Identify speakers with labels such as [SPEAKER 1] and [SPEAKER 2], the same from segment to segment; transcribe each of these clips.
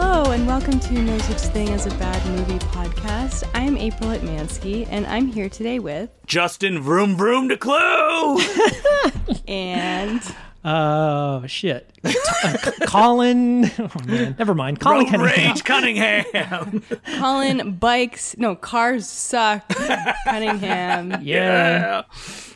[SPEAKER 1] welcome to No Such Thing as a Bad Movie podcast. I'm April Atmansky, and I'm here today with
[SPEAKER 2] Justin Vroom Vroom to Clue.
[SPEAKER 1] and
[SPEAKER 3] Oh shit, uh, Colin. Oh, man. Never mind. Colin
[SPEAKER 2] Road
[SPEAKER 3] Cunningham.
[SPEAKER 2] Rage Cunningham.
[SPEAKER 1] Colin Bikes. No, cars suck. Cunningham.
[SPEAKER 3] Yeah,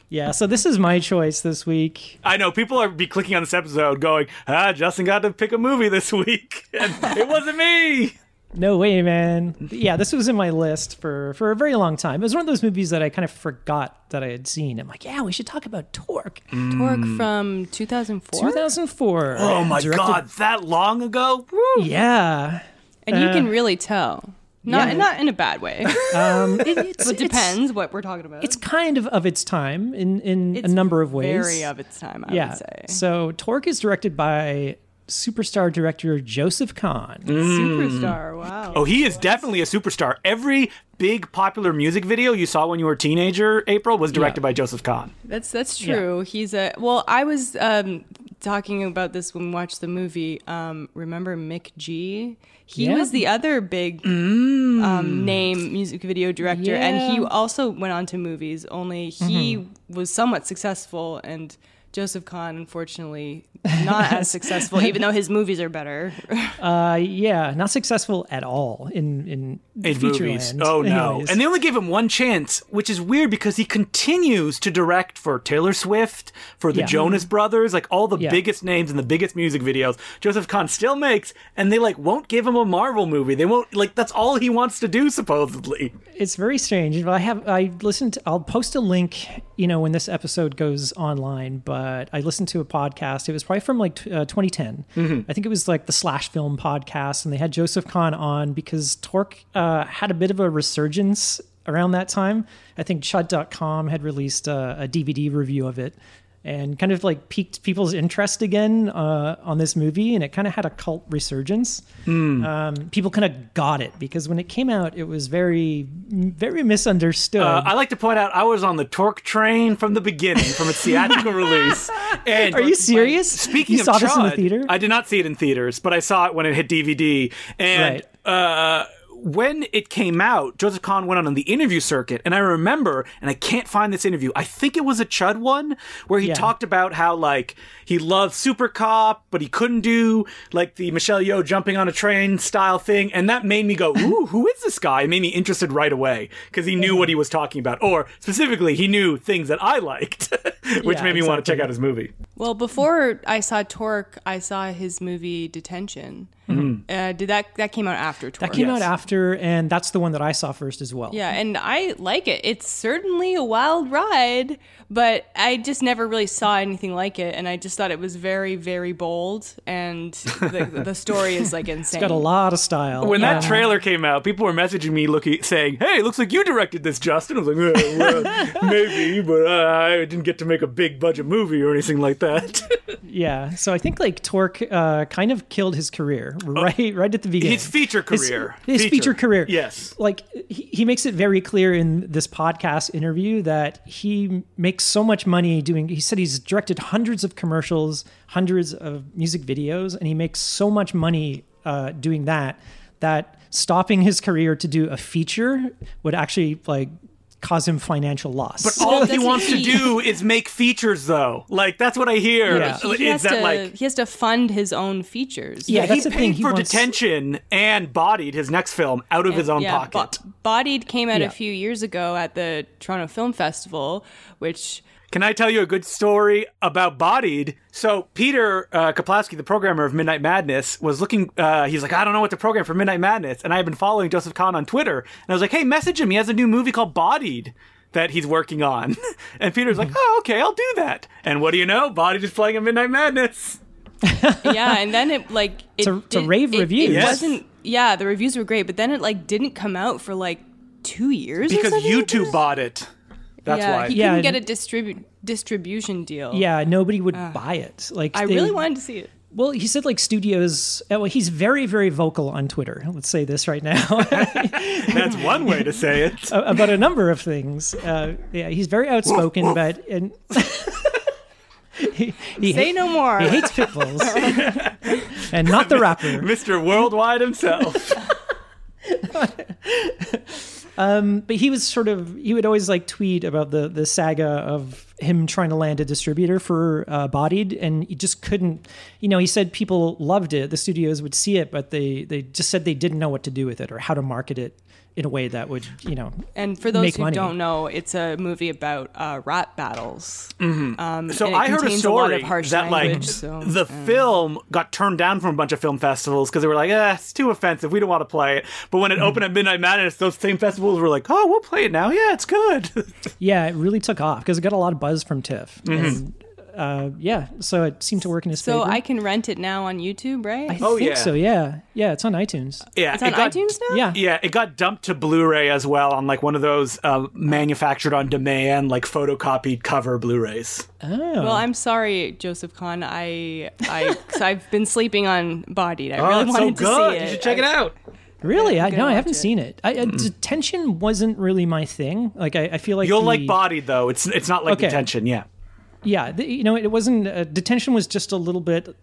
[SPEAKER 3] yeah. So this is my choice this week.
[SPEAKER 2] I know people are be clicking on this episode going, ah, Justin got to pick a movie this week. And it wasn't me.
[SPEAKER 3] No way, man. Yeah, this was in my list for for a very long time. It was one of those movies that I kind of forgot that I had seen. I'm like, yeah, we should talk about Torque.
[SPEAKER 2] Mm-hmm.
[SPEAKER 1] Torque
[SPEAKER 3] Mm.
[SPEAKER 1] from 2004.
[SPEAKER 3] 2004.
[SPEAKER 2] Oh my
[SPEAKER 3] Directed-
[SPEAKER 2] God, that long ago? Woo.
[SPEAKER 3] Yeah.
[SPEAKER 1] And you can really tell. Not
[SPEAKER 3] uh, yeah.
[SPEAKER 1] not in a bad way.
[SPEAKER 3] Um, it, it's,
[SPEAKER 1] it depends what we're talking about.
[SPEAKER 3] It's, it's kind of of its time in in
[SPEAKER 1] It's
[SPEAKER 3] a number of ways.
[SPEAKER 1] Very of its time, I would say.
[SPEAKER 3] So Torque is directed by superstar director Joseph Kahn. Mm.
[SPEAKER 1] Superstar. Wow.
[SPEAKER 2] Oh, he is definitely a superstar. Every big popular music video you saw when you were a teenager, April, was directed
[SPEAKER 3] Yeah.
[SPEAKER 2] by Joseph Kahn.
[SPEAKER 1] That's that's true. He's a well. I was um, talking about this when we watched the movie. Um, remember Mick G? He
[SPEAKER 3] Yeah. Mm.
[SPEAKER 1] was the other big um, name music video director, and he
[SPEAKER 3] Yeah. Mm-hmm.
[SPEAKER 1] also went on to movies. Only he was somewhat successful, and Joseph Kahn, unfortunately, not as successful. Even though his movies are better.
[SPEAKER 3] Uh, yeah, not successful at all in in,
[SPEAKER 2] In
[SPEAKER 3] feature
[SPEAKER 2] movies.
[SPEAKER 3] land.
[SPEAKER 2] Oh, no.
[SPEAKER 3] Anyways.
[SPEAKER 2] And they only gave him one chance, which is weird because he continues to direct for Taylor Swift, for the
[SPEAKER 3] Yeah.
[SPEAKER 2] Jonas Brothers, like all the
[SPEAKER 3] Yeah.
[SPEAKER 2] biggest names and the biggest music videos Joseph Kahn still makes, and they like won't give him a Marvel movie. They won't, like, that's all he wants to do, supposedly.
[SPEAKER 3] it's very strange. But I have I listened. To, I'll post a link. You know when this episode goes online, but I listened to a podcast. It was probably from like t- uh, 2010. I think it was like the Slash Film podcast, and they had Joseph Kahn on because Torque uh, had a bit of a resurgence around that time. I think Chud.com had released a, a DVD review of it. And kind of like piqued people's interest again uh, on this movie, and it kind of had a cult resurgence
[SPEAKER 2] Hmm.
[SPEAKER 3] um, people kind of got it because when it came out, it was very, very misunderstood.
[SPEAKER 2] Uh, I like to point out I was on the Torque train from the beginning, from its theatrical release. And
[SPEAKER 3] Are you serious?
[SPEAKER 2] Speaking
[SPEAKER 3] you
[SPEAKER 2] of
[SPEAKER 3] saw this in the
[SPEAKER 2] Chud,
[SPEAKER 3] theater.
[SPEAKER 2] I did not see it in theaters, but I saw it when it hit DVD. And uh, when it came out, Joseph Kahn went on, on the interview circuit, and I remember, and I can't find this interview. I think it was a Chud one where he
[SPEAKER 3] Yeah.
[SPEAKER 2] talked about how like he loved Super Cop, but he couldn't do like the Michelle Yeoh jumping on a train style thing, and that made me go, "Ooh, who is this guy?" It made me interested right away because he knew what he was talking about, or specifically, he knew things that I liked, which
[SPEAKER 3] Yeah,
[SPEAKER 2] made me want to
[SPEAKER 3] exactly.
[SPEAKER 2] check out his movie.
[SPEAKER 1] Well, before I saw Torque, I saw his movie Detention. Uh, did that that came out after Torque?
[SPEAKER 3] Mm-hmm. that came
[SPEAKER 2] Yes.
[SPEAKER 3] out after, and that's the one that I saw first as well.
[SPEAKER 1] Yeah, and I like it. It's certainly a wild ride, but I just never really saw anything like it, and I just thought it was very, very bold, and the, the story is like insane.
[SPEAKER 3] got a lot of style. Um,
[SPEAKER 2] When
[SPEAKER 3] yeah.
[SPEAKER 2] that trailer came out, people were messaging me looking, saying, "Hey, looks like you directed this, Justin." I was like, "Eh, well, "Maybe, but uh, I didn't get to make a big budget movie or anything like that."
[SPEAKER 3] yeah, so I think like Torque uh, kind of killed his career right, right at the beginning.
[SPEAKER 2] Uh, His feature
[SPEAKER 3] His-
[SPEAKER 2] career.
[SPEAKER 3] his, feature. career.
[SPEAKER 2] Yes.
[SPEAKER 3] like he, he makes it very clear in this podcast interview that he makes so much money doing he said he's directed hundreds of commercials hundreds of music videos and he makes so much money uh, doing that that stopping his career to do a feature would actually like cause him financial loss
[SPEAKER 2] But all he
[SPEAKER 1] doesn't
[SPEAKER 2] wants to
[SPEAKER 1] he-
[SPEAKER 2] do is make features, though. Like that's what I hear.
[SPEAKER 3] Yeah.
[SPEAKER 2] Is
[SPEAKER 1] he has
[SPEAKER 2] that
[SPEAKER 1] to
[SPEAKER 2] like
[SPEAKER 1] he has to fund his own features.
[SPEAKER 3] Yeah,
[SPEAKER 2] he
[SPEAKER 3] that's the
[SPEAKER 2] paid
[SPEAKER 3] thing, he
[SPEAKER 2] for
[SPEAKER 3] wants-
[SPEAKER 2] detention and bodied his next film out of his own
[SPEAKER 1] Yeah,
[SPEAKER 2] pocket?
[SPEAKER 1] Bo- Bodied came out
[SPEAKER 3] Yeah.
[SPEAKER 1] a few years ago at the Toronto Film Festival, which
[SPEAKER 2] Can I tell you a good story about Bodied? So Peter uh, Kaplowski, the programmer of Midnight Madness, was looking. Uh, he's like, I don't know what to program for Midnight Madness, and I had been following Joseph Kahn on Twitter, and I was like, Hey, message him. He has a new movie called Bodied that he's working on, and Peter's
[SPEAKER 1] Mm-hmm.
[SPEAKER 2] like, Oh, okay, I'll do that. And what do you know? Bodied is playing at Midnight Madness.
[SPEAKER 1] yeah, and then it like it,
[SPEAKER 3] To- to
[SPEAKER 1] did-
[SPEAKER 3] rave
[SPEAKER 1] it- It
[SPEAKER 3] reviews.
[SPEAKER 2] Yes.
[SPEAKER 1] wasn't. Yeah, the reviews were great, but then it like didn't come out for like two years or
[SPEAKER 2] because
[SPEAKER 1] something like
[SPEAKER 2] YouTube
[SPEAKER 1] that?
[SPEAKER 2] bought it. That's
[SPEAKER 1] yeah,
[SPEAKER 2] why.
[SPEAKER 1] he
[SPEAKER 3] Yeah,
[SPEAKER 1] couldn't
[SPEAKER 3] and-
[SPEAKER 1] get a distribu- distribution deal.
[SPEAKER 3] yeah nobody would buy it like
[SPEAKER 1] I
[SPEAKER 3] they-
[SPEAKER 1] really wanted to see it.
[SPEAKER 3] Well, he said like studios. uh, Well, he's very, very vocal on Twitter. Let's say this right now
[SPEAKER 2] That's one way to say it.
[SPEAKER 3] about a number of things. Uh, yeah, he's very outspoken, but and he, he,
[SPEAKER 1] Say no more.
[SPEAKER 3] he hates pitbulls. and not the rapper.
[SPEAKER 2] Mr. Worldwide himself.
[SPEAKER 3] but he was sort of he would always like tweet about the the saga of him trying to land a distributor for uh, Bodied, and he just couldn't. You know, he said people loved it, the studios would see it, but they they just said they didn't know what to do with it or how to market it in a way that would you know.
[SPEAKER 1] And for those
[SPEAKER 3] Make
[SPEAKER 1] who
[SPEAKER 3] money.
[SPEAKER 1] don't know, it's a movie about uh, rat battles. Um,
[SPEAKER 2] So
[SPEAKER 1] and it
[SPEAKER 2] I heard a
[SPEAKER 1] contains
[SPEAKER 2] story
[SPEAKER 1] lot of harsh
[SPEAKER 2] that
[SPEAKER 1] language,
[SPEAKER 2] like
[SPEAKER 1] so,
[SPEAKER 2] the film got turned down from a bunch of film festivals because they were like, eh, it's too offensive. We don't want to play it. But when it opened at Midnight Madness, those same festivals were like, oh, we'll play it now. Yeah, it's good.
[SPEAKER 3] Yeah, it really took off because it got a lot of buzz from TIFF.
[SPEAKER 2] Mm-hmm.
[SPEAKER 3] And, uh, yeah, so it seemed to work in his
[SPEAKER 1] so
[SPEAKER 3] favor.
[SPEAKER 1] I can rent it now on YouTube, right?
[SPEAKER 3] I
[SPEAKER 2] Oh,
[SPEAKER 3] think
[SPEAKER 2] yeah.
[SPEAKER 3] so. Yeah, yeah, it's on iTunes.
[SPEAKER 2] yeah,
[SPEAKER 1] it's on
[SPEAKER 2] it got-
[SPEAKER 1] iTunes now.
[SPEAKER 3] Yeah,
[SPEAKER 2] Yeah, it got dumped to Blu-ray as well on like one of those uh, manufactured on demand, like photocopied cover Blu-rays.
[SPEAKER 3] Oh.
[SPEAKER 1] Well, I'm sorry, Joseph Kahn. I I i I've been sleeping on Bodied. I
[SPEAKER 2] oh,
[SPEAKER 1] really
[SPEAKER 2] it's so
[SPEAKER 1] wanted
[SPEAKER 2] good!
[SPEAKER 1] to see it.
[SPEAKER 2] You should check it out.
[SPEAKER 3] Really? I
[SPEAKER 1] gonna
[SPEAKER 3] no, I
[SPEAKER 1] watch
[SPEAKER 3] haven't
[SPEAKER 1] it.
[SPEAKER 3] seen it. I,
[SPEAKER 2] Mm-hmm.
[SPEAKER 3] I, Detention wasn't really my thing. Like I, I feel like
[SPEAKER 2] You'll
[SPEAKER 3] the-
[SPEAKER 2] like Bodied though. It's it's not like
[SPEAKER 3] Okay.
[SPEAKER 2] Detention. Yeah,
[SPEAKER 3] Yeah, the, you know, it wasn't uh, Detention was just a little bit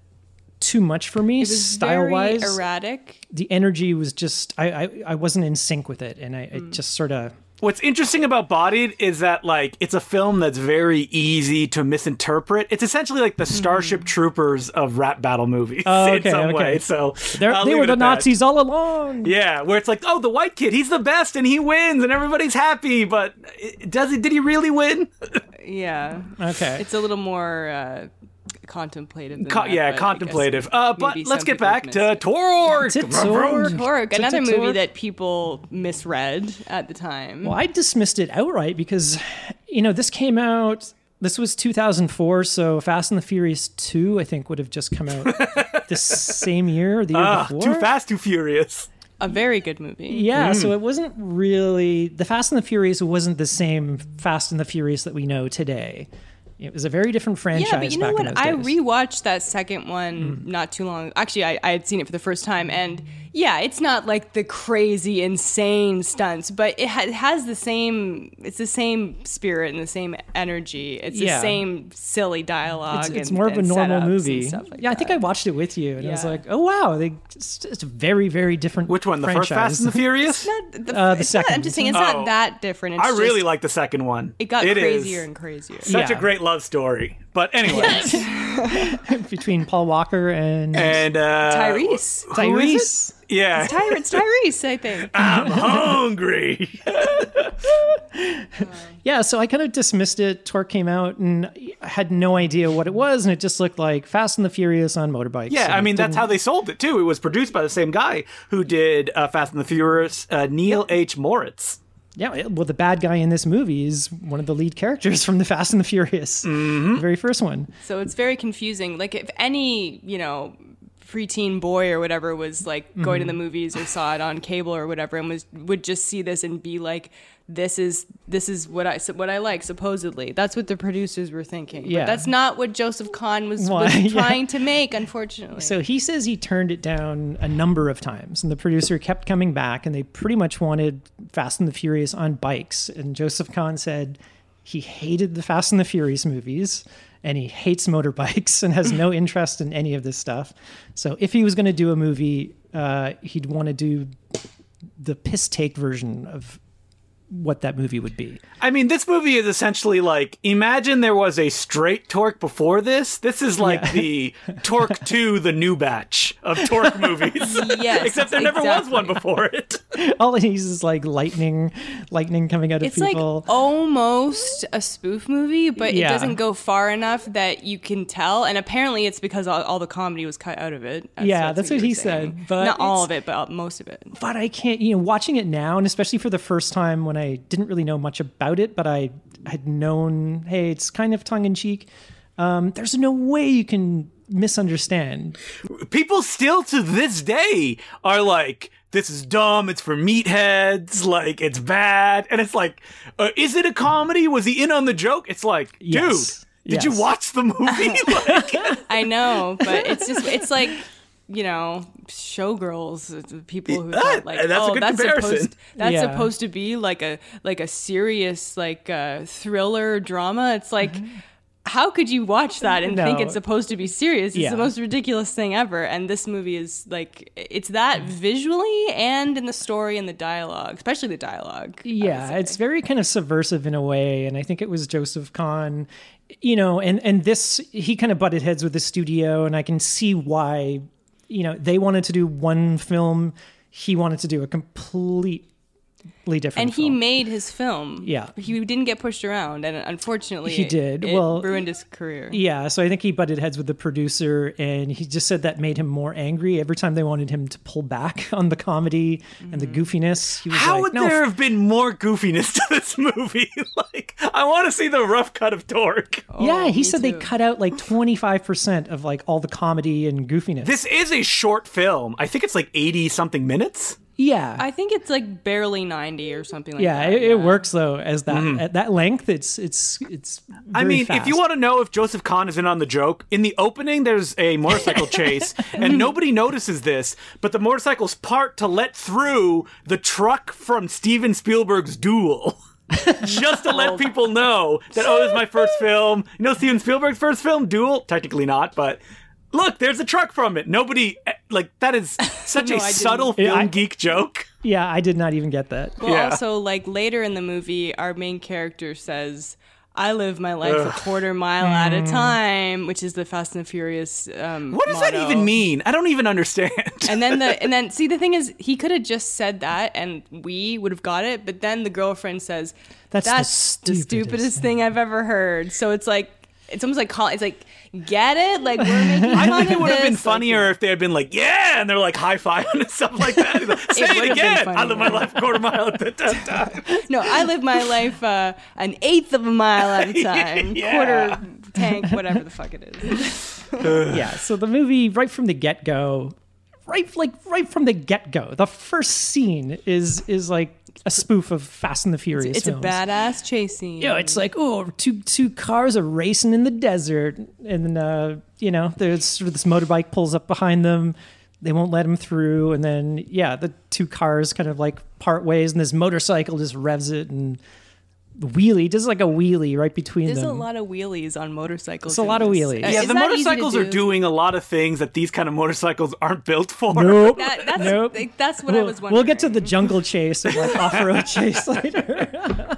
[SPEAKER 3] too much for me
[SPEAKER 1] It was
[SPEAKER 3] style wise.
[SPEAKER 1] very erratic.
[SPEAKER 3] The energy was just I, I I wasn't in sync with it, and I,
[SPEAKER 1] Mm.
[SPEAKER 3] I just sort of
[SPEAKER 2] What's interesting about Bodied is that like it's a film that's very easy to misinterpret. It's essentially like the Starship Troopers of rap battle movies
[SPEAKER 3] Mm-hmm. Oh,
[SPEAKER 2] in
[SPEAKER 3] okay,
[SPEAKER 2] some
[SPEAKER 3] okay.
[SPEAKER 2] way. So I'll
[SPEAKER 3] they
[SPEAKER 2] leave
[SPEAKER 3] were
[SPEAKER 2] it
[SPEAKER 3] the
[SPEAKER 2] at that.
[SPEAKER 3] Nazis all along.
[SPEAKER 2] Yeah, where it's like, oh, the white kid, he's the best, and he wins, and everybody's happy. But eh, does he? Did he really win?
[SPEAKER 1] Yeah.
[SPEAKER 3] Okay.
[SPEAKER 1] It's a little more uh, contemplative. Than
[SPEAKER 2] Co-
[SPEAKER 1] that,
[SPEAKER 2] yeah,
[SPEAKER 1] but I
[SPEAKER 2] contemplative.
[SPEAKER 1] guess
[SPEAKER 2] Uh, but
[SPEAKER 1] maybe
[SPEAKER 2] let's
[SPEAKER 1] some
[SPEAKER 2] get
[SPEAKER 1] people
[SPEAKER 2] back
[SPEAKER 1] would
[SPEAKER 2] to
[SPEAKER 1] miss it.
[SPEAKER 2] Torg.
[SPEAKER 3] Tit Torg.
[SPEAKER 1] Torg,
[SPEAKER 3] Tit
[SPEAKER 1] another
[SPEAKER 3] Tit
[SPEAKER 1] movie
[SPEAKER 3] Torg.
[SPEAKER 1] that people misread at the time.
[SPEAKER 3] Well, I dismissed it outright because, you know, this came out. This was 2004, so Fast and the Furious 2, I think, would have just come out the same year or the year
[SPEAKER 2] Ugh,
[SPEAKER 3] before.
[SPEAKER 2] Ah, too fast, Hmm. too furious.
[SPEAKER 1] A very good movie.
[SPEAKER 3] Yeah, so it wasn't really the Fast and the Furious wasn't the same Fast and the Furious that we know today. It was a very different franchise.
[SPEAKER 1] Yeah, but you know
[SPEAKER 3] back in
[SPEAKER 1] what?
[SPEAKER 3] those
[SPEAKER 1] I
[SPEAKER 3] days. Mm.
[SPEAKER 1] rewatched that second one not too long. Actually, I, I had seen it for the first time, and yeah, it's not like the crazy, insane stunts, but it, ha- it has the same. It's the same spirit and the same energy. It's
[SPEAKER 3] Yeah.
[SPEAKER 1] the same silly dialogue.
[SPEAKER 3] It's, it's
[SPEAKER 1] and-
[SPEAKER 3] more of a
[SPEAKER 1] and setups
[SPEAKER 3] normal
[SPEAKER 1] and
[SPEAKER 3] movie.
[SPEAKER 1] stuff like
[SPEAKER 3] yeah, I
[SPEAKER 1] that.
[SPEAKER 3] think I watched it with you, and I was
[SPEAKER 1] Yeah.
[SPEAKER 3] like, "Oh wow, they it's, it's very, very different."
[SPEAKER 2] Which one? The
[SPEAKER 3] franchise.
[SPEAKER 2] first Fast and the Furious?
[SPEAKER 1] Not the,
[SPEAKER 3] Uh, the
[SPEAKER 1] it's not-
[SPEAKER 3] second.
[SPEAKER 1] I'm just saying it's
[SPEAKER 2] Oh.
[SPEAKER 1] not that different. It's
[SPEAKER 2] I really
[SPEAKER 1] just-
[SPEAKER 2] like the second one.
[SPEAKER 1] It got
[SPEAKER 2] is
[SPEAKER 1] crazier and crazier.
[SPEAKER 2] such
[SPEAKER 3] Yeah.
[SPEAKER 2] a great love story. But anyway,
[SPEAKER 3] between Paul Walker and,
[SPEAKER 2] and uh,
[SPEAKER 1] Tyrese.
[SPEAKER 2] who is it?
[SPEAKER 3] Tyrese.
[SPEAKER 2] Yeah,
[SPEAKER 1] It's Ty- it's Tyrese, I think.
[SPEAKER 2] I'm hungry.
[SPEAKER 3] Yeah, so I kind of dismissed it. Torque came out and I had no idea what it was, and it just looked like Fast and the Furious on motorbikes.
[SPEAKER 2] Yeah, I
[SPEAKER 3] And
[SPEAKER 2] mean
[SPEAKER 3] it
[SPEAKER 2] that's how they sold it too. It was produced by the same guy who did uh, Fast and the Furious, uh, Neil H. Moritz.
[SPEAKER 3] Yeah, it- well, the bad guy in this movie is one of the lead characters from the Fast and the Furious,
[SPEAKER 2] Mm-hmm.
[SPEAKER 3] the very first one.
[SPEAKER 1] So it's very confusing. Like if any, you know, preteen boy or whatever was like going to
[SPEAKER 2] Mm-hmm.
[SPEAKER 1] the movies or saw it on cable or whatever and was would just see this and be like this is this is what I what I like supposedly. That's what the producers were thinking.
[SPEAKER 3] Yeah.
[SPEAKER 1] But that's not what Joseph Kahn was,
[SPEAKER 3] Why?
[SPEAKER 1] was
[SPEAKER 3] Yeah.
[SPEAKER 1] trying to make unfortunately.
[SPEAKER 3] So he says he turned it down a number of times, and the producer kept coming back, and they pretty much wanted Fast and the Furious on bikes. And Joseph Kahn said he hated the Fast and the Furious movies, and he hates motorbikes and has no interest in any of this stuff. So if he was going to do a movie, uh, he'd want to do the piss take version of what that movie would be.
[SPEAKER 2] I mean, this movie is essentially like imagine there was a straight Torque before this. This is like the Torque 2, the new batch of Torque movies.
[SPEAKER 1] Yes,
[SPEAKER 2] Except there never was
[SPEAKER 1] exactly.
[SPEAKER 2] one before it.
[SPEAKER 3] All it needs is like lightning, lightning coming out of
[SPEAKER 1] It's
[SPEAKER 3] people.
[SPEAKER 1] like almost a spoof movie, but
[SPEAKER 3] Yeah.
[SPEAKER 1] it doesn't go far enough that you can tell. And apparently, it's because all, all the comedy was cut out of it.
[SPEAKER 3] Yeah, that's what
[SPEAKER 1] you
[SPEAKER 3] he
[SPEAKER 1] were saying.
[SPEAKER 3] said, but
[SPEAKER 1] not all
[SPEAKER 3] it's-
[SPEAKER 1] of it, but most of it.
[SPEAKER 3] but I can't, you know, watching it now, and especially for the first time when I didn't really know much about it, but I had known, hey, it's kind of tongue in cheek. Um, there's no way you can misunderstand.
[SPEAKER 2] People still to this day are like, this is dumb. It's for meatheads. Like, it's bad. And it's like, uh, is it a comedy? Was he in on the joke? It's like,
[SPEAKER 3] Yes.
[SPEAKER 2] dude, did
[SPEAKER 3] Yes.
[SPEAKER 2] you watch the movie? like,
[SPEAKER 1] I know, but it's just it's like you know showgirls it's the people who thought like
[SPEAKER 2] that's a
[SPEAKER 1] oh
[SPEAKER 2] good
[SPEAKER 1] that's
[SPEAKER 2] comparison.
[SPEAKER 1] supposed that's
[SPEAKER 3] Yeah.
[SPEAKER 1] supposed to be like a like a serious like uh, thriller drama. It's like. how could you watch that and
[SPEAKER 3] Mm-hmm. No.
[SPEAKER 1] think it's supposed to be serious? It's
[SPEAKER 3] Yeah.
[SPEAKER 1] the most ridiculous thing ever. And this movie is like it's that visually and in the story and the dialogue, especially the dialogue. I would
[SPEAKER 3] yeah
[SPEAKER 1] say.
[SPEAKER 3] it's very kind of subversive in a way and i think it was joseph kahn you know and and this he kind of butted heads with the studio and i can see why you know they wanted to do one film he wanted to do a completely different
[SPEAKER 1] and he
[SPEAKER 3] film.
[SPEAKER 1] made his film.
[SPEAKER 3] Yeah.
[SPEAKER 1] he didn't get pushed around, and unfortunately,
[SPEAKER 3] He
[SPEAKER 1] it-
[SPEAKER 3] did.
[SPEAKER 1] It
[SPEAKER 3] Well,
[SPEAKER 1] ruined his career.
[SPEAKER 3] yeah so i think he butted heads with the producer and he just said that made him more angry every time they wanted him to pull back on the comedy and the goofiness he was
[SPEAKER 2] How
[SPEAKER 3] like
[SPEAKER 2] would
[SPEAKER 3] no
[SPEAKER 2] there have been more goofiness to this movie? like, I want to see the rough cut of Torque.
[SPEAKER 3] yeah
[SPEAKER 1] Oh, me
[SPEAKER 3] he said they
[SPEAKER 1] too.
[SPEAKER 3] cut out like 25% of like all the comedy and goofiness
[SPEAKER 2] This is a short film. I think it's like 80 something minutes.
[SPEAKER 3] yeah
[SPEAKER 1] I think it's like barely ninety or something like
[SPEAKER 3] yeah,
[SPEAKER 1] that.
[SPEAKER 3] it, it works though as that at that length. It's it's it's.
[SPEAKER 2] I
[SPEAKER 3] very
[SPEAKER 2] mean, if
[SPEAKER 3] fast.
[SPEAKER 2] you want to know if Joseph Kahn is in on the joke, in the opening there's a motorcycle chase,
[SPEAKER 1] Mm.
[SPEAKER 2] and nobody notices this, but the motorcycles part to let through the truck from Steven Spielberg's Duel. Just to
[SPEAKER 1] Oh.
[SPEAKER 2] let people know that oh, this is my first film. You know Steven Spielberg's first film, Duel. Technically not, but look, there's a truck from it. Nobody eh, like that is such
[SPEAKER 1] No,
[SPEAKER 2] a
[SPEAKER 1] I didn't.
[SPEAKER 2] subtle film
[SPEAKER 3] I-
[SPEAKER 2] geek joke.
[SPEAKER 3] yeah, I did not even get that.
[SPEAKER 1] Well,
[SPEAKER 2] Yeah.
[SPEAKER 1] also like later in the movie, our main character says, "I live my life a quarter mile at
[SPEAKER 3] Mm.
[SPEAKER 1] a time," which is the Fast and Furious. Um,
[SPEAKER 2] What does that
[SPEAKER 1] motto.
[SPEAKER 2] even mean? I don't even understand.
[SPEAKER 1] And then the and then see the thing is he could have just said that and we would have got it, but then the girlfriend says
[SPEAKER 3] That's the
[SPEAKER 1] the
[SPEAKER 3] stupidest
[SPEAKER 1] stupidest thing I've ever heard. So it's like it's almost like call, it's like get it like we're making.
[SPEAKER 2] I
[SPEAKER 1] fun
[SPEAKER 2] think it
[SPEAKER 1] of
[SPEAKER 2] would have been
[SPEAKER 1] this, like-
[SPEAKER 2] funnier if they had been like, yeah, and they're like high five and stuff like that. He's like, Say
[SPEAKER 1] It would
[SPEAKER 2] it,
[SPEAKER 1] have been
[SPEAKER 2] again. I
[SPEAKER 1] funnier.
[SPEAKER 2] live my life a quarter mile at the time.
[SPEAKER 1] No, I live my life uh, an eighth of a mile at a time,
[SPEAKER 2] Yeah.
[SPEAKER 1] quarter tank, whatever the fuck it is.
[SPEAKER 3] yeah, so the movie right from the get go, right like right from the get go, the first scene is is like a spoof of Fast and the Furious.
[SPEAKER 1] It's
[SPEAKER 3] films.
[SPEAKER 1] a badass chase scene.
[SPEAKER 3] You know, it's like oh, two two cars are racing in the desert, and then uh, you know there's sort of this motorbike pulls up behind them. They won't let him through, and then yeah, the two cars kind of like part ways, and this motorcycle just revs it and the wheelie does like a wheelie right between
[SPEAKER 1] There's
[SPEAKER 3] them.
[SPEAKER 1] a lot of wheelies on motorcycles.
[SPEAKER 3] It's a
[SPEAKER 1] in
[SPEAKER 3] lot of
[SPEAKER 1] this.
[SPEAKER 3] wheelies.
[SPEAKER 1] Uh,
[SPEAKER 2] Yeah,
[SPEAKER 1] is
[SPEAKER 2] the
[SPEAKER 1] that easy to
[SPEAKER 2] motorcycles are
[SPEAKER 1] do?
[SPEAKER 2] doing a lot of things that these kind of motorcycles aren't built for.
[SPEAKER 3] nope.
[SPEAKER 1] That, that's,
[SPEAKER 3] Nope.
[SPEAKER 1] like, that's what
[SPEAKER 3] We'll,
[SPEAKER 1] I was wondering.
[SPEAKER 3] we'll get to the jungle chase or like off-road chase later.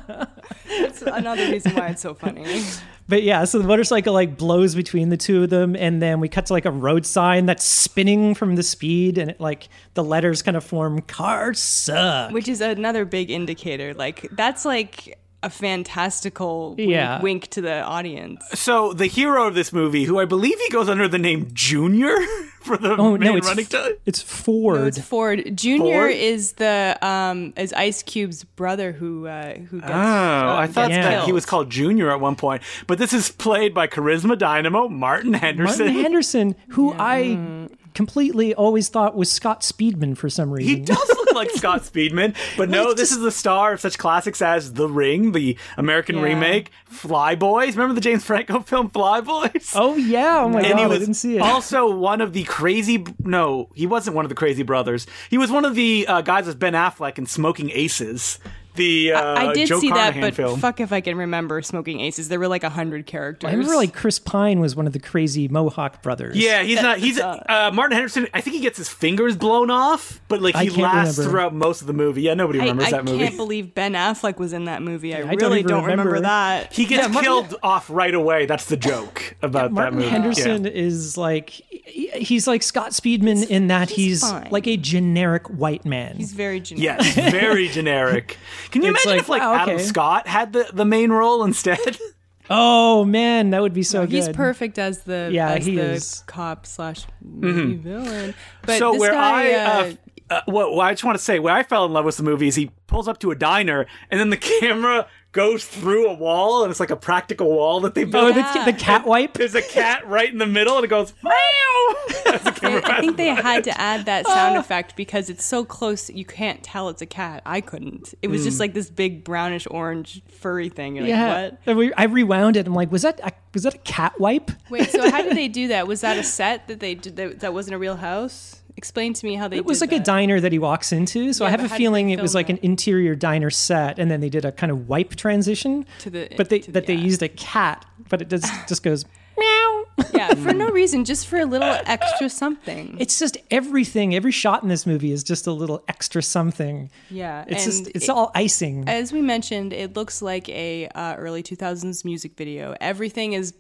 [SPEAKER 1] That's another reason why it's so funny.
[SPEAKER 3] But yeah, so the motorcycle like blows between the two of them, and then we cut to like a road sign that's spinning from the speed, and it like the letters kind of form "car suck."
[SPEAKER 1] Which is another big indicator. Like, that's like a fantastical wink,
[SPEAKER 3] Yeah.
[SPEAKER 1] wink to the audience.
[SPEAKER 2] So the hero of this movie, who I believe he goes under the name Junior for the
[SPEAKER 3] Oh
[SPEAKER 2] main
[SPEAKER 3] no, it's
[SPEAKER 2] running time.
[SPEAKER 3] it's Ford.
[SPEAKER 1] No, it's Ford. Junior
[SPEAKER 2] Ford?
[SPEAKER 1] is the um is Ice Cube's brother who uh who gets um,
[SPEAKER 2] Oh, I thought
[SPEAKER 3] yeah.
[SPEAKER 2] that he was called Junior at one point, but this is played by Charisma Dynamo Martin Henderson.
[SPEAKER 3] Martin Henderson, who I completely always thought was Scott Speedman for some
[SPEAKER 2] He
[SPEAKER 3] reason.
[SPEAKER 2] does look like Scott Speedman, but no, this is the star of such classics as The Ring, the American
[SPEAKER 1] Yeah.
[SPEAKER 2] remake, Fly Boys. Remember the James Franco film Fly Boys?
[SPEAKER 3] oh yeah, oh my
[SPEAKER 2] and
[SPEAKER 3] god,
[SPEAKER 2] he
[SPEAKER 3] I
[SPEAKER 2] was
[SPEAKER 3] didn't see it.
[SPEAKER 2] also one of the crazy. No, he wasn't one of the crazy brothers. He was one of the uh, guys with Ben Affleck in Smoking Aces. The uh,
[SPEAKER 1] I did
[SPEAKER 2] Joe
[SPEAKER 1] see
[SPEAKER 2] Carnahan
[SPEAKER 1] that, but
[SPEAKER 2] film.
[SPEAKER 1] fuck if I can remember Smoking Aces. There were like a hundred characters.
[SPEAKER 3] I remember like Chris Pine was one of the crazy Mohawk brothers.
[SPEAKER 2] Yeah, he's not. He's uh, Martin Henderson. I think he gets his fingers blown off, but like
[SPEAKER 3] I
[SPEAKER 2] he
[SPEAKER 3] can't
[SPEAKER 2] lasts
[SPEAKER 3] remember.
[SPEAKER 2] throughout most of the movie. Yeah, nobody
[SPEAKER 1] I,
[SPEAKER 2] remembers
[SPEAKER 1] I
[SPEAKER 2] that movie.
[SPEAKER 1] can't believe Ben Affleck was in that movie. I,
[SPEAKER 3] I don't
[SPEAKER 1] really
[SPEAKER 3] even
[SPEAKER 1] don't remember,
[SPEAKER 3] remember.
[SPEAKER 1] that.
[SPEAKER 2] He gets killed off right away. That's the joke about that
[SPEAKER 3] Martin
[SPEAKER 2] movie.
[SPEAKER 3] Henderson is like he- he's like Scott Speedman in that he's,
[SPEAKER 1] he's fine.
[SPEAKER 3] like a generic white man.
[SPEAKER 1] He's very generic.
[SPEAKER 2] Yeah. Yes, very generic. Can you
[SPEAKER 3] It's
[SPEAKER 2] imagine
[SPEAKER 3] like,
[SPEAKER 2] if like
[SPEAKER 3] wow,
[SPEAKER 2] Adam
[SPEAKER 3] okay.
[SPEAKER 2] Scott had the, the main role instead?
[SPEAKER 3] oh man, that would be so good.
[SPEAKER 1] He's perfect as the
[SPEAKER 3] Yeah,
[SPEAKER 1] as
[SPEAKER 3] he
[SPEAKER 1] the
[SPEAKER 3] is.
[SPEAKER 1] cop slash movie villain. But
[SPEAKER 2] so
[SPEAKER 1] this
[SPEAKER 2] where
[SPEAKER 1] guy,
[SPEAKER 2] I
[SPEAKER 1] uh,
[SPEAKER 2] uh, uh, well, well, I just want to say where I fell in love with the movie is he pulls up to a diner and then the camera goes through a wall and it's like a practical wall that they
[SPEAKER 3] Oh,
[SPEAKER 2] built.
[SPEAKER 1] Yeah.
[SPEAKER 3] the, the cat wipe.
[SPEAKER 2] There's a cat right in the middle and it goes meow. As the camera
[SPEAKER 1] I think
[SPEAKER 2] passes
[SPEAKER 1] they
[SPEAKER 2] by.
[SPEAKER 1] had to add that sound effect because it's so close that you can't tell it's a cat. I couldn't. It was just like this big brownish orange furry thing. You're like,
[SPEAKER 3] Yeah,
[SPEAKER 1] what?
[SPEAKER 3] And we- I rewound it. I'm like, was that a Was that a cat wipe?
[SPEAKER 1] Wait, so how did they do that? Was that a set that they did that, that wasn't a real house? Explain to me how they
[SPEAKER 3] It was
[SPEAKER 1] did
[SPEAKER 3] like a
[SPEAKER 1] that.
[SPEAKER 3] diner that he walks into. So
[SPEAKER 1] Yeah,
[SPEAKER 3] I have
[SPEAKER 1] but
[SPEAKER 3] a
[SPEAKER 1] how did they
[SPEAKER 3] feeling it was
[SPEAKER 1] film
[SPEAKER 3] like an
[SPEAKER 1] that?
[SPEAKER 3] interior diner set, and then they did a kind of wipe transition
[SPEAKER 1] To the-
[SPEAKER 3] but they
[SPEAKER 1] to the-
[SPEAKER 3] that they
[SPEAKER 1] yeah.
[SPEAKER 3] used a cat, but it just just goes meow.
[SPEAKER 1] yeah, for no reason, just for a little extra something.
[SPEAKER 3] It's just everything. Every shot in this movie is just a little extra something.
[SPEAKER 1] Yeah,
[SPEAKER 3] It's
[SPEAKER 1] and
[SPEAKER 3] just it's
[SPEAKER 1] it-
[SPEAKER 3] all icing.
[SPEAKER 1] As we mentioned, it looks like a uh, early 2000s music video. Everything is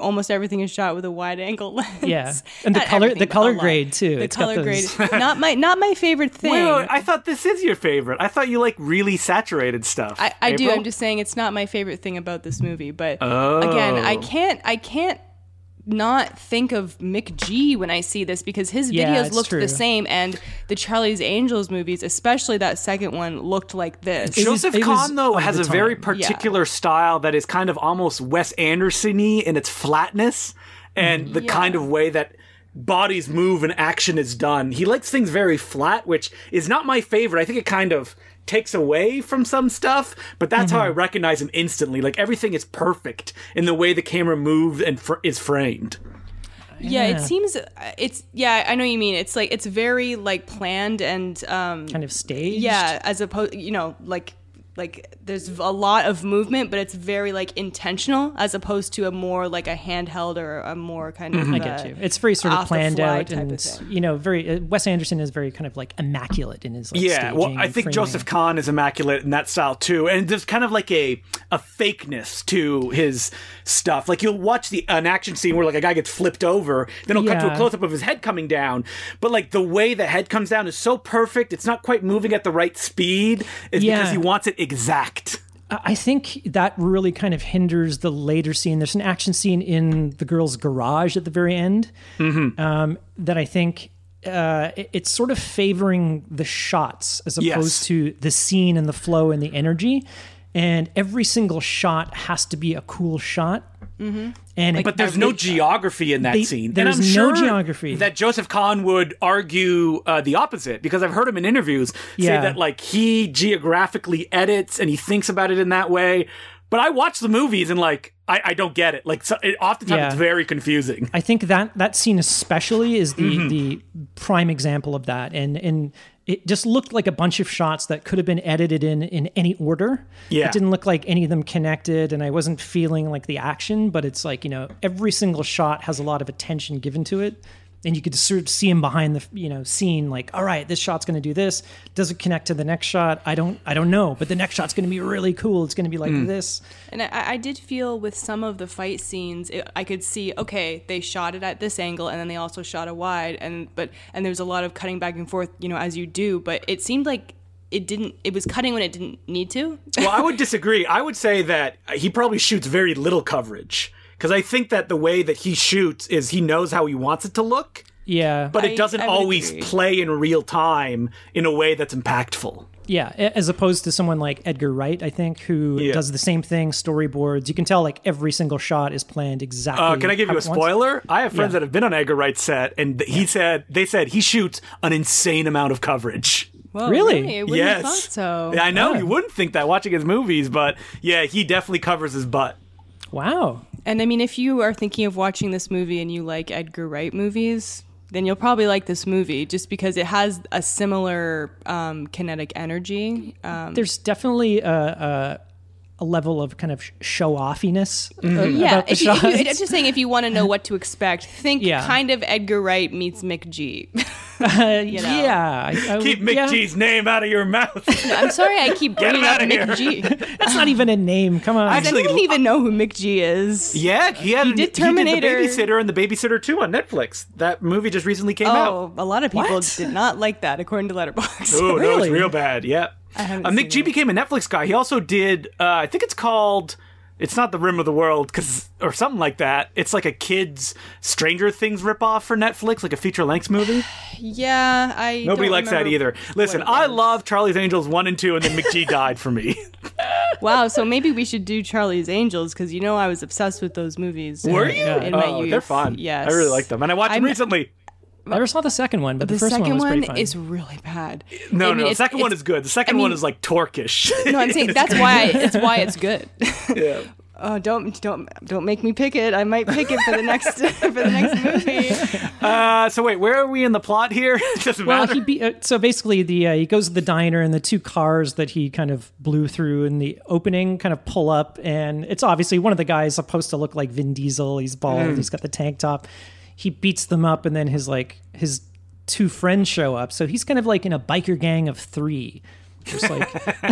[SPEAKER 1] almost everything is shot with a wide angle lens.
[SPEAKER 3] Yeah. And the
[SPEAKER 1] Not
[SPEAKER 3] color- the
[SPEAKER 1] everything, but a
[SPEAKER 3] color
[SPEAKER 1] lot.
[SPEAKER 3] grade, too.
[SPEAKER 1] The
[SPEAKER 3] It's got
[SPEAKER 1] color grade.
[SPEAKER 3] those-
[SPEAKER 1] not my not my favorite thing.
[SPEAKER 2] Wait, wait, I thought this is your favorite. I thought you like really saturated stuff.
[SPEAKER 1] I, I do.
[SPEAKER 2] April?
[SPEAKER 1] I'm just saying it's not my favorite thing about this movie. But again, I
[SPEAKER 2] Oh.
[SPEAKER 1] can't. I can't not think of Mick G when I see this because his
[SPEAKER 3] Yeah,
[SPEAKER 1] videos
[SPEAKER 3] it's
[SPEAKER 1] looked
[SPEAKER 3] true.
[SPEAKER 1] the same, and the Charlie's Angels movies, especially that second one, looked like this.
[SPEAKER 3] It was-
[SPEAKER 2] Joseph
[SPEAKER 3] it was
[SPEAKER 2] Kahn, though,
[SPEAKER 3] of
[SPEAKER 2] has
[SPEAKER 3] the
[SPEAKER 2] a very
[SPEAKER 3] time.
[SPEAKER 2] particular style that is kind of almost Wes Anderson y in its flatness and the kind of way that bodies move and action is done. He likes things very flat, which is not my favorite. I think it kind of takes away from some stuff, but that's how I
[SPEAKER 3] Mm-hmm.
[SPEAKER 2] recognize him instantly. Like everything is perfect in the way the camera moves and fr- is framed.
[SPEAKER 1] yeah.
[SPEAKER 3] Yeah.
[SPEAKER 1] it seems uh, it's yeah. I know what you mean. It's like it's very like planned and um,
[SPEAKER 3] kind of staged.
[SPEAKER 1] yeah, as opposed, you know, like like there's a lot of movement, but it's very like intentional as opposed to a more like a handheld or a more kind of
[SPEAKER 3] Mm-hmm. I get you. It's very sort of
[SPEAKER 1] off the
[SPEAKER 3] planned
[SPEAKER 1] fly
[SPEAKER 3] out,
[SPEAKER 1] type of
[SPEAKER 3] and
[SPEAKER 1] thing.
[SPEAKER 3] you know, very uh, Wes Anderson is very kind of like immaculate in his like,
[SPEAKER 2] Yeah, well,
[SPEAKER 3] staging,
[SPEAKER 2] I think
[SPEAKER 3] framing.
[SPEAKER 2] Joseph Kahn is immaculate in that style too, and there's kind of like a a fakeness to his stuff. Like you'll watch the an action scene where like a guy gets flipped over, then it'll cut to a
[SPEAKER 3] Yeah.
[SPEAKER 2] close up of his head coming down, but like the way the head comes down is so perfect, it's not quite moving at the right speed. It's because
[SPEAKER 3] Yeah.
[SPEAKER 2] he wants it exact.
[SPEAKER 3] I I think that really kind of hinders the later scene. There's an action scene in the girl's garage at the very end
[SPEAKER 2] Mm-hmm.
[SPEAKER 3] um, that I think uh, it- it's sort of favoring the shots as opposed
[SPEAKER 2] Yes.
[SPEAKER 3] to the scene and the flow and the energy. And every single shot has to be a cool shot.
[SPEAKER 1] Mm-hmm.
[SPEAKER 3] And
[SPEAKER 2] But there's no geography in that
[SPEAKER 3] They-
[SPEAKER 2] scene.
[SPEAKER 3] there
[SPEAKER 2] and
[SPEAKER 3] is
[SPEAKER 2] I'm
[SPEAKER 3] no
[SPEAKER 2] sure
[SPEAKER 3] geography.
[SPEAKER 2] That Joseph Kahn would argue uh, the opposite because I've heard him in interviews
[SPEAKER 3] Yeah.
[SPEAKER 2] say that like he geographically edits and he thinks about it in that way. But I watch the movies and like I, I don't get it. Like so, it, oftentimes
[SPEAKER 3] Yeah.
[SPEAKER 2] it's very confusing.
[SPEAKER 3] I think that that scene especially is the
[SPEAKER 2] Mm-hmm.
[SPEAKER 3] the prime example of that, and and it just looked like a bunch of shots that could have been edited in in any order.
[SPEAKER 2] Yeah.
[SPEAKER 3] it didn't look like any of them connected, and I wasn't feeling like the action. But it's like you know every single shot has a lot of attention given to it. And you could sort of see him behind the you know scene, like, all right, this shot's going to do this. Does it connect to the next shot? I don't, I don't know. But the next shot's going to be really cool. It's going to be like
[SPEAKER 2] Hmm.
[SPEAKER 3] this.
[SPEAKER 1] And I, I did feel with some of the fight scenes, it, I could see okay, they shot it at this angle, and then they also shot it wide, and but and there's a lot of cutting back and forth, you know, as you do. But it seemed like it didn't. It was cutting when it didn't need to.
[SPEAKER 2] well, I would disagree. I would say that he probably shoots very little coverage because I think that the way that he shoots is he knows how he wants it to look,
[SPEAKER 3] Yeah,
[SPEAKER 2] but
[SPEAKER 1] I-
[SPEAKER 2] it doesn't
[SPEAKER 1] I would
[SPEAKER 2] always
[SPEAKER 1] agree.
[SPEAKER 2] play in real time in a way that's impactful.
[SPEAKER 3] Yeah, a- as opposed to someone like Edgar Wright, I think, who
[SPEAKER 2] Yeah.
[SPEAKER 3] does the same thing, storyboards. You can tell like every single shot is planned exactly.
[SPEAKER 2] Uh, can I give
[SPEAKER 3] how
[SPEAKER 2] you a
[SPEAKER 3] it wants-
[SPEAKER 2] spoiler? I have friends
[SPEAKER 3] Yeah.
[SPEAKER 2] that have been on Edgar Wright's set, and th- he said they said he shoots an insane amount of coverage.
[SPEAKER 1] Whoa,
[SPEAKER 3] Really?
[SPEAKER 1] I wouldn't
[SPEAKER 2] yes,
[SPEAKER 1] have thought so.
[SPEAKER 2] Yeah, I know
[SPEAKER 3] Yeah.
[SPEAKER 2] you wouldn't think that watching his movies, but yeah, he definitely covers his butt.
[SPEAKER 3] Wow.
[SPEAKER 1] And I mean, if you are thinking of watching this movie and you like Edgar Wright movies, then you'll probably like this movie just because it has a similar um, kinetic energy. Um,
[SPEAKER 3] There's definitely a, a, a level of kind of sh- show offiness.
[SPEAKER 2] Mm-hmm.
[SPEAKER 1] Mm, yeah,
[SPEAKER 3] about the
[SPEAKER 1] if you, if you, I'm
[SPEAKER 3] shots.
[SPEAKER 1] just saying, if you want to know what to expect, think
[SPEAKER 3] Yeah.
[SPEAKER 1] kind of Edgar Wright meets Mick G. know.
[SPEAKER 3] Uh, Yeah. I- I
[SPEAKER 2] Keep
[SPEAKER 3] would- yeah.
[SPEAKER 2] McGee's name out of your mouth.
[SPEAKER 1] I'm sorry, I keep
[SPEAKER 2] him
[SPEAKER 1] bringing up
[SPEAKER 2] outta
[SPEAKER 1] Mick
[SPEAKER 2] here.
[SPEAKER 1] G. Does
[SPEAKER 3] That's not even a name. Come on.
[SPEAKER 2] Actually-
[SPEAKER 1] anyone even know who Mick G is?
[SPEAKER 2] yeah, he had he
[SPEAKER 1] did Terminator.
[SPEAKER 2] he did the babysitter and the babysitter too on Netflix. That movie just recently came out.
[SPEAKER 1] Oh, a lot of people
[SPEAKER 3] What?
[SPEAKER 1] did not like that, according to Letterboxd.
[SPEAKER 2] Oh, no, it's
[SPEAKER 3] really?
[SPEAKER 2] real bad. Yeah.
[SPEAKER 1] haven't
[SPEAKER 2] Uh, Mick
[SPEAKER 1] seen
[SPEAKER 2] G
[SPEAKER 1] it.
[SPEAKER 2] became a Netflix guy. He also did, uh, I think it's called, it's not The Rim of the World, cause, or something like that. It's like a kid's Stranger Things ripoff for Netflix, like a feature length movie.
[SPEAKER 1] Yeah, I.
[SPEAKER 2] Nobody
[SPEAKER 1] don't
[SPEAKER 2] likes that
[SPEAKER 1] remember
[SPEAKER 2] either. Listen,
[SPEAKER 1] what it
[SPEAKER 2] I
[SPEAKER 1] was.
[SPEAKER 2] love Charlie's Angels 1 and 2, and then McGee died for me.
[SPEAKER 1] Wow, so maybe we should do Charlie's Angels because you know I was obsessed with those movies. in-
[SPEAKER 2] Were you?
[SPEAKER 1] In my
[SPEAKER 2] oh,
[SPEAKER 1] youth.
[SPEAKER 2] they're fun.
[SPEAKER 1] Yes,
[SPEAKER 2] I really like them. And I watched
[SPEAKER 1] I'm-
[SPEAKER 2] them recently.
[SPEAKER 3] never saw the second one, but the,
[SPEAKER 1] The
[SPEAKER 3] first
[SPEAKER 1] second
[SPEAKER 3] one was
[SPEAKER 1] one,
[SPEAKER 3] pretty fun.
[SPEAKER 1] is really bad.
[SPEAKER 2] No,
[SPEAKER 1] I mean,
[SPEAKER 2] no, the
[SPEAKER 1] it's-
[SPEAKER 2] second one
[SPEAKER 1] it's-
[SPEAKER 2] is good. The second
[SPEAKER 1] I
[SPEAKER 2] one
[SPEAKER 1] mean-
[SPEAKER 2] is like Torquish.
[SPEAKER 1] No, I'm saying that's why it's why it's good.
[SPEAKER 2] Yeah.
[SPEAKER 1] Oh, don't don't don't make me pick it. I might pick it for the next for the next movie.
[SPEAKER 2] Uh, so wait, where are we in the plot here? It Doesn't
[SPEAKER 3] Well,
[SPEAKER 2] matter.
[SPEAKER 3] he be, uh, so basically the uh, he goes to the diner and the two cars that he kind of blew through in the opening kind of pull up and it's obviously one of the guys supposed to look like Vin Diesel. He's bald.
[SPEAKER 2] Hmm.
[SPEAKER 3] He's got the tank top. He beats them up and then his like his two friends show up. So he's kind of like in a biker gang of three. There's like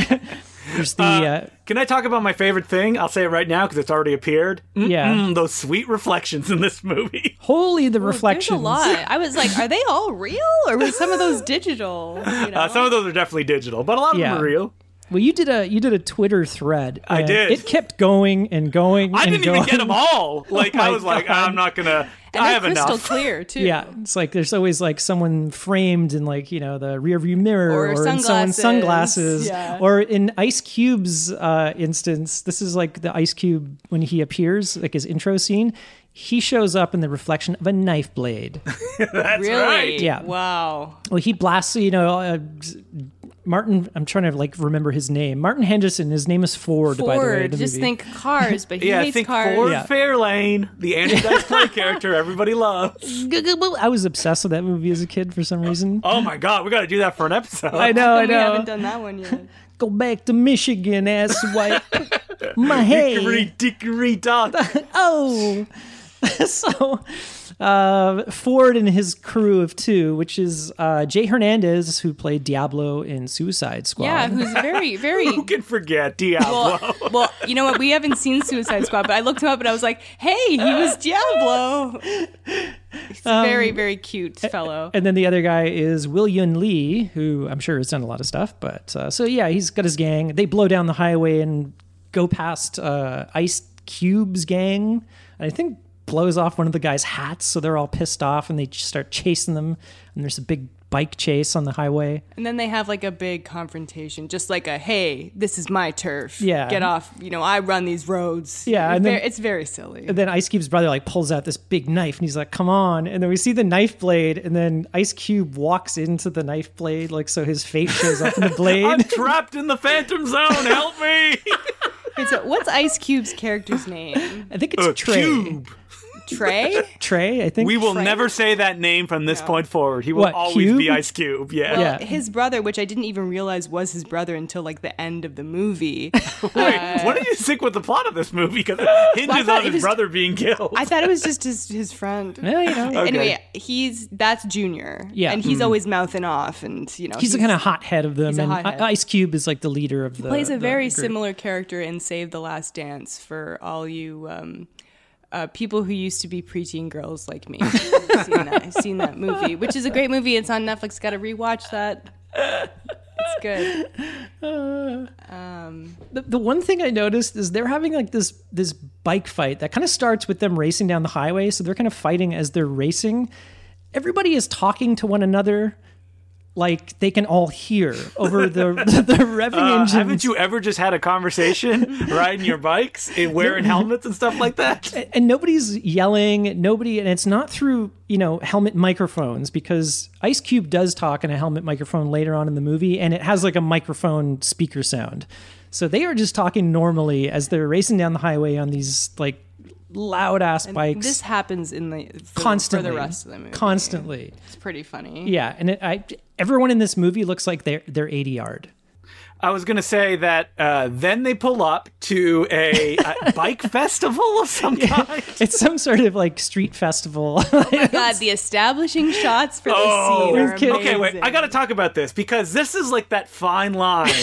[SPEAKER 3] there's the uh,
[SPEAKER 2] Can I talk about my favorite thing? I'll say it right now because it's already appeared.
[SPEAKER 3] yeah
[SPEAKER 2] Mm, those sweet reflections in this movie.
[SPEAKER 3] holy the
[SPEAKER 1] There's a
[SPEAKER 3] reflections.
[SPEAKER 1] lot. I was like, are they all real or was some of those digital? You know?
[SPEAKER 2] Uh, some of those are definitely digital, but a lot of
[SPEAKER 3] Yeah.
[SPEAKER 2] them are real.
[SPEAKER 3] Well, you did a you did a Twitter thread. I
[SPEAKER 2] did.
[SPEAKER 3] It kept going and going.
[SPEAKER 2] I
[SPEAKER 3] and
[SPEAKER 2] didn't even
[SPEAKER 3] going.
[SPEAKER 2] get them all. Like I
[SPEAKER 3] my
[SPEAKER 2] was like, I'm not gonna.
[SPEAKER 1] and they're
[SPEAKER 2] I have
[SPEAKER 1] crystal
[SPEAKER 2] enough.
[SPEAKER 1] clear too.
[SPEAKER 3] Yeah, it's like there's always like someone framed in like you know the rear view mirror
[SPEAKER 1] Or
[SPEAKER 3] or, in
[SPEAKER 1] sunglasses.
[SPEAKER 3] someone's sunglasses,
[SPEAKER 1] Yeah.
[SPEAKER 3] or in Ice Cube's uh, instance. This is like the Ice Cube when he appears, like his intro scene. He shows up in the reflection of a knife blade.
[SPEAKER 1] really?
[SPEAKER 2] right.
[SPEAKER 3] Yeah.
[SPEAKER 1] Wow.
[SPEAKER 3] Well, he blasts you know. Uh, Martin, I'm trying to like remember his name. Martin Henderson. His name is Ford. by the way, in
[SPEAKER 1] Ford.
[SPEAKER 3] the
[SPEAKER 1] Just
[SPEAKER 3] movie.
[SPEAKER 1] think cars, but he
[SPEAKER 2] Yeah, I
[SPEAKER 1] hates
[SPEAKER 2] think
[SPEAKER 1] cars.
[SPEAKER 2] Ford
[SPEAKER 3] Yeah.
[SPEAKER 2] Fairlane, the Andy Dice Clay character everybody loves.
[SPEAKER 3] I was obsessed with that movie as a kid for some reason.
[SPEAKER 2] Oh my god, we got to do that for an episode.
[SPEAKER 3] I know, I
[SPEAKER 1] We haven't
[SPEAKER 3] know.
[SPEAKER 1] done that one yet.
[SPEAKER 3] Go back to Michigan, ass white. My hey,
[SPEAKER 2] Dickery dickery dock.
[SPEAKER 3] oh. so, uh, Ford and his crew of two, which is uh, Jay Hernandez, who played Diablo in Suicide Squad.
[SPEAKER 1] Yeah, who's very, very
[SPEAKER 2] Who can forget Diablo?
[SPEAKER 1] well, well, you know what? We haven't seen Suicide Squad, but I looked him up and I was like, hey, he was Diablo. He's a very, very cute fellow.
[SPEAKER 3] And then the other guy is Will Yun Lee, who I'm sure has done a lot of stuff. But uh, so yeah, he's got his gang. They blow down the highway and go past uh, Ice Cube's gang. And I think blows off one of the guy's hats, so they're all pissed off and they just start chasing them. And there's a big bike chase on the highway.
[SPEAKER 1] And then they have like a big confrontation, just like a hey, this is my turf.
[SPEAKER 3] Yeah.
[SPEAKER 1] Get off. You know, I run these roads.
[SPEAKER 3] Yeah,
[SPEAKER 1] It's,
[SPEAKER 3] and
[SPEAKER 1] very,
[SPEAKER 3] then-
[SPEAKER 1] it's very silly.
[SPEAKER 3] And then Ice Cube's brother like pulls out this big knife and he's like, "Come on!" And then we see the knife blade, and then Ice Cube walks into the knife blade, like so his face shows up in the
[SPEAKER 2] I'm
[SPEAKER 3] blade.
[SPEAKER 2] trapped in the Phantom Zone. Help me!
[SPEAKER 1] It's a- what's Ice Cube's character's name?
[SPEAKER 3] I think it's
[SPEAKER 2] Uh,
[SPEAKER 3] Trey.
[SPEAKER 2] Cube.
[SPEAKER 1] Trey?
[SPEAKER 3] Trey, I think
[SPEAKER 2] We will
[SPEAKER 1] Frank.
[SPEAKER 2] never say that name from this point forward. He will
[SPEAKER 3] What,
[SPEAKER 2] always be
[SPEAKER 3] Cube?
[SPEAKER 2] Ice Cube. Yeah.
[SPEAKER 3] Yeah.
[SPEAKER 1] His brother, which I didn't even realize was his brother until like the end of the movie.
[SPEAKER 2] Wait, what do you think with the plot of this movie? Because it hinges
[SPEAKER 1] Uh, thought
[SPEAKER 2] on
[SPEAKER 1] it
[SPEAKER 2] his
[SPEAKER 1] was-
[SPEAKER 2] brother being killed.
[SPEAKER 1] I thought it was just his, his friend.
[SPEAKER 3] Yeah, you know.
[SPEAKER 1] Anyway, he's that's Junior.
[SPEAKER 3] Yeah.
[SPEAKER 1] And
[SPEAKER 2] Hmm.
[SPEAKER 1] he's always mouthing off and you know
[SPEAKER 3] he's the kind of hothead of them,
[SPEAKER 1] a
[SPEAKER 3] and
[SPEAKER 1] hothead.
[SPEAKER 3] I- Ice Cube is like the leader of the.
[SPEAKER 1] plays a
[SPEAKER 3] the
[SPEAKER 1] very
[SPEAKER 3] group.
[SPEAKER 1] similar character in Save the Last Dance for all you um, uh, people who used to be preteen girls like me. I've seen, that, I've seen that movie, which is a great movie. It's on Netflix. Got to rewatch that. It's good.
[SPEAKER 3] The, the one thing I noticed is they're having like this this bike fight that kind of starts with them racing down the highway, so they're kind of fighting as they're racing. Everybody is talking to one another, like they can all hear over the the, revving
[SPEAKER 2] Uh,
[SPEAKER 3] engine.
[SPEAKER 2] haven't you ever just had a conversation riding your bikes and wearing helmets and stuff like that?
[SPEAKER 3] and nobody's yelling nobody and it's not through you know helmet microphones because ice cube does talk in a helmet microphone later on in the movie and it has like a microphone speaker sound so they are just talking normally as they're racing down the highway on these like loud ass bikes
[SPEAKER 1] This happens in the for,
[SPEAKER 3] constantly
[SPEAKER 1] for the rest of the movie.
[SPEAKER 3] constantly
[SPEAKER 1] It's pretty funny.
[SPEAKER 3] yeah and it, I, everyone in this movie looks like they're they're 80 yard
[SPEAKER 2] I was going to say that uh, then they pull up to a, a bike festival of some kind.
[SPEAKER 3] it's some sort of like street festival
[SPEAKER 1] God, the establishing shots for this
[SPEAKER 2] Oh,
[SPEAKER 1] scene are
[SPEAKER 3] kidding.
[SPEAKER 2] okay, wait. I
[SPEAKER 1] amazing.
[SPEAKER 2] got to talk about this because this is like that fine line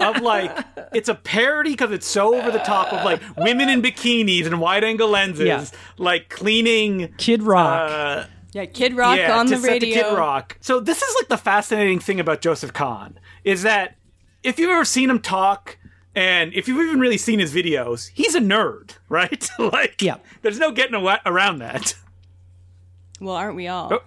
[SPEAKER 2] of like it's a parody because it's so over the top of like women in bikinis and wide angle lenses,
[SPEAKER 3] Yeah.
[SPEAKER 2] like cleaning.
[SPEAKER 3] kid rock
[SPEAKER 2] Uh,
[SPEAKER 1] Yeah, Kid Rock
[SPEAKER 2] yeah,
[SPEAKER 1] on the
[SPEAKER 2] to set to
[SPEAKER 1] radio.
[SPEAKER 2] Kid Rock. So this is like the fascinating thing about Joseph Kahn is that if you've ever seen him talk. And if you've even really seen his videos, he's a nerd, right? like,
[SPEAKER 3] Yeah.
[SPEAKER 2] there's no getting awa- around that.
[SPEAKER 1] Well, aren't we
[SPEAKER 2] Oh,
[SPEAKER 1] all?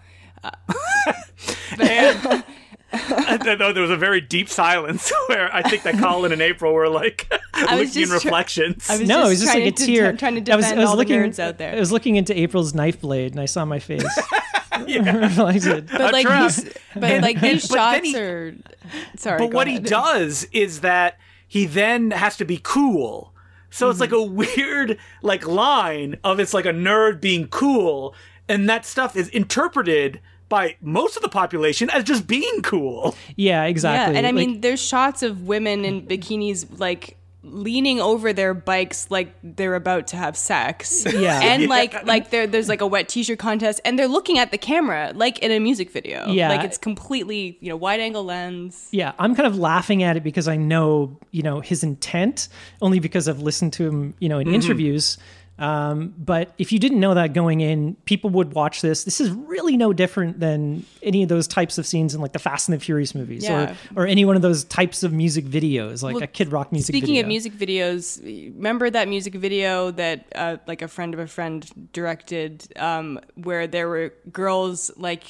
[SPEAKER 2] I know there was a very deep silence where I think that Colin and April were like
[SPEAKER 1] was
[SPEAKER 2] looking
[SPEAKER 1] just tr-
[SPEAKER 2] reflections.
[SPEAKER 1] I was
[SPEAKER 3] no, it was
[SPEAKER 1] just
[SPEAKER 3] just like
[SPEAKER 1] trying
[SPEAKER 3] a
[SPEAKER 1] to
[SPEAKER 3] tear.
[SPEAKER 1] de- trying to
[SPEAKER 3] I was-
[SPEAKER 1] defend
[SPEAKER 3] I was
[SPEAKER 1] all the
[SPEAKER 3] looking,
[SPEAKER 1] nerds out there.
[SPEAKER 3] I was looking into April's knife blade and I saw my face. Realized it.
[SPEAKER 1] but like
[SPEAKER 2] trap.
[SPEAKER 1] he's, but like these
[SPEAKER 2] but then
[SPEAKER 1] shots
[SPEAKER 2] he-
[SPEAKER 1] are sorry
[SPEAKER 2] but
[SPEAKER 1] go
[SPEAKER 2] what he
[SPEAKER 1] ahead.
[SPEAKER 2] does is that he then has to be cool So it's like a
[SPEAKER 1] Mm-hmm.
[SPEAKER 2] weird like line of it's like a nerd being cool, and that stuff is interpreted by most of the population as just being cool.
[SPEAKER 3] Yeah, exactly.
[SPEAKER 1] Yeah, and I
[SPEAKER 3] Like,
[SPEAKER 1] mean, there's shots of women in bikinis like leaning over their bikes like they're about to have sex.
[SPEAKER 3] Yeah.
[SPEAKER 1] and
[SPEAKER 2] Yeah.
[SPEAKER 1] like like there there's like a wet t-shirt contest, and they're looking at the camera like in a music video.
[SPEAKER 3] Yeah.
[SPEAKER 1] like it's completely you know wide angle lens.
[SPEAKER 3] yeah, I'm kind of laughing at it because I know, you know, his intent only because I've listened to him, you know,
[SPEAKER 1] Mm-hmm.
[SPEAKER 3] in interviews. Um, but if you didn't know that going in, people would watch this. This is really no different than any of those types of scenes in like the Fast and the Furious movies
[SPEAKER 1] Yeah.
[SPEAKER 3] or, or any one of those types of music videos, like
[SPEAKER 1] Well,
[SPEAKER 3] a Kid Rock music
[SPEAKER 1] Speaking
[SPEAKER 3] video.
[SPEAKER 1] of music videos, remember that music video that uh, like a friend of a friend directed, um, where there were girls like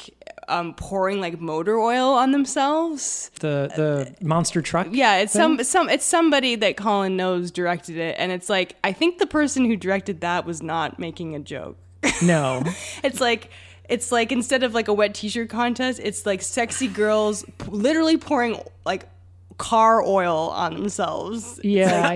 [SPEAKER 1] um, pouring like motor oil on themselves.
[SPEAKER 3] the, the monster truck.
[SPEAKER 1] uh, Yeah, it's some some it's somebody that Colin knows directed it, and it's like I think the person who directed that was not making a joke.
[SPEAKER 3] No.
[SPEAKER 1] It's like it's like instead of like a wet t-shirt contest, it's like sexy girls p- literally pouring like car oil on themselves.
[SPEAKER 3] Yeah.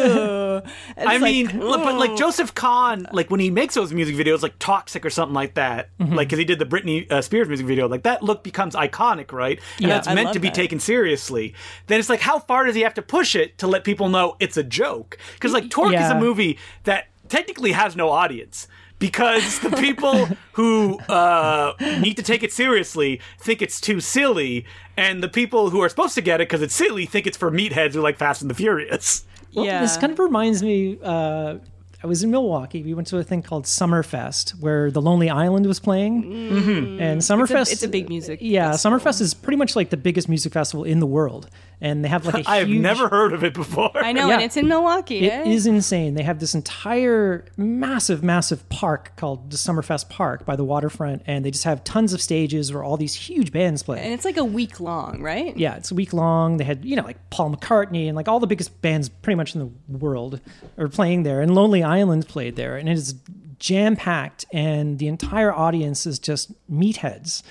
[SPEAKER 2] I mean, l- but like Joseph Kahn, like when he makes those music videos, like Toxic or something like that, Like 'cause like because he did the Britney uh, Spears music video, like that look becomes iconic, right? And
[SPEAKER 3] Yeah.
[SPEAKER 2] that's
[SPEAKER 1] I
[SPEAKER 2] meant
[SPEAKER 1] love
[SPEAKER 2] to be
[SPEAKER 1] that.
[SPEAKER 2] taken seriously. Then it's like, how far does he have to push it to let people know it's a joke? Because like Torque is
[SPEAKER 3] Yeah.
[SPEAKER 2] a movie that technically has no audience. Because the people who uh, need to take it seriously think it's too silly, and the people who are supposed to get it because it's silly think it's for meatheads who like Fast and the Furious.
[SPEAKER 3] Well,
[SPEAKER 1] yeah,
[SPEAKER 3] This kind of reminds me. Uh, I was in Milwaukee. We went to a thing called Summerfest, where The Lonely Island was playing. Mm-hmm. And Summerfest,
[SPEAKER 1] it's a big music
[SPEAKER 3] Yeah, Summerfest is pretty much like the biggest music festival in the world, and they have like a
[SPEAKER 2] I have
[SPEAKER 3] huge-
[SPEAKER 2] never heard of it before.
[SPEAKER 1] I know, and
[SPEAKER 3] yeah.
[SPEAKER 1] it's in Milwaukee. eh?
[SPEAKER 3] It is insane. They have this entire massive, massive park called the Summerfest Park by the waterfront, and they just have tons of stages where all these huge bands play.
[SPEAKER 1] and it's like a week long, right?
[SPEAKER 3] yeah, it's a week long. They had, you know, like Paul McCartney and like all the biggest bands pretty much in the world are playing there. And Lonely Island played there. And it is jam packed. And the entire audience is just meatheads.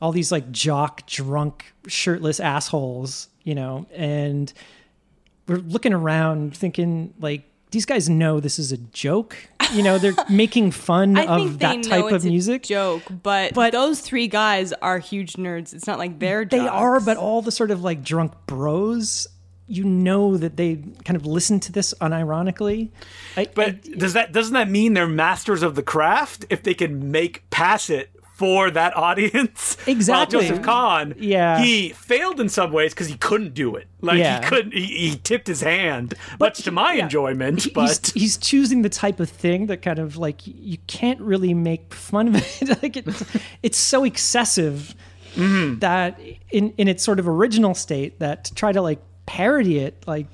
[SPEAKER 3] All these like jock, drunk, shirtless assholes, you know. And we're looking around thinking, like, these guys know this is a joke. You know, they're making fun
[SPEAKER 1] I
[SPEAKER 3] of
[SPEAKER 1] think they
[SPEAKER 3] that
[SPEAKER 1] know
[SPEAKER 3] type
[SPEAKER 1] it's
[SPEAKER 3] of music.
[SPEAKER 1] a joke, but,
[SPEAKER 3] But-
[SPEAKER 1] those three guys are huge nerds. It's not like they're
[SPEAKER 3] They
[SPEAKER 1] jocks.
[SPEAKER 3] are, but all the sort of like drunk bros, you know that they kind of listen to this unironically. I,
[SPEAKER 2] But does that doesn't that mean they're masters of the craft if they can make pass it for that audience? While
[SPEAKER 3] Exactly.
[SPEAKER 2] Joseph Kahn,
[SPEAKER 3] Yeah.
[SPEAKER 2] he failed in some ways because he couldn't do it. Like
[SPEAKER 3] Yeah.
[SPEAKER 2] he couldn't. He, he tipped his hand, much to my enjoyment. but
[SPEAKER 3] he's, he's choosing the type of thing that kind of like you can't really make fun of it. like it's, it's so excessive
[SPEAKER 1] Mm-hmm.
[SPEAKER 3] that in in its sort of original state that to try to like parody it like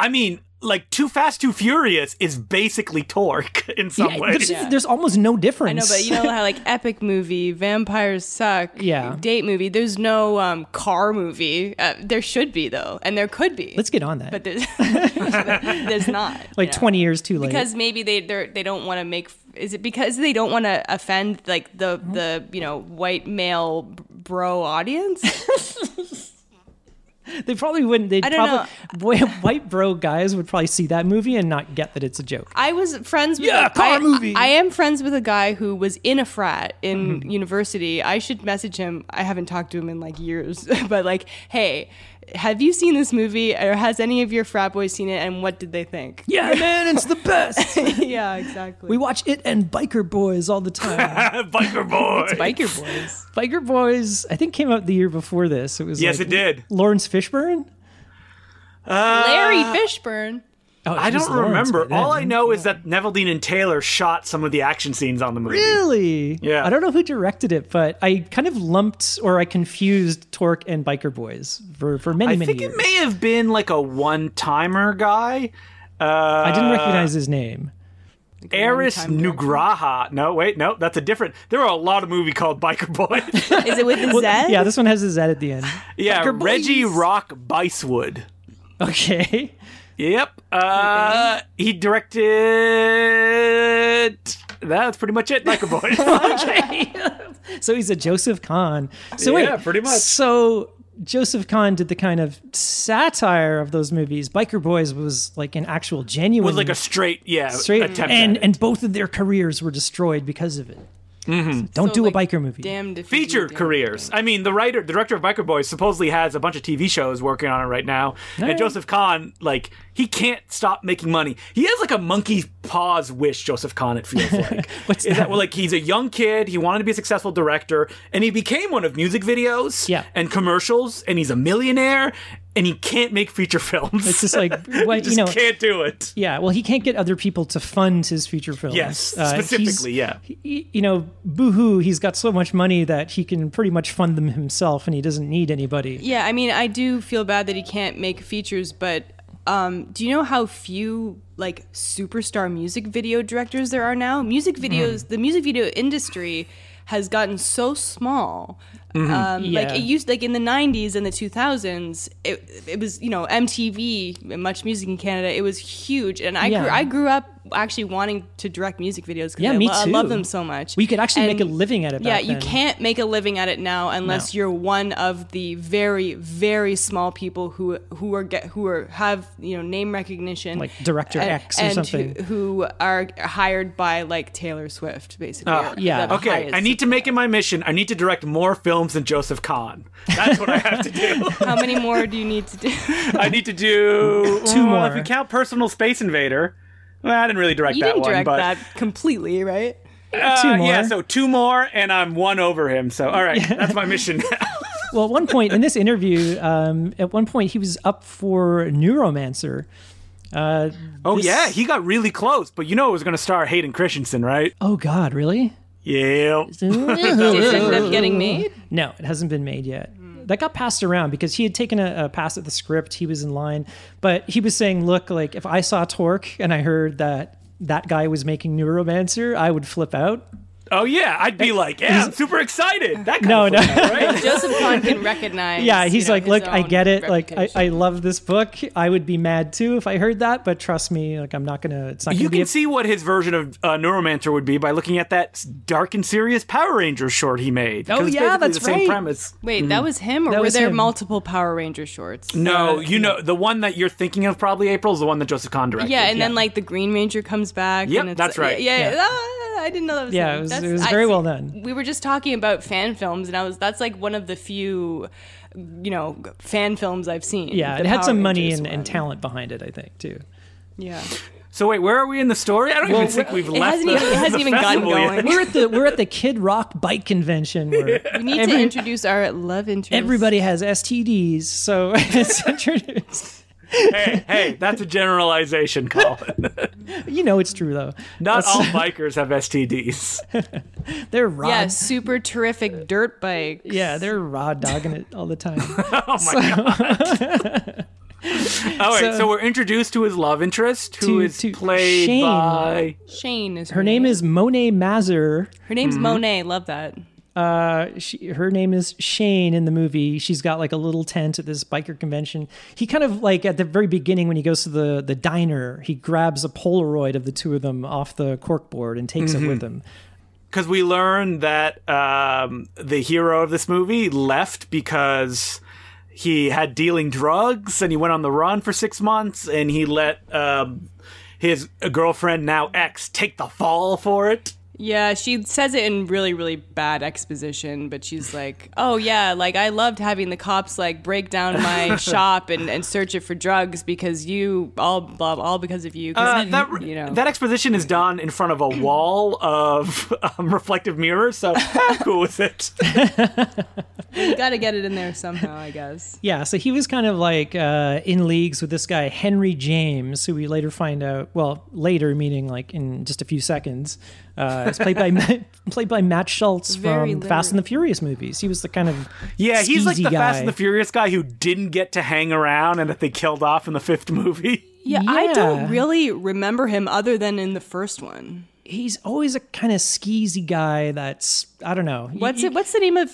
[SPEAKER 2] I mean, like Too Fast, Too Furious is basically Torque in some
[SPEAKER 3] yeah,
[SPEAKER 2] ways.
[SPEAKER 3] eh, there's, there's almost no
[SPEAKER 1] I
[SPEAKER 3] difference.
[SPEAKER 1] know, but you know how like epic movie, vampires suck,
[SPEAKER 3] Yeah.
[SPEAKER 1] date movie. There's no um, car movie. Uh, there should be though, and there could be.
[SPEAKER 3] let's get on that.
[SPEAKER 1] but there's, but there's not.
[SPEAKER 3] like
[SPEAKER 1] you know?
[SPEAKER 3] 20 years too late.
[SPEAKER 1] Because maybe they they're, they don't want to make. Is it because they don't want to offend like the the you know white male bro audience?
[SPEAKER 3] They probably wouldn't. They'd
[SPEAKER 1] I don't
[SPEAKER 3] probably Boy, white bro guys would probably see that movie and not get that it's a joke.
[SPEAKER 1] I was friends with
[SPEAKER 2] Yeah,
[SPEAKER 1] a,
[SPEAKER 2] car
[SPEAKER 1] I-
[SPEAKER 2] movie.
[SPEAKER 1] I am friends with a guy who was in a frat in
[SPEAKER 3] Mm-hmm.
[SPEAKER 1] university. I should message him. I haven't talked to him in like years, but like, hey, have you seen this movie or has any of your frat boys seen it and what did they think?
[SPEAKER 3] Yeah, man, it's the best.
[SPEAKER 1] yeah, exactly.
[SPEAKER 3] we watch it and Biker Boys all the time.
[SPEAKER 2] Biker boy.
[SPEAKER 1] biker boys.
[SPEAKER 3] Biker Boys, I think came out the year before this. It was
[SPEAKER 2] Yes,
[SPEAKER 3] like
[SPEAKER 2] it did.
[SPEAKER 3] Lawrence Fishburne. Uh,
[SPEAKER 1] Larry Fishburne.
[SPEAKER 3] Oh,
[SPEAKER 2] I
[SPEAKER 3] it was
[SPEAKER 2] don't
[SPEAKER 3] Lawrence
[SPEAKER 2] remember.
[SPEAKER 3] by then.
[SPEAKER 2] All I know is that Neville Dean and Taylor shot some of the action scenes on the movie.
[SPEAKER 3] Really?
[SPEAKER 2] Yeah.
[SPEAKER 3] I don't know who directed it, but I kind of lumped or I confused Torque and Biker Boys for, for many,
[SPEAKER 2] I
[SPEAKER 3] many
[SPEAKER 2] think
[SPEAKER 3] years.
[SPEAKER 2] it may have been like a one timer guy. Uh,
[SPEAKER 3] I didn't recognize his name.
[SPEAKER 2] Eris Nugraha. No, wait, no, that's a different. There are a lot of movie called Biker Boy.
[SPEAKER 1] Is it with a Z?
[SPEAKER 3] Yeah, this one has his Z at the end.
[SPEAKER 2] yeah,
[SPEAKER 3] Biker Boys.
[SPEAKER 2] Reggie Rock Bicewood.
[SPEAKER 3] Okay.
[SPEAKER 2] Yep. Uh, He directed. That's pretty much it, Biker Boy.
[SPEAKER 3] so he's a Joseph Kahn. So
[SPEAKER 2] Yeah,
[SPEAKER 3] wait,
[SPEAKER 2] pretty much.
[SPEAKER 3] So Joseph Kahn did the kind of satire of those movies. Biker Boys was like an actual genuine
[SPEAKER 2] was like a straight, yeah,
[SPEAKER 3] straight
[SPEAKER 2] attempt.
[SPEAKER 3] and
[SPEAKER 2] at it.
[SPEAKER 3] and both of their careers were destroyed because of it.
[SPEAKER 2] Mm-hmm.
[SPEAKER 3] Don't
[SPEAKER 1] So,
[SPEAKER 3] do a
[SPEAKER 1] like,
[SPEAKER 3] biker movie.
[SPEAKER 1] Damned if you do,
[SPEAKER 2] featured
[SPEAKER 1] damned if
[SPEAKER 2] careers. I mean, the writer, the director of Biker Boys, supposedly has a bunch of TV shows working on it right now. And
[SPEAKER 3] Alright.
[SPEAKER 2] Joseph Kahn, like, he can't stop making money. He has like a monkey paws wish. Joseph Kahn, it feels like.
[SPEAKER 3] What's
[SPEAKER 2] Is
[SPEAKER 3] that?
[SPEAKER 2] well, like he's a young kid. He wanted to be a successful director, and he became one of music videos
[SPEAKER 3] Yeah.
[SPEAKER 2] and commercials. And he's a millionaire, and he can't make feature films.
[SPEAKER 3] It's just like
[SPEAKER 2] he
[SPEAKER 3] what
[SPEAKER 2] just
[SPEAKER 3] you know.
[SPEAKER 2] can't do it.
[SPEAKER 3] Yeah, well, he can't get other people to fund his feature films. Uh,
[SPEAKER 2] Yes,
[SPEAKER 3] he's-
[SPEAKER 2] specifically, yeah.
[SPEAKER 3] he- you know, boohoo, he's got so much money that he can pretty much fund them himself, and he doesn't need anybody.
[SPEAKER 1] Yeah, I mean, I do feel bad that he can't make features, but um, do you know how few like superstar music video directors there are now? Music
[SPEAKER 3] Hmm.
[SPEAKER 1] videos, the music video industry has gotten so small. Um,
[SPEAKER 3] Mm-hmm. Yeah.
[SPEAKER 1] Like it used, like in the '90s and the 2000s, it, it was you know MTV, Much Music in Canada. It was huge, and I
[SPEAKER 3] Yeah.
[SPEAKER 1] grew, I grew up actually wanting to direct music videos because
[SPEAKER 3] Yeah,
[SPEAKER 1] I,
[SPEAKER 3] me
[SPEAKER 1] lo- I love
[SPEAKER 3] too.
[SPEAKER 1] them so much.
[SPEAKER 3] We could actually make
[SPEAKER 1] And-
[SPEAKER 3] a living at it.
[SPEAKER 1] yeah,
[SPEAKER 3] back
[SPEAKER 1] you
[SPEAKER 3] then.
[SPEAKER 1] can't make a living at it now unless
[SPEAKER 3] No.
[SPEAKER 1] you're one of the very, very small people who who are get who are have you know name recognition,
[SPEAKER 3] Like Director
[SPEAKER 1] and-
[SPEAKER 3] X or
[SPEAKER 1] and who-
[SPEAKER 3] something.
[SPEAKER 1] who are hired by like Taylor Swift, basically.
[SPEAKER 2] Ah,
[SPEAKER 3] yeah.
[SPEAKER 1] The
[SPEAKER 2] Okay, I
[SPEAKER 1] highest.
[SPEAKER 2] need to make it my mission. I need to direct more films than Joseph Kahn. That's what I have to do.
[SPEAKER 1] How many more do you need to do?
[SPEAKER 2] I need to do
[SPEAKER 3] Two
[SPEAKER 2] well, If
[SPEAKER 3] more.
[SPEAKER 2] we count Personal Space Invader, well, I didn't really direct
[SPEAKER 1] you
[SPEAKER 2] that
[SPEAKER 1] didn't
[SPEAKER 2] one,
[SPEAKER 1] direct
[SPEAKER 2] but
[SPEAKER 1] that completely, right?
[SPEAKER 2] uh,
[SPEAKER 3] Two more.
[SPEAKER 2] yeah, so two more, and I'm one over him. So all right, that's my mission. now.
[SPEAKER 3] Well, at one point in this interview, um, at one point he was up for Neuromancer. Uh,
[SPEAKER 2] oh
[SPEAKER 3] this-
[SPEAKER 2] yeah, he got really close, but you know it was going to star Hayden Christensen, right?
[SPEAKER 3] oh God, really?
[SPEAKER 2] Yeah.
[SPEAKER 1] Did it end up getting made?
[SPEAKER 3] No, it hasn't been made yet. That got passed around because he had taken a, a pass at the script. He was in line, but he was saying, "Look, like if I saw Torque and I heard that that guy was making Neuromancer, I would flip out."
[SPEAKER 2] Oh yeah, I'd be like, yeah, I'm super excited. That kind
[SPEAKER 3] No,
[SPEAKER 2] of
[SPEAKER 3] no.
[SPEAKER 2] flip out, right?
[SPEAKER 1] Joseph Kahn can recognize.
[SPEAKER 3] Yeah, he's
[SPEAKER 1] you know,
[SPEAKER 3] like,
[SPEAKER 1] his
[SPEAKER 3] "Look, I
[SPEAKER 1] own
[SPEAKER 3] get it. Like,
[SPEAKER 1] reputation.
[SPEAKER 3] I, I love this book. I would be mad too if I heard that, but trust me, like I'm not gonna. It's not
[SPEAKER 2] You
[SPEAKER 3] gonna be
[SPEAKER 2] can
[SPEAKER 3] a-
[SPEAKER 2] see what his version of uh, Neuromancer would be by looking at that s- dark and serious Power Rangers short he made.
[SPEAKER 1] Oh,
[SPEAKER 2] 'Cause it's
[SPEAKER 3] yeah,
[SPEAKER 2] basically
[SPEAKER 3] that's
[SPEAKER 2] the same
[SPEAKER 3] right.
[SPEAKER 2] premise.
[SPEAKER 1] Wait, that was him, or
[SPEAKER 3] Mm. That
[SPEAKER 1] were
[SPEAKER 3] was
[SPEAKER 1] there
[SPEAKER 3] him.
[SPEAKER 1] multiple Power Ranger shorts?
[SPEAKER 2] No, you know the one that you're thinking of probably April is the one that Joseph Kahn directed.
[SPEAKER 1] Yeah, and then like the Green Ranger comes back.
[SPEAKER 2] Yep,
[SPEAKER 1] and it's,
[SPEAKER 2] that's right.
[SPEAKER 1] Yeah,
[SPEAKER 3] Yeah.
[SPEAKER 1] ah, I didn't know that was.
[SPEAKER 3] Yeah,
[SPEAKER 1] him.
[SPEAKER 3] it was-
[SPEAKER 1] That's-
[SPEAKER 3] it was
[SPEAKER 1] I-
[SPEAKER 3] very well
[SPEAKER 1] see,
[SPEAKER 3] done.
[SPEAKER 1] We were just talking about fan films, and I was that's like one of the few, you know, fan films I've seen.
[SPEAKER 3] yeah,
[SPEAKER 1] the
[SPEAKER 3] it had
[SPEAKER 1] Power
[SPEAKER 3] some money
[SPEAKER 1] Rangers
[SPEAKER 3] and, and
[SPEAKER 1] one.
[SPEAKER 3] talent behind it, I think too.
[SPEAKER 1] Yeah,
[SPEAKER 2] So wait, where are we in the story? I don't even think we've
[SPEAKER 1] it
[SPEAKER 2] left.
[SPEAKER 1] hasn't
[SPEAKER 2] the,
[SPEAKER 1] even, it hasn't
[SPEAKER 2] the
[SPEAKER 1] even gotten
[SPEAKER 2] festival yet.
[SPEAKER 1] going.
[SPEAKER 3] We're at the we're at the Kid Rock bike convention. Where
[SPEAKER 1] We need to introduce our love interest.
[SPEAKER 3] Everybody has STDs, so it's introduced.
[SPEAKER 2] Hey, hey, that's a generalization, Colin.
[SPEAKER 3] You know it's true though.
[SPEAKER 2] Not
[SPEAKER 3] That's-
[SPEAKER 2] all bikers have STDs.
[SPEAKER 3] They're rod.
[SPEAKER 1] yeah, super terrific dirt bike.
[SPEAKER 3] Yeah, they're rod dogging it all the time.
[SPEAKER 2] All right, so,
[SPEAKER 3] So-
[SPEAKER 2] we're introduced to his love interest, who
[SPEAKER 3] To-
[SPEAKER 2] is
[SPEAKER 3] to
[SPEAKER 2] played
[SPEAKER 3] Shane.
[SPEAKER 2] by.
[SPEAKER 1] Shane is her,
[SPEAKER 3] Her name Mm-hmm. is Monet Mazur.
[SPEAKER 1] Her name's Monet. Love that.
[SPEAKER 3] Uh, she, her name is Shane in the movie. She's got like a little tent at this biker convention. He kind of like at the very beginning when he goes to the the diner, he grabs a Polaroid of the two of them off the corkboard and takes it with him.
[SPEAKER 2] Because we learn that um, the hero of this movie left because he had dealing drugs and he went on the run for six months and he let um, his girlfriend, now ex, take the fall for it.
[SPEAKER 1] Yeah, she says it in really, really bad exposition, but she's like, "Oh yeah, like I loved having the cops like break down my shop and, and search it for drugs because you all blah all because of you." 'cause
[SPEAKER 2] Uh,
[SPEAKER 1] you-
[SPEAKER 2] that,
[SPEAKER 1] you know,
[SPEAKER 2] that exposition is done in front of a wall of um, reflective mirrors, so I'm cool with it.
[SPEAKER 1] you got to get it in there somehow, I guess.
[SPEAKER 3] Yeah, so he was kind of like uh, in leagues with this guy Henry James, who we later find out. Well, later meaning like in just a few seconds. Uh, it's played by played by Matt Schultz
[SPEAKER 1] Very
[SPEAKER 3] from the Fast
[SPEAKER 1] literate.
[SPEAKER 3] and the Furious movies. He was the kind of
[SPEAKER 2] Yeah, he's like
[SPEAKER 3] skeezy
[SPEAKER 2] the Fast
[SPEAKER 3] guy.
[SPEAKER 2] and the Furious guy who didn't get to hang around and that they killed off in the fifth movie.
[SPEAKER 1] Yeah, I don't
[SPEAKER 3] Yeah.
[SPEAKER 1] really remember him other than in the first one.
[SPEAKER 3] he's always a kind of skeezy guy. That's I don't know. You-
[SPEAKER 1] What's
[SPEAKER 3] you-
[SPEAKER 1] it? What's the name of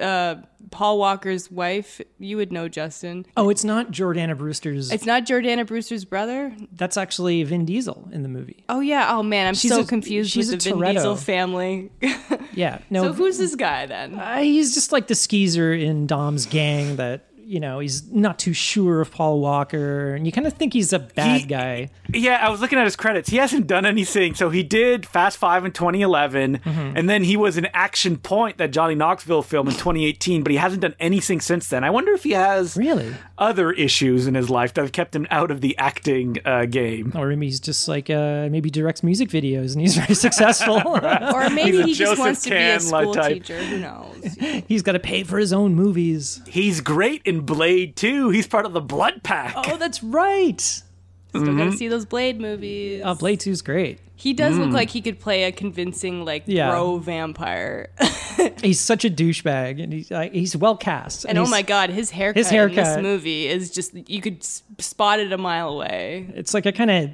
[SPEAKER 1] uh, Paul Walker's wife? You would know, Justin.
[SPEAKER 3] Oh, it's not Jordana Brewster's.
[SPEAKER 1] It's not Jordana Brewster's brother.
[SPEAKER 3] that's actually Vin Diesel in the movie.
[SPEAKER 1] Oh yeah. Oh man, I'm
[SPEAKER 3] She's
[SPEAKER 1] so
[SPEAKER 3] a-
[SPEAKER 1] confused
[SPEAKER 3] she's
[SPEAKER 1] with
[SPEAKER 3] a
[SPEAKER 1] the Vin
[SPEAKER 3] Toretto.
[SPEAKER 1] Diesel family.
[SPEAKER 3] Yeah. No.
[SPEAKER 1] so who's this guy then?
[SPEAKER 3] Uh, he's just like the skeezer in Dom's gang that you know he's not too sure of Paul Walker, and you kind of think he's a bad
[SPEAKER 2] He-
[SPEAKER 3] guy.
[SPEAKER 2] Yeah, I was looking at his credits. He hasn't done anything. So he did Fast Five in 2011,
[SPEAKER 3] Mm-hmm.
[SPEAKER 2] and then he was in Action Point, that Johnny Knoxville film in 2018. But he hasn't done anything since then. I wonder if he has
[SPEAKER 3] Really?
[SPEAKER 2] other issues in his life that have kept him out of the acting uh, game.
[SPEAKER 3] Or maybe he's just like uh, maybe directs music videos and he's very successful.
[SPEAKER 1] Or maybe
[SPEAKER 2] He's a
[SPEAKER 1] he
[SPEAKER 2] Joseph
[SPEAKER 1] just wants to be a
[SPEAKER 2] Kahn-like
[SPEAKER 1] school
[SPEAKER 2] type.
[SPEAKER 1] teacher. Who knows?
[SPEAKER 3] he's got to pay for his own movies.
[SPEAKER 2] He's great in Blade 2. He's part of the Blood Pack.
[SPEAKER 3] Oh, that's right.
[SPEAKER 1] Still gotta see
[SPEAKER 3] Mm-hmm.
[SPEAKER 1] those Blade movies.
[SPEAKER 3] Uh, Blade Two's great.
[SPEAKER 1] he does look like he could play a convincing like
[SPEAKER 3] Mm. Yeah.
[SPEAKER 1] bro vampire.
[SPEAKER 3] He's such a douchebag, and he's like he's well cast.
[SPEAKER 1] And oh
[SPEAKER 3] he's-
[SPEAKER 1] my god, his haircut,
[SPEAKER 3] his
[SPEAKER 1] in this
[SPEAKER 3] haircut.
[SPEAKER 1] movie is just you could s- spot it a mile away.
[SPEAKER 3] it's like a kind of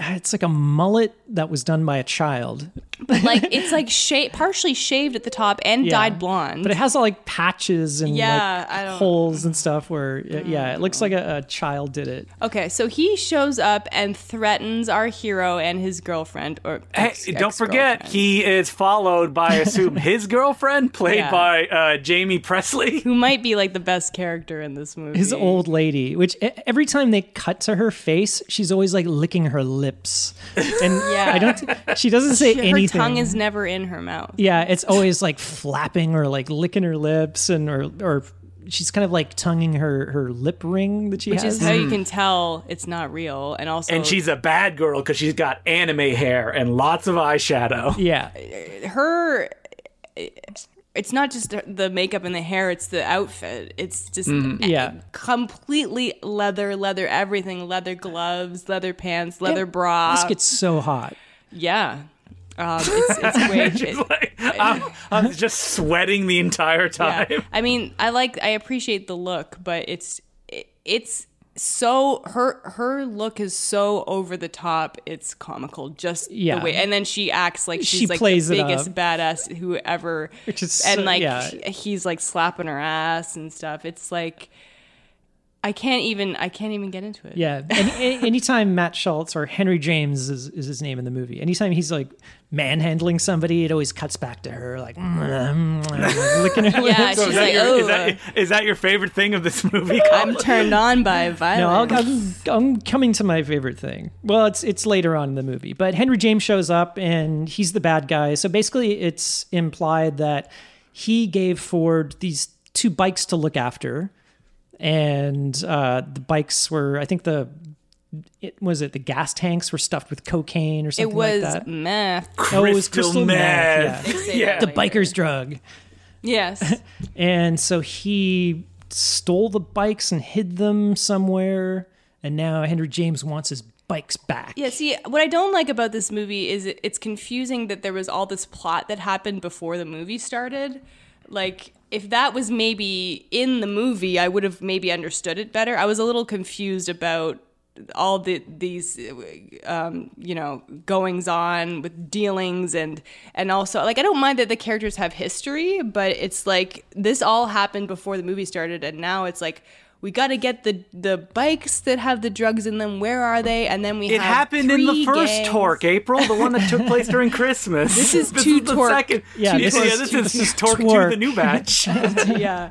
[SPEAKER 3] it's like a mullet that was done by a child,
[SPEAKER 1] Like it's like sha- partially shaved at the top and
[SPEAKER 3] Yeah.
[SPEAKER 1] dyed blonde.
[SPEAKER 3] but it has like patches and
[SPEAKER 1] Yeah, I
[SPEAKER 3] like
[SPEAKER 1] don't-
[SPEAKER 3] holes and stuff. Where yeah, it looks like a, a child did it.
[SPEAKER 1] okay, so he shows up and threatens our hero and his girlfriend or
[SPEAKER 2] Hey,
[SPEAKER 1] ex-
[SPEAKER 2] don't forget,
[SPEAKER 1] ex-girlfriend,
[SPEAKER 2] he is followed by, I assume, his girlfriend, played
[SPEAKER 1] Yeah.
[SPEAKER 2] by uh, Jamie Presley.
[SPEAKER 1] who might be like the best character in this movie.
[SPEAKER 3] His old lady, which e- every time they cut to her face, she's always like licking her lips, and
[SPEAKER 1] Yeah.
[SPEAKER 3] I don't. She doesn't say
[SPEAKER 1] her
[SPEAKER 3] anything.
[SPEAKER 1] tongue is never in her mouth.
[SPEAKER 3] yeah, it's always like flapping or like licking her lips, and or or she's kind of like tonguing her her lip ring that she
[SPEAKER 1] Which
[SPEAKER 3] has.
[SPEAKER 1] is how you can tell it's not real, and also
[SPEAKER 2] And she's a bad girl because she's got anime hair and lots of eyeshadow.
[SPEAKER 3] yeah,
[SPEAKER 1] her it's not just the makeup and the hair it's the outfit it's just
[SPEAKER 3] yeah.
[SPEAKER 1] completely leather leather everything leather gloves leather pants leather bra
[SPEAKER 3] This gets so hot.
[SPEAKER 1] yeah um, it's, it's way it-
[SPEAKER 2] Like, I'm, I'm just sweating the entire time.
[SPEAKER 1] yeah. i mean i like i appreciate the look but it's it, it's so her her look is so over the top it's comical just
[SPEAKER 3] Yeah.
[SPEAKER 1] the way and then she acts like she's
[SPEAKER 3] She
[SPEAKER 1] like
[SPEAKER 3] plays
[SPEAKER 1] the
[SPEAKER 3] it
[SPEAKER 1] biggest
[SPEAKER 3] up.
[SPEAKER 1] badass who ever
[SPEAKER 3] Which is
[SPEAKER 1] and
[SPEAKER 3] so-
[SPEAKER 1] like
[SPEAKER 3] yeah.
[SPEAKER 1] he- he's like slapping her ass and stuff it's like i can't even i can't even get into it
[SPEAKER 3] Yeah. Any, a- anytime Matt Schultz or Henry James is, is his name in the movie, anytime he's like manhandling somebody, it always cuts back to her, like, mm, mm, mm, licking her
[SPEAKER 1] Yeah,
[SPEAKER 3] lips.
[SPEAKER 1] she's like,
[SPEAKER 2] is, that your,
[SPEAKER 1] oh,
[SPEAKER 2] is, that, is that your favorite thing of this movie?
[SPEAKER 1] I'm turned on by violence.
[SPEAKER 3] No, I'll, I'm, I'm coming to my favorite thing. Well, it's it's later on in the movie, but Henry James shows up and he's the bad guy. So basically, it's implied that he gave Ford these two bikes to look after, and uh, the bikes were, I think the. It was it the gas tanks were stuffed with cocaine or
[SPEAKER 1] it
[SPEAKER 3] something
[SPEAKER 1] was
[SPEAKER 3] like that.
[SPEAKER 1] meth.
[SPEAKER 3] Oh, it was crystal meth, yeah.
[SPEAKER 1] They say
[SPEAKER 2] Yeah.
[SPEAKER 1] that
[SPEAKER 3] the
[SPEAKER 1] later.
[SPEAKER 3] biker's drug.
[SPEAKER 1] Yes.
[SPEAKER 3] And so he stole the bikes and hid them somewhere. And now Henry James wants his bikes back.
[SPEAKER 1] Yeah, see, what I don't like about this movie is it, it's confusing that there was all this plot that happened before the movie started. Like, if that was maybe in the movie, I would have maybe understood it better. I was a little confused about all the these um, you know goings on with dealings and and also like I don't mind that the characters have history, but it's like this all happened before the movie started, and now it's like. We got to get the the bikes that have the drugs in them. Where are they? And then we
[SPEAKER 2] It
[SPEAKER 1] have
[SPEAKER 2] happened in the
[SPEAKER 1] three
[SPEAKER 2] first
[SPEAKER 1] gangs.
[SPEAKER 2] torque, April, the one that took place during Christmas. This
[SPEAKER 1] is two
[SPEAKER 2] the
[SPEAKER 1] Torque.
[SPEAKER 2] second.
[SPEAKER 3] Yeah,
[SPEAKER 2] yeah,
[SPEAKER 3] this
[SPEAKER 2] yeah,
[SPEAKER 3] is-
[SPEAKER 2] this
[SPEAKER 3] this
[SPEAKER 2] is
[SPEAKER 3] is
[SPEAKER 2] torque to
[SPEAKER 3] Torque.
[SPEAKER 2] the new batch.
[SPEAKER 1] yeah.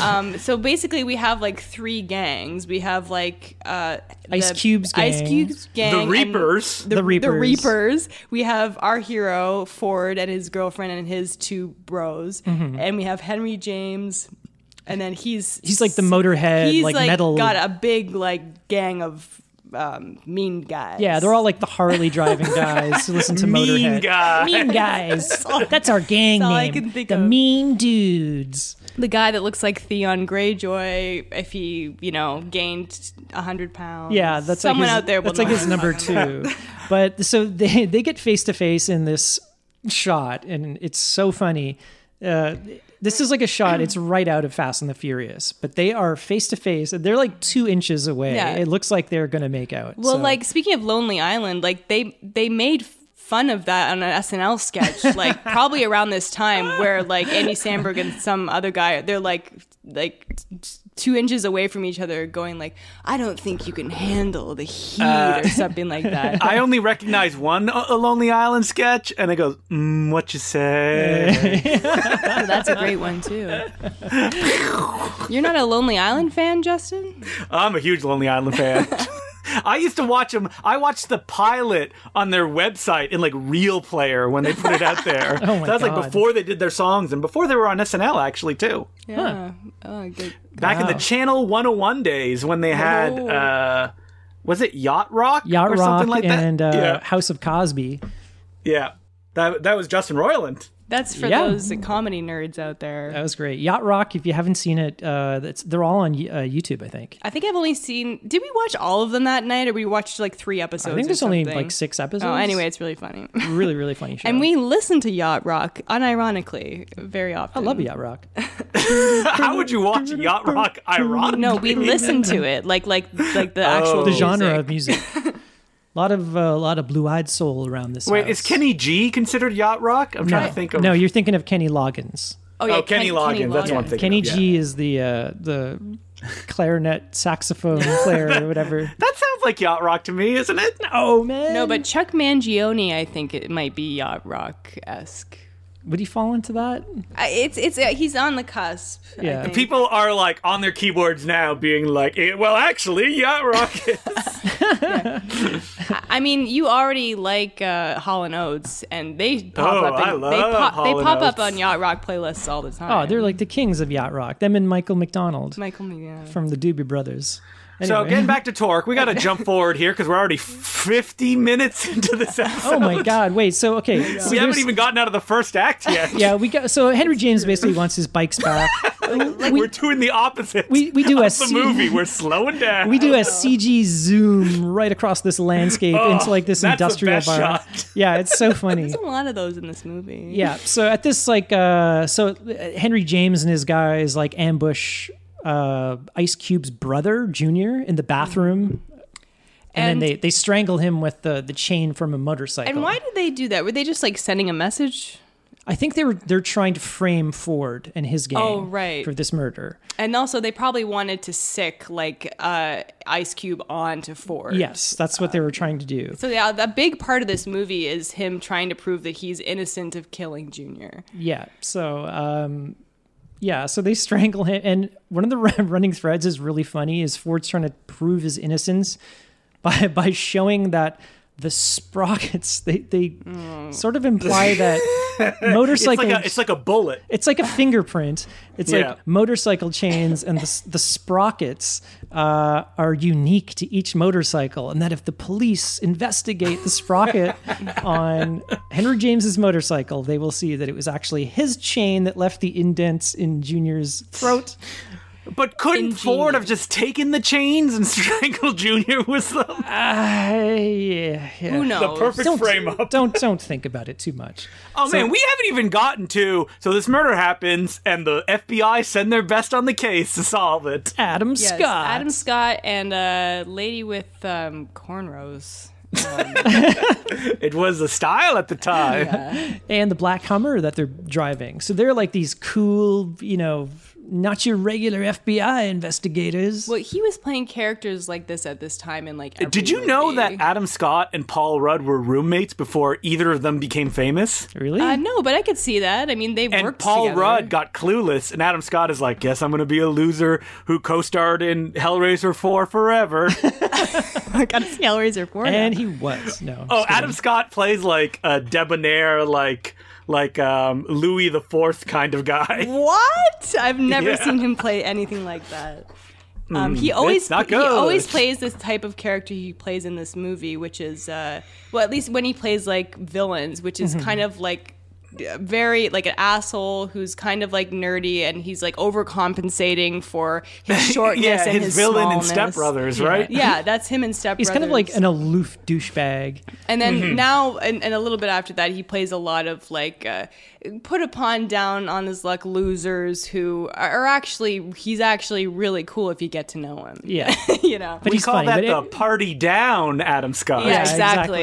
[SPEAKER 1] Um, so basically, we have like three gangs. We have like uh,
[SPEAKER 3] Ice
[SPEAKER 1] the
[SPEAKER 3] Cube's
[SPEAKER 1] Ice
[SPEAKER 3] gang.
[SPEAKER 1] Cube's gang,
[SPEAKER 2] the
[SPEAKER 1] and
[SPEAKER 2] Reapers.
[SPEAKER 1] the,
[SPEAKER 3] The
[SPEAKER 1] the
[SPEAKER 3] Reapers.
[SPEAKER 1] Reapers. We have our hero Ford and his girlfriend and his two bros,
[SPEAKER 3] Mm-hmm.
[SPEAKER 1] and we have Henry James, and then he's
[SPEAKER 3] He's like the Motorhead,
[SPEAKER 1] he's
[SPEAKER 3] like, metal.
[SPEAKER 1] got a big like gang of um, mean guys.
[SPEAKER 3] yeah, they're all like the Harley driving guys who listen to
[SPEAKER 2] mean
[SPEAKER 3] Motorhead.
[SPEAKER 2] guy.
[SPEAKER 3] Mean guys. That's our gang
[SPEAKER 1] all I
[SPEAKER 3] name.
[SPEAKER 1] can think
[SPEAKER 3] the
[SPEAKER 1] of.
[SPEAKER 3] mean dudes.
[SPEAKER 1] the guy that looks like Theon Greyjoy if he you know gained hundred pounds.
[SPEAKER 3] Yeah, that's
[SPEAKER 1] someone
[SPEAKER 3] like his,
[SPEAKER 1] out there. Will
[SPEAKER 3] That's like
[SPEAKER 1] know
[SPEAKER 3] his
[SPEAKER 1] what I'm
[SPEAKER 3] number
[SPEAKER 1] talking
[SPEAKER 3] two. but so they they get face to face in this shot, and it's so funny. Uh, this is like a shot. It's right out of Fast and the Furious, but they are face to face. and They're like two inches away.
[SPEAKER 1] Yeah.
[SPEAKER 3] It looks like they're gonna make out.
[SPEAKER 1] Well,
[SPEAKER 3] so-
[SPEAKER 1] like speaking of Lonely Island, like they they made fun of that on an SNL sketch, like probably around this time where like Andy Samberg and some other guy, they're like like two inches away from each other, going like, "I don't think you can handle the heat"
[SPEAKER 3] Uh,
[SPEAKER 1] or something like that.
[SPEAKER 2] I only recognize one uh, a Lonely Island sketch, and it goes, mm, "What you say?"
[SPEAKER 1] So Oh, that's a great one too. You're not a Lonely Island fan, Justin?
[SPEAKER 2] I'm a huge Lonely Island fan. I used to watch them. I watched the pilot on their website in like Real Player when they put it out there.
[SPEAKER 3] Oh my
[SPEAKER 2] so that's like
[SPEAKER 3] God.
[SPEAKER 2] before they did their songs and before they were on SNL actually too.
[SPEAKER 1] Yeah. Oh, good.
[SPEAKER 2] Back in
[SPEAKER 3] Wow.
[SPEAKER 2] the Channel 101 days when they had
[SPEAKER 1] Oh.
[SPEAKER 2] uh was it Yacht Rock
[SPEAKER 3] Yacht
[SPEAKER 2] or
[SPEAKER 3] Rock
[SPEAKER 2] something like that?
[SPEAKER 3] and uh,
[SPEAKER 2] yeah.
[SPEAKER 3] House of Cosby.
[SPEAKER 2] Yeah. That that was Justin Roiland.
[SPEAKER 1] That's for
[SPEAKER 3] Yeah.
[SPEAKER 1] those comedy nerds out there.
[SPEAKER 3] That was great. Yacht Rock. If you haven't seen it, uh, that's they're all on uh, YouTube. I think.
[SPEAKER 1] I think I've only seen. Did we watch all of them that night, or we watched like three episodes?
[SPEAKER 3] I think
[SPEAKER 1] or
[SPEAKER 3] there's only
[SPEAKER 1] something?
[SPEAKER 3] like six episodes.
[SPEAKER 1] Oh, anyway, it's really funny.
[SPEAKER 3] really really funny show.
[SPEAKER 1] And we listen to Yacht Rock unironically very often.
[SPEAKER 3] I love Yacht Rock.
[SPEAKER 2] How would you watch Yacht Rock ironically?
[SPEAKER 1] No, we listen to it like like like the actual
[SPEAKER 2] Oh.
[SPEAKER 3] The genre
[SPEAKER 1] music.
[SPEAKER 3] of music. A lot of uh, lot of blue eyed soul around this.
[SPEAKER 2] Wait,
[SPEAKER 3] house.
[SPEAKER 2] is Kenny G considered Yacht Rock? I'm trying to think of
[SPEAKER 3] No, you're thinking of Kenny Loggins.
[SPEAKER 1] Oh,
[SPEAKER 2] Oh, Kenny, Loggins. That's what I'm thinking.
[SPEAKER 3] Kenny
[SPEAKER 2] of, yeah.
[SPEAKER 3] G is the uh, the clarinet saxophone player or whatever.
[SPEAKER 2] That sounds like Yacht Rock to me, isn't it?
[SPEAKER 3] Oh man.
[SPEAKER 1] No, but Chuck Mangione, I think it might be Yacht Rock esque.
[SPEAKER 3] would he fall into that?
[SPEAKER 1] It's it's uh, he's on the cusp. I
[SPEAKER 3] Yeah.
[SPEAKER 1] think.
[SPEAKER 2] People are like on their keyboards now, being like, "Eh, "Well, actually, Yacht Rock."
[SPEAKER 1] I mean, you already like uh, Hall and Oates, and they pop
[SPEAKER 2] Oh,
[SPEAKER 1] up. in-
[SPEAKER 2] I
[SPEAKER 1] they
[SPEAKER 2] love
[SPEAKER 1] pop,
[SPEAKER 2] Hall
[SPEAKER 1] they
[SPEAKER 2] and
[SPEAKER 1] pop up
[SPEAKER 2] Oates.
[SPEAKER 1] on Yacht Rock playlists all the time.
[SPEAKER 3] Oh, they're like the kings of yacht rock. Them and Michael McDonald
[SPEAKER 1] Michael McDonald.
[SPEAKER 3] from the Doobie Brothers.
[SPEAKER 2] so
[SPEAKER 3] Anyway.
[SPEAKER 2] getting back to Torque, we got to jump forward here because we're already 50 minutes into this episode.
[SPEAKER 3] Oh my God! Wait. So okay. so
[SPEAKER 2] We haven't
[SPEAKER 3] there's-
[SPEAKER 2] even gotten out of the first act yet.
[SPEAKER 3] Yeah, we got. So Henry James basically wants his bikes back.
[SPEAKER 2] we're doing the opposite.
[SPEAKER 3] We we do a
[SPEAKER 2] of the
[SPEAKER 3] C-
[SPEAKER 2] movie. We're slowing down.
[SPEAKER 3] We
[SPEAKER 1] Uh-huh.
[SPEAKER 3] do a CG zoom right across this landscape
[SPEAKER 1] Oh,
[SPEAKER 3] into like this
[SPEAKER 2] that's the
[SPEAKER 3] industrial
[SPEAKER 2] best
[SPEAKER 3] bar.
[SPEAKER 2] shot.
[SPEAKER 3] Yeah, it's so funny.
[SPEAKER 1] There's a lot of those in this movie.
[SPEAKER 3] yeah so at this like uh so uh, henry james and his guys like ambush uh ice cube's brother junior in the bathroom and,
[SPEAKER 1] Mm-hmm. And-
[SPEAKER 3] then they they strangle him with the the chain from a motorcycle
[SPEAKER 1] And why did they do that? Were they just like sending a message?
[SPEAKER 3] i think they were they're trying to frame ford and his gang
[SPEAKER 1] Oh, right.
[SPEAKER 3] for this murder
[SPEAKER 1] And also, they probably wanted to sick like uh, Ice Cube onto Ford.
[SPEAKER 3] yes that's what they were trying to do
[SPEAKER 1] So yeah, a big part of this movie is him trying to prove that he's innocent of killing Junior.
[SPEAKER 3] yeah so um yeah, so they strangle him, and one of the run- running threads is really funny. Is Ford's trying to prove his innocence by by showing that the sprockets they they sort of imply that
[SPEAKER 2] Mm. It's like,
[SPEAKER 3] motorcycles
[SPEAKER 2] a, it's like a bullet.
[SPEAKER 3] fingerprint. It's
[SPEAKER 2] Yeah.
[SPEAKER 3] like motorcycle chains and the s- the sprockets uh, are unique to each motorcycle, and that if the police investigate the sprocket on Henry James's motorcycle, they will see that it was actually his chain that left the indents in Junior's throat.
[SPEAKER 2] But couldn't
[SPEAKER 1] Ingenious.
[SPEAKER 2] Ford have just taken the chains and strangled Junior with them?
[SPEAKER 3] I- Ah, yeah.
[SPEAKER 1] Who knows?
[SPEAKER 2] the perfect
[SPEAKER 3] Don't
[SPEAKER 2] frame up.
[SPEAKER 3] Don't don't think about it too much.
[SPEAKER 2] Oh man, we haven't even gotten to so this murder happens and the FBI send their best on the case to solve it.
[SPEAKER 3] Adam
[SPEAKER 1] Yes,
[SPEAKER 3] Scott.
[SPEAKER 1] Adam Scott, and a lady with um, cornrows.
[SPEAKER 2] It was the style at the time.
[SPEAKER 3] and the black Hummer that they're driving. So they're like these cool, you know, not your regular FBI investigators.
[SPEAKER 1] Well, he was playing characters like this at this time in like. Every
[SPEAKER 2] Did you know
[SPEAKER 1] movie.
[SPEAKER 2] that Adam Scott and Paul Rudd were roommates before either of them became famous?
[SPEAKER 3] really?
[SPEAKER 1] Uh, no, but I could see that. I mean, they
[SPEAKER 2] And
[SPEAKER 1] worked
[SPEAKER 2] Paul
[SPEAKER 1] together.
[SPEAKER 2] Rudd got clueless, and Adam Scott is like, "Guess I'm going to be a loser who co-starred in Hellraiser 4 forever."
[SPEAKER 1] got a Hellraiser for
[SPEAKER 3] and he was. No.
[SPEAKER 2] Oh, Adam Scott plays like a debonair, like like um, Louis the Fourth kind of guy.
[SPEAKER 1] What? I've never
[SPEAKER 2] Yeah.
[SPEAKER 1] seen him play anything like that. Um, he always
[SPEAKER 2] it's not
[SPEAKER 1] he always
[SPEAKER 2] good.
[SPEAKER 1] plays this type of character he plays in this movie, which is uh, well, at least when he plays like villains, which is
[SPEAKER 3] Mm-hmm.
[SPEAKER 1] kind of like very like an asshole who's kind of like nerdy and he's like overcompensating for his shortness
[SPEAKER 2] Yeah,
[SPEAKER 1] and
[SPEAKER 2] his, villain
[SPEAKER 1] smallness.
[SPEAKER 2] in Step Brothers, right?
[SPEAKER 1] Yeah, that's him in Step
[SPEAKER 3] He's kind of like an aloof douchebag.
[SPEAKER 1] and then
[SPEAKER 2] Mm-hmm.
[SPEAKER 1] now, and, and a little bit after that, he plays a lot of like uh, put upon down on his luck losers who are actually he's actually really cool if you get to know him.
[SPEAKER 3] Yeah.
[SPEAKER 1] you know.
[SPEAKER 3] But
[SPEAKER 2] we
[SPEAKER 3] he's
[SPEAKER 2] call
[SPEAKER 3] funny,
[SPEAKER 2] that
[SPEAKER 3] but
[SPEAKER 2] the
[SPEAKER 3] it-
[SPEAKER 2] party down, Adam Scott.
[SPEAKER 1] yeah,
[SPEAKER 3] Yeah,
[SPEAKER 1] exactly,
[SPEAKER 3] exactly.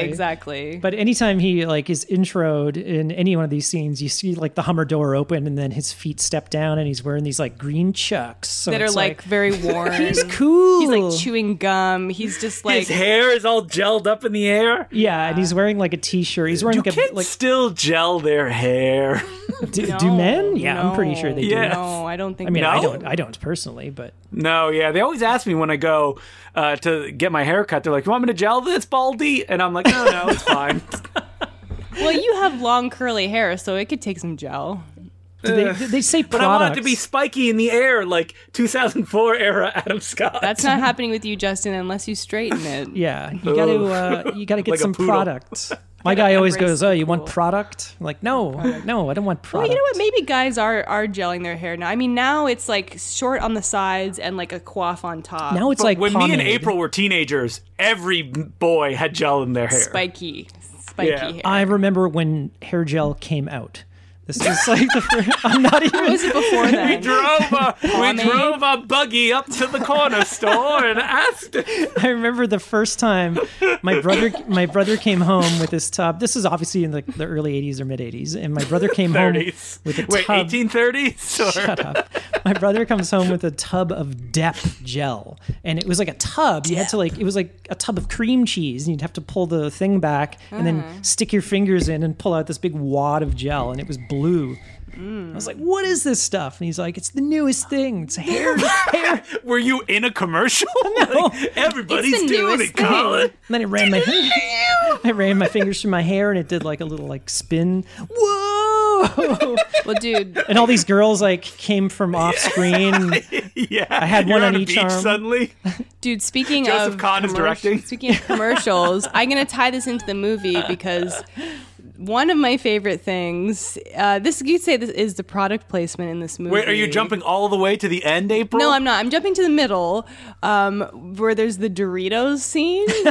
[SPEAKER 1] exactly.
[SPEAKER 3] But anytime he like is introed in any one of these these scenes, you see like the Hummer door open and then his feet step down and he's wearing these like green chucks. So
[SPEAKER 1] that are
[SPEAKER 3] it's
[SPEAKER 1] like, very worn.
[SPEAKER 3] he's cool.
[SPEAKER 1] He's like chewing gum. He's just like
[SPEAKER 2] His hair is all gelled up in the air.
[SPEAKER 3] yeah, and he's wearing like a t-shirt. He's wearing
[SPEAKER 2] You
[SPEAKER 3] like a
[SPEAKER 2] kids
[SPEAKER 3] like
[SPEAKER 2] still gel their hair.
[SPEAKER 3] do,
[SPEAKER 1] no,
[SPEAKER 3] do men? Yeah, I'm pretty sure they do.
[SPEAKER 2] Yeah.
[SPEAKER 1] No, I don't think.
[SPEAKER 3] I mean, I
[SPEAKER 2] No?
[SPEAKER 3] don't I don't personally, but
[SPEAKER 2] no, yeah, they always ask me when I go uh, to get my hair cut. They're like, "You want me to gel this, Baldy?" And I'm like, "No, no, it's fine."
[SPEAKER 1] well, you have long curly hair, so it could take some gel.
[SPEAKER 3] do they, they say
[SPEAKER 2] But
[SPEAKER 3] products.
[SPEAKER 2] I want it to be spiky in the air, like 2004 era Adam Scott.
[SPEAKER 1] That's not happening with you, Justin, unless you straighten it.
[SPEAKER 3] Yeah, you got to uh, you got to get
[SPEAKER 2] Like a
[SPEAKER 3] some
[SPEAKER 2] poodle.
[SPEAKER 3] product. My guy always
[SPEAKER 1] embrace
[SPEAKER 3] goes,
[SPEAKER 1] the
[SPEAKER 3] "Oh, you want
[SPEAKER 1] pool."
[SPEAKER 3] product?" I'm like, no, no, I don't want
[SPEAKER 1] Well,
[SPEAKER 3] product.
[SPEAKER 1] you know what? Maybe guys are are gelling their hair now. I mean, now it's like short on the sides and like a coif on top.
[SPEAKER 3] Now it's like
[SPEAKER 2] when me and
[SPEAKER 3] pomade.
[SPEAKER 2] April were teenagers, every boy had gel in their hair.
[SPEAKER 1] spiky, spiky
[SPEAKER 2] Yeah.
[SPEAKER 1] hair.
[SPEAKER 3] I remember when hair gel came out. This is like the first, I'm not even.
[SPEAKER 1] was it before
[SPEAKER 2] We
[SPEAKER 1] then?
[SPEAKER 2] drove a we
[SPEAKER 1] Pomade.
[SPEAKER 2] drove a buggy up to the corner store and asked.
[SPEAKER 3] I remember the first time my brother my brother came home with his tub. This is obviously in the, the early 80s or mid 80s, and my brother came home
[SPEAKER 2] Thirties.
[SPEAKER 3] with a
[SPEAKER 2] Wait,
[SPEAKER 3] tub.
[SPEAKER 2] eighteen thirties? Or
[SPEAKER 3] Shut up. My brother comes home with a tub of Dep gel, and it was like a tub. You had to like it was like a tub of cream cheese, and you'd have to pull the thing back and then stick your fingers in and pull out this big wad of gel, and it was blue. I was like, "What is this stuff?" And he's like, "It's the newest thing. It's hair, hair." And
[SPEAKER 2] were you in a commercial? Like, everybody's
[SPEAKER 1] It's the
[SPEAKER 2] doing
[SPEAKER 1] newest
[SPEAKER 2] it, Colin.
[SPEAKER 3] then I ran my I ran my fingers through my hair, and it did like a little like spin. Whoa!
[SPEAKER 1] Well, dude,
[SPEAKER 3] and all these girls like came from off screen.
[SPEAKER 2] Yeah, I
[SPEAKER 3] had
[SPEAKER 2] You're
[SPEAKER 3] one
[SPEAKER 2] on
[SPEAKER 3] on
[SPEAKER 2] a
[SPEAKER 3] each
[SPEAKER 2] beach
[SPEAKER 3] arm.
[SPEAKER 2] Suddenly,
[SPEAKER 1] dude. Speaking
[SPEAKER 2] Joseph
[SPEAKER 1] of
[SPEAKER 2] Kahn is
[SPEAKER 1] commer-
[SPEAKER 2] directing.
[SPEAKER 1] Speaking of commercials, I'm gonna tie this into the movie because one of my favorite things. Uh, this you could say this is the product placement in this movie.
[SPEAKER 2] wait, are you jumping all the way to the end, April?
[SPEAKER 1] No, I'm not. I'm jumping to the middle, um, where there's the Doritos scene. Do you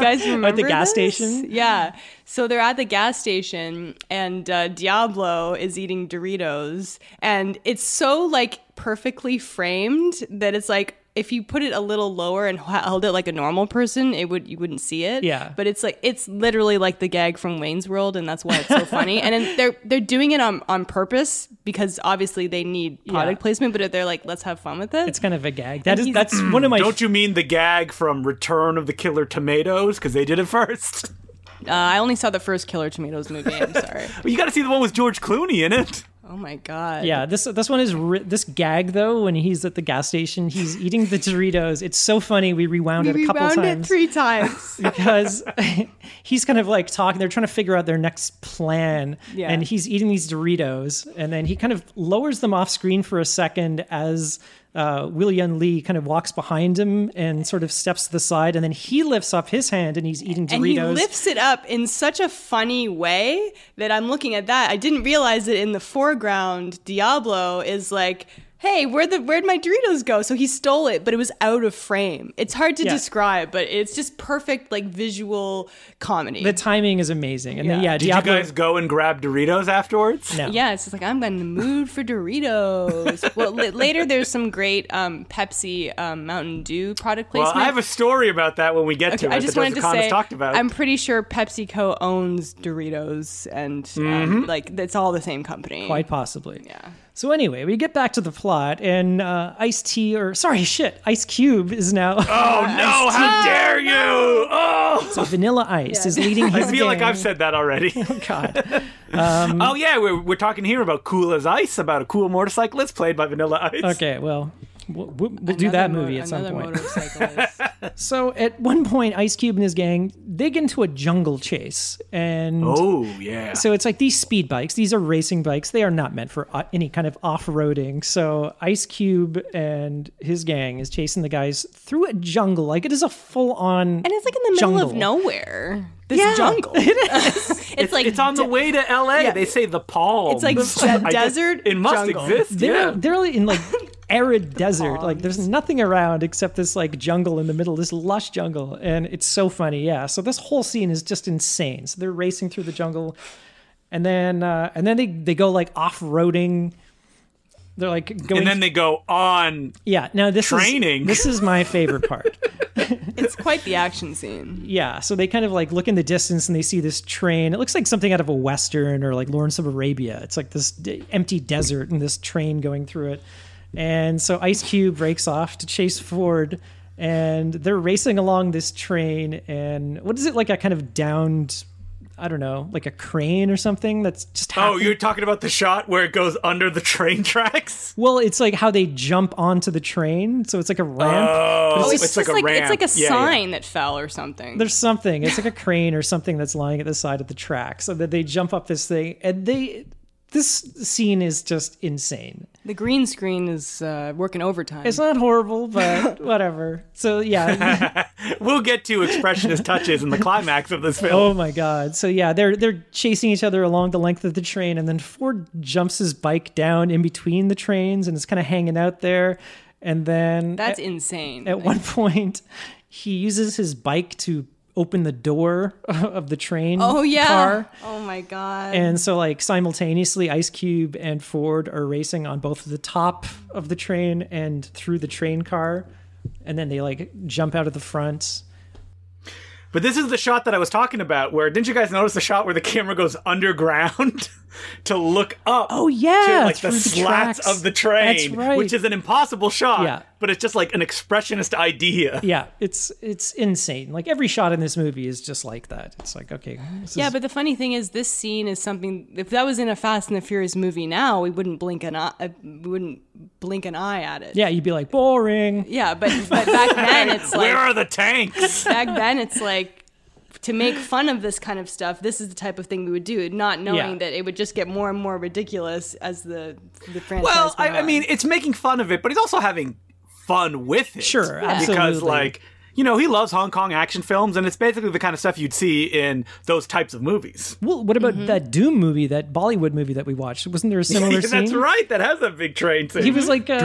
[SPEAKER 1] guys remember
[SPEAKER 3] gas
[SPEAKER 1] this?
[SPEAKER 3] station?
[SPEAKER 1] Yeah. So they're at the gas station, and uh, Diablo is eating Doritos, and it's so like perfectly framed that it's like. If you put it a little lower and h- held it like a normal person, it would you wouldn't see it.
[SPEAKER 3] Yeah.
[SPEAKER 1] But it's like it's literally like the gag from Wayne's World, and that's why it's so funny. and then they're they're doing it on on purpose because obviously they need product
[SPEAKER 3] Yeah.
[SPEAKER 1] placement. But if they're like, let's have fun with it.
[SPEAKER 3] It's kind of a gag. That is
[SPEAKER 1] he's-
[SPEAKER 3] that's one of my
[SPEAKER 2] Don't you mean the gag from Return of the Killer Tomatoes? Because they did it first.
[SPEAKER 1] Uh, I only saw the first Killer Tomatoes movie. I'm sorry.
[SPEAKER 2] Well, you got to see the one with George Clooney in it.
[SPEAKER 1] oh my god.
[SPEAKER 3] Yeah, this this one is ri- this gag though. When he's at the gas station, he's eating the Doritos. It's so funny. We rewound
[SPEAKER 1] We
[SPEAKER 3] it a couple
[SPEAKER 1] rewound it
[SPEAKER 3] times
[SPEAKER 1] three times.
[SPEAKER 3] because he's kind of like talking. They're trying to figure out their next plan,
[SPEAKER 1] Yeah.
[SPEAKER 3] and he's eating these Doritos, and then he kind of lowers them off screen for a second as uh, William Lee kind of walks behind him and sort of steps to the side, and then he lifts up his hand and he's eating Doritos.
[SPEAKER 1] and he lifts it up in such a funny way that I'm looking at that. I didn't realize that in the foreground, Diablo is like, "Hey, where the where'd my Doritos go?" So he stole it, but it was out of frame. It's hard to
[SPEAKER 3] Yeah.
[SPEAKER 1] describe, but it's just perfect like visual comedy.
[SPEAKER 3] the timing is amazing, and then
[SPEAKER 1] Yeah.
[SPEAKER 3] yeah,
[SPEAKER 2] Did
[SPEAKER 3] Diablo.
[SPEAKER 2] you guys go and grab Doritos afterwards?
[SPEAKER 3] No.
[SPEAKER 1] Yeah, it's just like I'm in the mood for Doritos. well, la- later there's some great um, Pepsi um, Mountain Dew product
[SPEAKER 2] Well,
[SPEAKER 1] placement.
[SPEAKER 2] I have a story about that when we get to it.
[SPEAKER 1] I just
[SPEAKER 2] that
[SPEAKER 1] wanted
[SPEAKER 2] Joseph
[SPEAKER 1] to
[SPEAKER 2] Kahn has
[SPEAKER 1] say,
[SPEAKER 2] talked about.
[SPEAKER 1] I'm pretty sure PepsiCo owns Doritos, and um, like it's all the same company.
[SPEAKER 3] Quite possibly. Yeah. So anyway, we get back to the plot, and uh, Ice T or sorry, shit, Ice Cube is now
[SPEAKER 2] oh no! How dare you! Oh,
[SPEAKER 3] Vanilla Ice is leading his
[SPEAKER 2] I feel like
[SPEAKER 3] gang.
[SPEAKER 2] I've said that already.
[SPEAKER 3] God. Um,
[SPEAKER 2] oh yeah, we're, we're talking here about Cool as Ice, about a cool motorcyclist played by Vanilla Ice.
[SPEAKER 3] Okay, well, we'll, we'll we'll do
[SPEAKER 1] Another
[SPEAKER 3] that
[SPEAKER 1] mo-
[SPEAKER 3] movie at some
[SPEAKER 1] another
[SPEAKER 3] point.
[SPEAKER 1] motorcyclist.
[SPEAKER 3] So at one point, Ice Cube and his gang they get into a jungle chase, and
[SPEAKER 2] Oh yeah.
[SPEAKER 3] so it's like these speed bikes. These are racing bikes. They are not meant for uh, any kind of off-roading. So Ice Cube and his gang is chasing the guys through a jungle, like it is a full-on.
[SPEAKER 1] and it's like in the middle of
[SPEAKER 3] Jungle.
[SPEAKER 1] nowhere. This
[SPEAKER 3] Yeah.
[SPEAKER 1] jungle. It is. it's, like
[SPEAKER 2] it's on the
[SPEAKER 1] de-
[SPEAKER 2] way to LA. They say the palm.
[SPEAKER 1] It's like de- desert
[SPEAKER 2] It must
[SPEAKER 1] jungle.
[SPEAKER 2] exist.
[SPEAKER 3] They're
[SPEAKER 2] Yeah.
[SPEAKER 3] they're in like arid desert. Like there's nothing around except this like jungle in the middle, this lush jungle, and it's so funny. Yeah. So this whole scene is just insane. So they're racing through the jungle, and then uh, and then they they go like off roading. They're like going.
[SPEAKER 2] And then they go on.
[SPEAKER 3] yeah. Now this
[SPEAKER 2] Training.
[SPEAKER 3] Is, this is my favorite part.
[SPEAKER 1] It's quite the action scene.
[SPEAKER 3] Yeah, so they kind of like look in the distance and they see this train. It looks like something out of a western or like Lawrence of Arabia. It's like this d- empty desert and this train going through it. And so Ice Cube breaks off to chase Ford and they're racing along this train and what is it like a kind of downed I don't know, like a crane or something that's just
[SPEAKER 2] Oh,
[SPEAKER 3] happening?
[SPEAKER 2] you're talking about the shot where it goes under the train tracks?
[SPEAKER 3] Well, it's like how they jump onto the train, so it's like a ramp.
[SPEAKER 2] Oh,
[SPEAKER 1] Oh, it's, just like, it's like a
[SPEAKER 2] Yeah, yeah.
[SPEAKER 1] sign that fell or something.
[SPEAKER 3] There's something. It's like a crane or something that's lying at the side of the track. So that they jump up this thing and they this scene is just insane.
[SPEAKER 1] the green screen is uh, working overtime.
[SPEAKER 3] It's not horrible, but whatever. So yeah.
[SPEAKER 2] We'll get to expressionist touches in the climax of this film.
[SPEAKER 3] oh my god. So yeah, they're they're chasing each other along the length of the train and then Ford jumps his bike down in between the trains and is kind of hanging out there and then
[SPEAKER 1] That's insane.
[SPEAKER 3] At one point, he uses his bike to open the door of the train
[SPEAKER 1] oh yeah.
[SPEAKER 3] car.
[SPEAKER 1] Oh my god.
[SPEAKER 3] And so, like, simultaneously, Ice Cube and Ford are racing on both the top of the train and through the train car. And then they, like, jump out of the front.
[SPEAKER 2] But this is the shot that I was talking about where didn't you guys notice the shot where the camera goes underground to look up?
[SPEAKER 3] Oh, yeah.
[SPEAKER 2] To like
[SPEAKER 3] through
[SPEAKER 2] the slats
[SPEAKER 3] tracks.
[SPEAKER 2] of the train,
[SPEAKER 3] That's right.
[SPEAKER 2] which is an impossible shot,
[SPEAKER 3] Yeah.
[SPEAKER 2] but it's just like an expressionist idea.
[SPEAKER 3] Yeah, it's it's insane. Like every shot in this movie is just like that. It's like okay, this
[SPEAKER 1] yeah,
[SPEAKER 3] is-
[SPEAKER 1] but the funny thing is, this scene is something. If that was in a Fast and the Furious movie now, we wouldn't blink an eye. uh, We wouldn't blink an eye at it.
[SPEAKER 3] yeah, you'd be like boring.
[SPEAKER 1] Yeah, but but back then it's
[SPEAKER 2] Where
[SPEAKER 1] like
[SPEAKER 2] are the tanks?
[SPEAKER 1] back then it's like to make fun of this kind of stuff. This is the type of thing we would do, not knowing
[SPEAKER 3] Yeah.
[SPEAKER 1] that it would just get more and more ridiculous as the the franchise.
[SPEAKER 2] Well,
[SPEAKER 1] went
[SPEAKER 2] I, I
[SPEAKER 1] on.
[SPEAKER 2] mean, it's making fun of it, but he's also having fun with it.
[SPEAKER 3] Sure, Yeah.
[SPEAKER 2] Because,
[SPEAKER 3] absolutely.
[SPEAKER 2] like, you know, he loves Hong Kong action films, and it's basically the kind of stuff you'd see in those types of movies.
[SPEAKER 3] Well, what about that Doom movie, that Bollywood movie that we watched? Wasn't there a similar
[SPEAKER 2] Yeah,
[SPEAKER 3] scene?
[SPEAKER 2] that's right. That has a big train scene.
[SPEAKER 3] He was like, uh,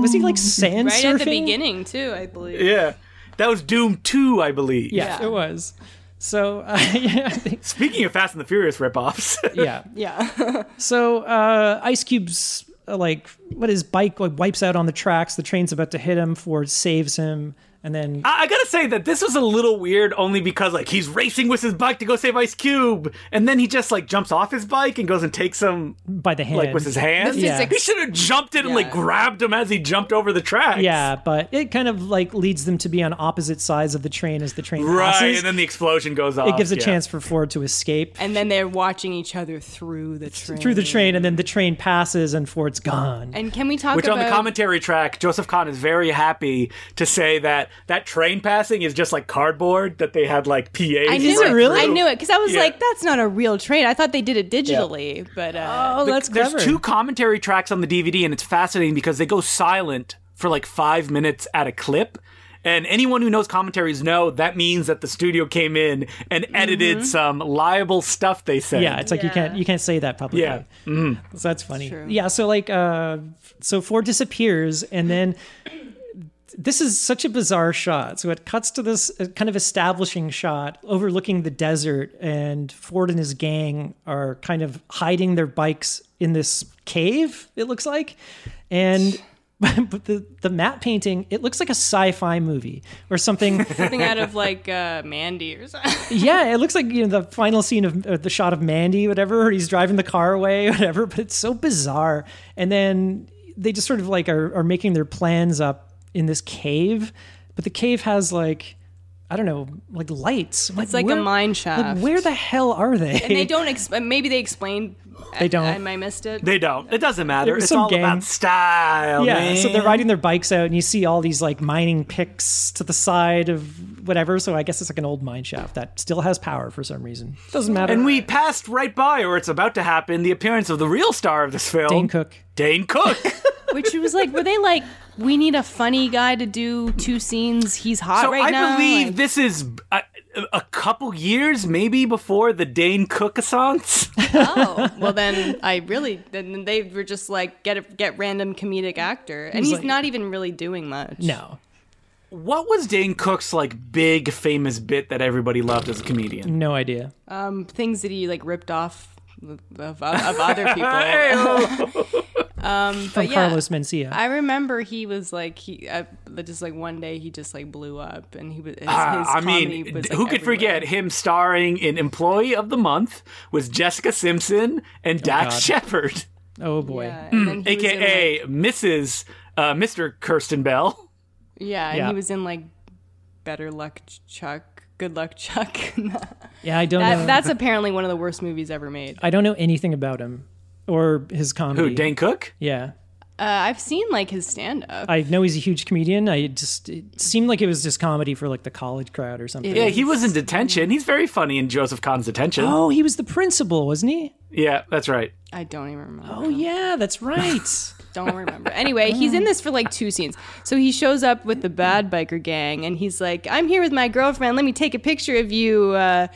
[SPEAKER 3] was he like sand
[SPEAKER 1] right
[SPEAKER 3] surfing?
[SPEAKER 1] at the beginning too, I believe.
[SPEAKER 2] yeah. That was Doom 2, I believe.
[SPEAKER 3] Yeah,
[SPEAKER 1] Yeah.
[SPEAKER 3] it was. So uh, yeah, I think-
[SPEAKER 2] Speaking of Fast and the Furious ripoffs,
[SPEAKER 3] yeah.
[SPEAKER 1] Yeah.
[SPEAKER 3] So uh, Ice Cube's uh, like, what his bike like wipes out on the tracks. The train's about to hit him. Ford saves him, and then
[SPEAKER 2] I, I gotta say that this was a little weird only because, like, he's racing with his bike to go save Ice Cube, and then he just, like, jumps off his bike and goes and takes him,
[SPEAKER 3] by the hand,
[SPEAKER 2] like, with his hand.
[SPEAKER 1] The
[SPEAKER 3] Yeah.
[SPEAKER 1] physics-
[SPEAKER 2] He should have jumped it and, like,
[SPEAKER 1] Yeah.
[SPEAKER 2] grabbed him as he jumped over the tracks.
[SPEAKER 3] yeah, but it kind of like leads them to be on opposite sides of the train as the train
[SPEAKER 2] Right,
[SPEAKER 3] passes.
[SPEAKER 2] and then the explosion goes off.
[SPEAKER 3] it gives a
[SPEAKER 2] yeah.
[SPEAKER 3] chance for Ford to escape
[SPEAKER 1] And then they're watching each other through the train.
[SPEAKER 3] through the train, and then the train passes, and Ford's gone.
[SPEAKER 1] And can we talk
[SPEAKER 2] Which
[SPEAKER 1] about
[SPEAKER 2] on the commentary track, Joseph Kahn is very happy to say that that train passing is just like cardboard that they had like PAs.
[SPEAKER 1] I knew
[SPEAKER 3] it
[SPEAKER 1] it.
[SPEAKER 3] really?
[SPEAKER 1] I knew it because I was
[SPEAKER 2] Yeah.
[SPEAKER 1] like, "That's not a real train." I thought they did it digitally, but uh,
[SPEAKER 3] oh, that's
[SPEAKER 2] There's
[SPEAKER 3] clever.
[SPEAKER 2] two commentary tracks on the DVD, and it's fascinating because they go silent for like five minutes at a clip. And anyone who knows commentaries know that means that the studio came in and edited some liable stuff they said.
[SPEAKER 3] Mm-hmm. Yeah, it's like you can't you can't say that publicly.
[SPEAKER 2] Yeah.
[SPEAKER 3] So that's funny.
[SPEAKER 1] true.
[SPEAKER 3] Yeah, so like uh so Ford disappears and then this is such a bizarre shot. So it cuts to this uh, kind of establishing shot overlooking the desert and Ford and his gang are kind of hiding their bikes in this cave, it looks like. And but the the matte painting, it looks like a sci-fi movie or something
[SPEAKER 1] something out of like uh, Mandy or something.
[SPEAKER 3] yeah, it looks like you know the final scene of uh, the shot of Mandy, whatever. Or he's driving the car away, whatever. But it's so bizarre. And then they just sort of like are, are making their plans up in this cave, but the cave has like I don't know, like lights.
[SPEAKER 1] It's like a mine shaft.
[SPEAKER 3] Like, where the hell are they?
[SPEAKER 1] and they don't. Ex- uh, maybe they explained.
[SPEAKER 3] They don't.
[SPEAKER 1] I, I missed it.
[SPEAKER 2] They don't. It doesn't matter.
[SPEAKER 3] was
[SPEAKER 2] It's
[SPEAKER 3] some
[SPEAKER 2] all
[SPEAKER 3] gang.
[SPEAKER 2] about style.
[SPEAKER 3] Yeah,
[SPEAKER 2] man.
[SPEAKER 3] so they're riding their bikes out, and you see all these like mining picks to the side of whatever. So I guess it's like an old mine shaft that still has power for some reason. Doesn't matter.
[SPEAKER 2] And we passed right by, or it's about to happen, the appearance of the real star of this film,
[SPEAKER 3] Dane Cook.
[SPEAKER 2] Dane Cook.
[SPEAKER 1] Which was like, were they like, we need a funny guy to do two scenes. He's hot
[SPEAKER 2] so
[SPEAKER 1] right
[SPEAKER 2] I
[SPEAKER 1] now.
[SPEAKER 2] believe
[SPEAKER 1] Like,
[SPEAKER 2] this is a, a couple years, maybe before the Dane Cook assance.
[SPEAKER 1] oh, well then I really then they were just like get a, get random comedic actor, and he's
[SPEAKER 3] like-
[SPEAKER 1] not even really doing much.
[SPEAKER 3] No,
[SPEAKER 2] what was Dane Cook's like big famous bit that everybody loved as a comedian?
[SPEAKER 3] no idea.
[SPEAKER 1] Uh, um, things that he like ripped off of, of, of other people.
[SPEAKER 2] Hey-o.
[SPEAKER 1] Um,
[SPEAKER 3] from
[SPEAKER 1] but yeah,
[SPEAKER 3] Carlos Mencia.
[SPEAKER 1] I remember he was like he uh, just like one day he just like blew up and he was. His,
[SPEAKER 2] Uh,
[SPEAKER 1] his
[SPEAKER 2] I
[SPEAKER 1] comedy
[SPEAKER 2] mean,
[SPEAKER 1] was,
[SPEAKER 2] d-
[SPEAKER 1] like,
[SPEAKER 2] who could
[SPEAKER 1] everywhere.
[SPEAKER 2] forget him starring in Employee of the Month with Jessica Simpson and Dax
[SPEAKER 3] Oh, God.
[SPEAKER 2] Shepard,
[SPEAKER 3] oh boy.
[SPEAKER 1] Yeah, and then he was in, like-
[SPEAKER 2] aka Mrs. Uh, Mr. Kirsten Bell.
[SPEAKER 1] yeah, and
[SPEAKER 3] Yeah.
[SPEAKER 1] he was in like Better Luck Ch- Chuck, Good Luck Chuck. that,
[SPEAKER 3] Yeah, I don't know.
[SPEAKER 1] that's apparently one of the worst movies ever made.
[SPEAKER 3] I don't know anything about him or his comedy.
[SPEAKER 2] Who? Dane Cook?
[SPEAKER 3] Yeah.
[SPEAKER 1] Uh, I've seen like his stand up.
[SPEAKER 3] I know he's a huge comedian. I just it seemed like it was just comedy for like the college crowd or something.
[SPEAKER 2] Yeah, he was in detention. He's very funny in Joseph Kahn's detention.
[SPEAKER 3] Oh, he was the principal, wasn't he?
[SPEAKER 2] Yeah, that's right.
[SPEAKER 1] I don't even remember.
[SPEAKER 3] Oh yeah, that's right.
[SPEAKER 1] Don't remember. Anyway, he's in this for like two scenes. So he shows up with the bad biker gang and he's like, I'm here with my girlfriend. Let me take a picture of you. Uh,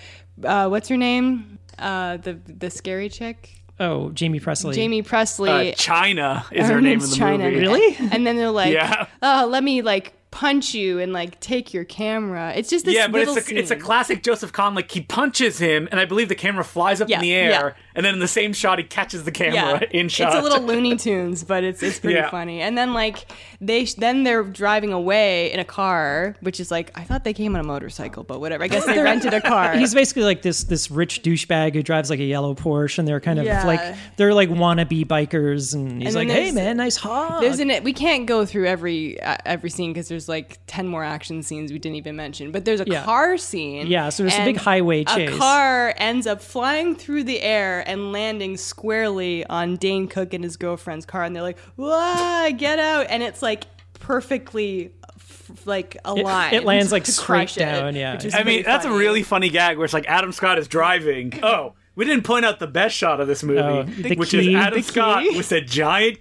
[SPEAKER 1] uh, what's her name? Uh, the the scary chick?
[SPEAKER 3] oh, Jamie Presley.
[SPEAKER 1] Jamie Presley.
[SPEAKER 2] Uh, China is her name in
[SPEAKER 1] name's
[SPEAKER 2] the
[SPEAKER 1] China.
[SPEAKER 2] movie.
[SPEAKER 3] Really?
[SPEAKER 1] And then they're like,
[SPEAKER 2] Yeah.
[SPEAKER 1] oh, let me like punch you and like take your camera. It's just this
[SPEAKER 2] Yeah, but
[SPEAKER 1] little
[SPEAKER 2] it's a, it's a
[SPEAKER 1] scene.
[SPEAKER 2] classic Joseph Kahn. Like he punches him, and I believe the camera flies up
[SPEAKER 1] Yeah,
[SPEAKER 2] in the
[SPEAKER 1] yeah.
[SPEAKER 2] air, and then in the same shot he catches the camera in shot.
[SPEAKER 1] It's a little Looney Tunes, but it's it's pretty
[SPEAKER 2] Yeah.
[SPEAKER 1] funny. And then like they sh- then they're driving away in a car, which is like I thought they came on a motorcycle, but whatever. I guess they rented a car.
[SPEAKER 3] He's basically like this this rich douchebag who drives like a yellow Porsche, and they're kind of
[SPEAKER 1] Yeah.
[SPEAKER 3] like they're like wannabe bikers, and he's
[SPEAKER 1] And then
[SPEAKER 3] like, "Hey
[SPEAKER 1] there's-
[SPEAKER 3] man, nice hog."
[SPEAKER 1] there's an we can't go through every uh, every scene because there's like ten more action scenes we didn't even mention. But there's a
[SPEAKER 3] Yeah.
[SPEAKER 1] car scene.
[SPEAKER 3] Yeah, so there's a
[SPEAKER 1] and
[SPEAKER 3] big highway chase.
[SPEAKER 1] A car ends up flying through the air and landing squarely on Dane Cook and his girlfriend's car, and they're like, "Whoa, get out!" And it's like perfectly f- like aligned.
[SPEAKER 3] it lands, like,
[SPEAKER 1] to
[SPEAKER 3] straight
[SPEAKER 1] crush
[SPEAKER 3] down, yeah.
[SPEAKER 1] which is
[SPEAKER 2] I
[SPEAKER 1] pretty
[SPEAKER 2] mean, that's a
[SPEAKER 1] funny.
[SPEAKER 2] really funny gag where it's like Adam Scott is driving. Oh, we didn't point out the best shot of this movie,
[SPEAKER 3] Oh, the
[SPEAKER 2] which
[SPEAKER 3] key.
[SPEAKER 2] is Adam
[SPEAKER 3] The
[SPEAKER 2] Scott
[SPEAKER 1] key.
[SPEAKER 2] with a giant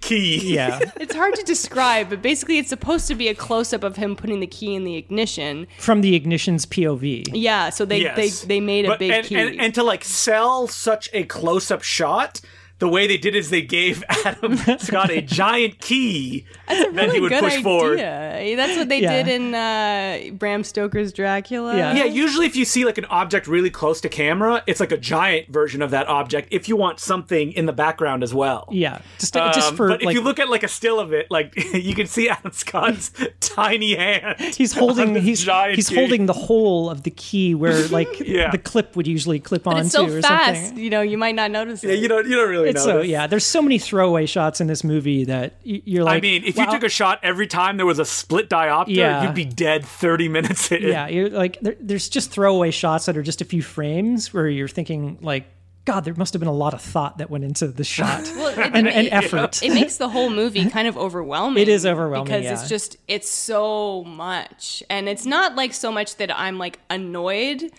[SPEAKER 2] key.
[SPEAKER 3] yeah,
[SPEAKER 1] It's hard to describe, but basically, it's supposed to be a close up of him putting the key in the ignition.
[SPEAKER 3] from the ignition's POV.
[SPEAKER 1] Yeah, so they
[SPEAKER 2] Yes.
[SPEAKER 1] they, they made a
[SPEAKER 2] But-
[SPEAKER 1] big
[SPEAKER 2] and,
[SPEAKER 1] key.
[SPEAKER 2] And, and to like sell such a close up shot, the way they did is they gave Adam Scott a giant key that he would
[SPEAKER 1] good
[SPEAKER 2] push
[SPEAKER 1] idea.
[SPEAKER 2] forward.
[SPEAKER 1] That's what they
[SPEAKER 3] Yeah.
[SPEAKER 1] did in uh, Bram Stoker's Dracula.
[SPEAKER 3] Yeah.
[SPEAKER 2] Yeah, usually if you see like an object really close to camera, it's like a giant version of that object if you want something in the background as well.
[SPEAKER 3] Yeah, just just
[SPEAKER 2] Um,
[SPEAKER 3] for
[SPEAKER 2] but if
[SPEAKER 3] like
[SPEAKER 2] you look at like a still of it, like you can see Adam Scott's tiny hand.
[SPEAKER 3] he's holding
[SPEAKER 2] this
[SPEAKER 3] he's
[SPEAKER 2] giant
[SPEAKER 3] he's
[SPEAKER 2] key.
[SPEAKER 3] holding the hole of the key where like
[SPEAKER 2] Yeah.
[SPEAKER 3] the clip would usually clip
[SPEAKER 1] But
[SPEAKER 3] onto
[SPEAKER 1] it's so
[SPEAKER 3] or
[SPEAKER 1] fast,
[SPEAKER 3] something.
[SPEAKER 1] you know, you might not notice it.
[SPEAKER 2] You don't you don't really
[SPEAKER 3] It's
[SPEAKER 2] know.
[SPEAKER 3] so yeah. There's so many throwaway shots in this movie that y- you're like.
[SPEAKER 2] I mean, if
[SPEAKER 3] wow.
[SPEAKER 2] you took a shot every time there was a split diopter,
[SPEAKER 3] Yeah.
[SPEAKER 2] you'd be dead thirty minutes in.
[SPEAKER 3] yeah, you're like there, there's just throwaway shots that are just a few frames where you're thinking like, God, there must have been a lot of thought that went into the shot
[SPEAKER 1] Well, it,
[SPEAKER 3] and, and
[SPEAKER 1] it-
[SPEAKER 3] effort.
[SPEAKER 1] It makes the whole movie kind of overwhelming.
[SPEAKER 3] It is overwhelming,
[SPEAKER 1] because
[SPEAKER 3] yeah.
[SPEAKER 1] it's just it's so much, and it's not like so much that I'm like annoyed.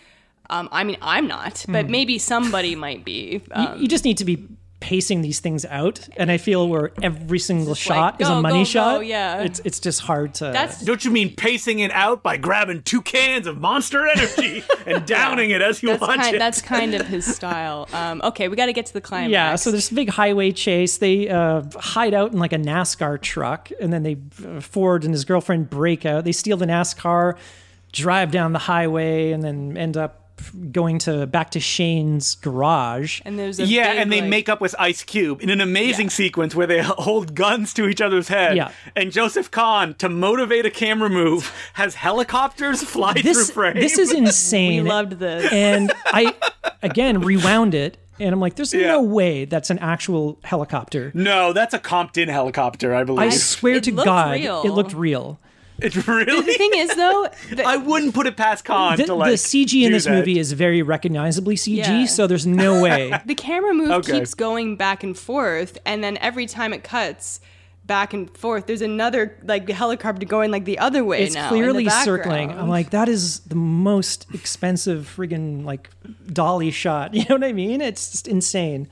[SPEAKER 1] Um, I mean, I'm not,
[SPEAKER 2] Hmm.
[SPEAKER 1] but maybe somebody might be. Um,
[SPEAKER 3] you just need to be pacing these things out, and I feel where every single shot
[SPEAKER 1] like,
[SPEAKER 3] is a
[SPEAKER 1] go, go,
[SPEAKER 3] money
[SPEAKER 1] go,
[SPEAKER 3] shot.
[SPEAKER 1] yeah.
[SPEAKER 3] it's it's just hard to.
[SPEAKER 1] that's
[SPEAKER 2] Don't you mean pacing it out by grabbing two cans of Monster Energy and downing it as you
[SPEAKER 1] that's
[SPEAKER 2] watch
[SPEAKER 1] kind,
[SPEAKER 2] it?
[SPEAKER 1] that's kind of his style. Um, okay, we got to get to the climax.
[SPEAKER 3] Yeah, so there's a big highway chase. They uh, hide out in like a NASCAR truck, and then they uh, Ford and his girlfriend break out. They steal the NASCAR, drive down the highway, and then end up going to back to Shane's garage.
[SPEAKER 1] and there's a
[SPEAKER 2] Yeah,
[SPEAKER 1] big,
[SPEAKER 2] and they
[SPEAKER 1] like-
[SPEAKER 2] make up with Ice Cube in an amazing
[SPEAKER 1] Yeah.
[SPEAKER 2] sequence where they hold guns to each other's head.
[SPEAKER 3] Yeah.
[SPEAKER 2] And Joseph Kahn, to motivate a camera move, has helicopters fly
[SPEAKER 3] This
[SPEAKER 2] through frame.
[SPEAKER 3] this is
[SPEAKER 1] We
[SPEAKER 3] insane.
[SPEAKER 1] loved this.
[SPEAKER 3] and I again rewound it, and I'm like, there's
[SPEAKER 2] Yeah.
[SPEAKER 3] no way that's an actual helicopter.
[SPEAKER 2] no, that's a Compton helicopter, I
[SPEAKER 3] I
[SPEAKER 2] believe.
[SPEAKER 3] swear
[SPEAKER 1] It
[SPEAKER 3] to
[SPEAKER 1] looked
[SPEAKER 3] God,
[SPEAKER 1] real.
[SPEAKER 3] it looked real.
[SPEAKER 2] It's
[SPEAKER 1] the
[SPEAKER 2] really.
[SPEAKER 1] thing is, though, that-
[SPEAKER 2] I wouldn't put it past Kahn
[SPEAKER 3] The,
[SPEAKER 2] to like
[SPEAKER 3] the CG in
[SPEAKER 2] do
[SPEAKER 3] this
[SPEAKER 2] that.
[SPEAKER 3] movie is very recognizably CG,
[SPEAKER 1] Yeah.
[SPEAKER 3] so there's no way.
[SPEAKER 1] the camera move
[SPEAKER 2] Okay.
[SPEAKER 1] keeps going back and forth and then every time it cuts back and forth there's another like helicopter going like the other way
[SPEAKER 3] it's
[SPEAKER 1] now in the
[SPEAKER 3] clearly circling.
[SPEAKER 1] background.
[SPEAKER 3] I'm like, that is the most expensive friggin' like dolly shot. You know what I mean? It's just insane.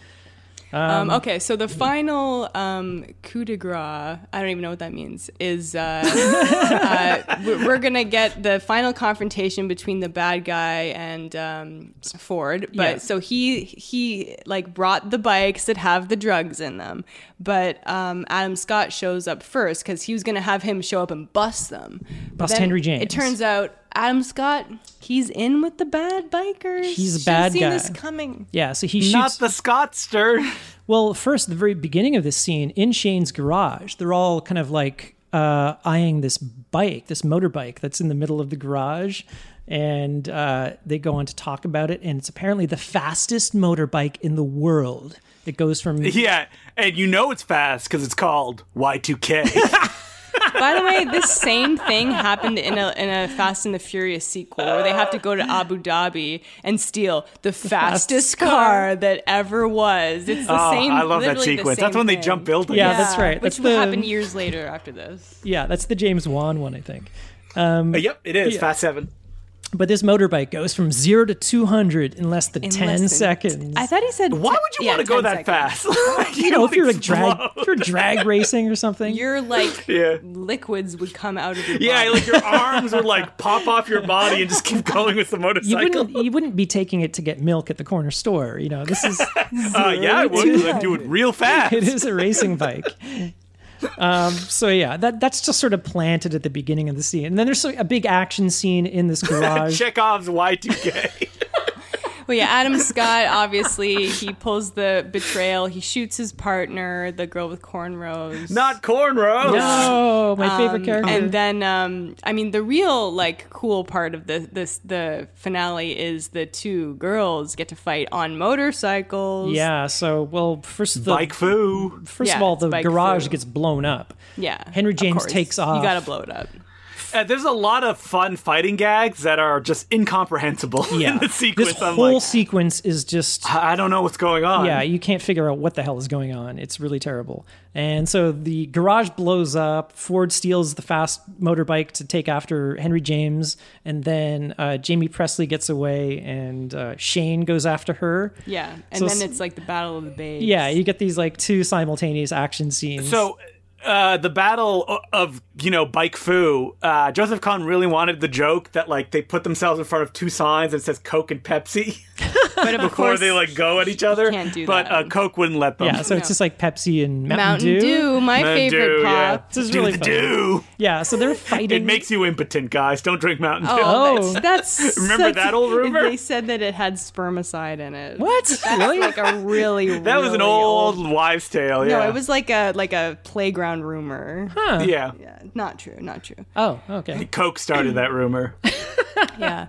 [SPEAKER 1] um, okay so the final um, coup de grace i don't even know what that means is uh, uh, we're we're gonna get the final confrontation between the bad guy and um, ford but
[SPEAKER 3] Yeah.
[SPEAKER 1] so he he like brought the bikes that have the drugs in them but um, adam scott shows up first because he was gonna have him show up and bust them But
[SPEAKER 3] Bust
[SPEAKER 1] then
[SPEAKER 3] Henry James.
[SPEAKER 1] it turns out Adam Scott, he's in with the bad bikers.
[SPEAKER 3] He's a
[SPEAKER 1] Should've
[SPEAKER 3] bad
[SPEAKER 1] seen
[SPEAKER 3] guy.
[SPEAKER 1] This coming.
[SPEAKER 3] Yeah, so he
[SPEAKER 2] Not
[SPEAKER 3] shoots.
[SPEAKER 2] the Scottster.
[SPEAKER 3] well, first, the very beginning of this scene in Shane's garage, they're all kind of like uh, eyeing this bike, this motorbike that's in the middle of the garage. And uh, they go on to talk about it. And it's apparently the fastest motorbike in the world. It goes from.
[SPEAKER 2] Yeah, and you know it's fast because it's called Y2K.
[SPEAKER 1] By the way, this same thing happened in a in a Fast and the Furious sequel where they have to go to Abu Dhabi and steal the, fastest
[SPEAKER 3] fastest
[SPEAKER 1] car.
[SPEAKER 3] car.
[SPEAKER 1] that ever was. It's the
[SPEAKER 2] oh,
[SPEAKER 1] same.
[SPEAKER 2] I love
[SPEAKER 1] literally
[SPEAKER 2] that
[SPEAKER 1] the
[SPEAKER 2] sequence.
[SPEAKER 1] same
[SPEAKER 2] That's when they
[SPEAKER 1] thing.
[SPEAKER 2] jump buildings.
[SPEAKER 3] Yeah, that's right.
[SPEAKER 1] Which
[SPEAKER 3] That's the-
[SPEAKER 1] happened years later after this.
[SPEAKER 3] Yeah, that's the James Wan one, I think.
[SPEAKER 2] Uh, yep, it is. Fast 7.
[SPEAKER 3] But this motorbike goes from zero to 200 in less than
[SPEAKER 1] In
[SPEAKER 3] 10
[SPEAKER 1] less than-
[SPEAKER 3] seconds.
[SPEAKER 1] I thought he said.
[SPEAKER 2] Why would you
[SPEAKER 1] yeah,
[SPEAKER 2] want to go
[SPEAKER 1] 10
[SPEAKER 2] that
[SPEAKER 1] seconds.
[SPEAKER 2] fast?
[SPEAKER 3] you know, if you're like drag, if you're drag racing or something.
[SPEAKER 1] Your like
[SPEAKER 2] Yeah.
[SPEAKER 1] liquids would come out of your
[SPEAKER 2] Yeah,
[SPEAKER 1] body.
[SPEAKER 2] like your arms would like pop off your body and just keep going with the
[SPEAKER 3] you
[SPEAKER 2] motorcycle.
[SPEAKER 3] wouldn't you wouldn't be taking it to get milk at the corner store. You know, this is
[SPEAKER 2] Uh, yeah, I would. 'cause I'd do it real fast.
[SPEAKER 3] it is a racing bike. Um, so yeah, that that's just sort of planted at the beginning of the scene, and then there's a big action scene in this garage.
[SPEAKER 2] Chekhov's Y2K.
[SPEAKER 1] Well, yeah, Adam Scott, obviously, he pulls the betrayal. He shoots his partner, the girl with cornrows.
[SPEAKER 2] Not cornrows.
[SPEAKER 3] no, my favorite character.
[SPEAKER 1] Um, And then, um, I mean, the real like cool part of the this the finale is the two girls get to fight on motorcycles.
[SPEAKER 3] yeah, so well, first the
[SPEAKER 2] Bike foo.
[SPEAKER 3] first of
[SPEAKER 1] Yeah,
[SPEAKER 3] all,
[SPEAKER 1] it's
[SPEAKER 3] the
[SPEAKER 1] bike
[SPEAKER 3] garage
[SPEAKER 1] food.
[SPEAKER 3] gets blown up.
[SPEAKER 1] yeah.
[SPEAKER 3] Henry
[SPEAKER 1] of
[SPEAKER 3] James
[SPEAKER 1] course.
[SPEAKER 3] takes off.
[SPEAKER 1] You gotta blow it up.
[SPEAKER 2] Uh, there's a lot of fun fighting gags that are just incomprehensible
[SPEAKER 3] Yeah,
[SPEAKER 2] in the sequence.
[SPEAKER 3] this
[SPEAKER 2] I'm
[SPEAKER 3] whole
[SPEAKER 2] like,
[SPEAKER 3] sequence is just
[SPEAKER 2] I I don't know what's going on.
[SPEAKER 3] Yeah, you can't figure out what the hell is going on. It's really terrible. And so the garage blows up. Ford steals the fast motorbike to take after Henry James, and then uh, Jamie Presley gets away, and uh, Shane goes after her.
[SPEAKER 1] Yeah, and
[SPEAKER 3] So
[SPEAKER 1] then
[SPEAKER 3] s-
[SPEAKER 1] it's like the battle of the bays.
[SPEAKER 3] Yeah, you get these like two simultaneous action scenes.
[SPEAKER 2] So uh, the battle o- of you know bike foo, uh, Joseph Kahn really wanted the joke that like they put themselves in front of two signs that says Coke and Pepsi
[SPEAKER 1] but of
[SPEAKER 2] before
[SPEAKER 1] course,
[SPEAKER 2] they like go at each other.
[SPEAKER 1] can't do
[SPEAKER 2] but
[SPEAKER 1] that.
[SPEAKER 2] Uh, Coke wouldn't let them.
[SPEAKER 3] yeah, so it's just like Pepsi and Mountain,
[SPEAKER 1] Mountain Dew, my
[SPEAKER 2] Mountain
[SPEAKER 1] favorite
[SPEAKER 2] Dew, yeah.
[SPEAKER 1] pop.
[SPEAKER 3] This is
[SPEAKER 2] do
[SPEAKER 3] really
[SPEAKER 2] the
[SPEAKER 3] funny.
[SPEAKER 2] do.
[SPEAKER 3] Yeah, so they're fighting.
[SPEAKER 2] It makes you impotent, guys. Don't drink Mountain Dew.
[SPEAKER 1] Oh,
[SPEAKER 3] Oh.
[SPEAKER 1] that's, that's
[SPEAKER 2] Remember
[SPEAKER 1] such-
[SPEAKER 2] that old rumor?
[SPEAKER 1] They said that it had spermicide in it.
[SPEAKER 3] what really?
[SPEAKER 1] Like a really
[SPEAKER 2] That was an
[SPEAKER 1] really
[SPEAKER 2] old, wives' tale. Yeah,
[SPEAKER 1] No, it was like a like a playground rumor.
[SPEAKER 3] Huh.
[SPEAKER 2] Yeah,
[SPEAKER 1] Yeah, not true, not true.
[SPEAKER 3] Oh, okay.
[SPEAKER 2] Coke started that rumor.
[SPEAKER 1] Yeah.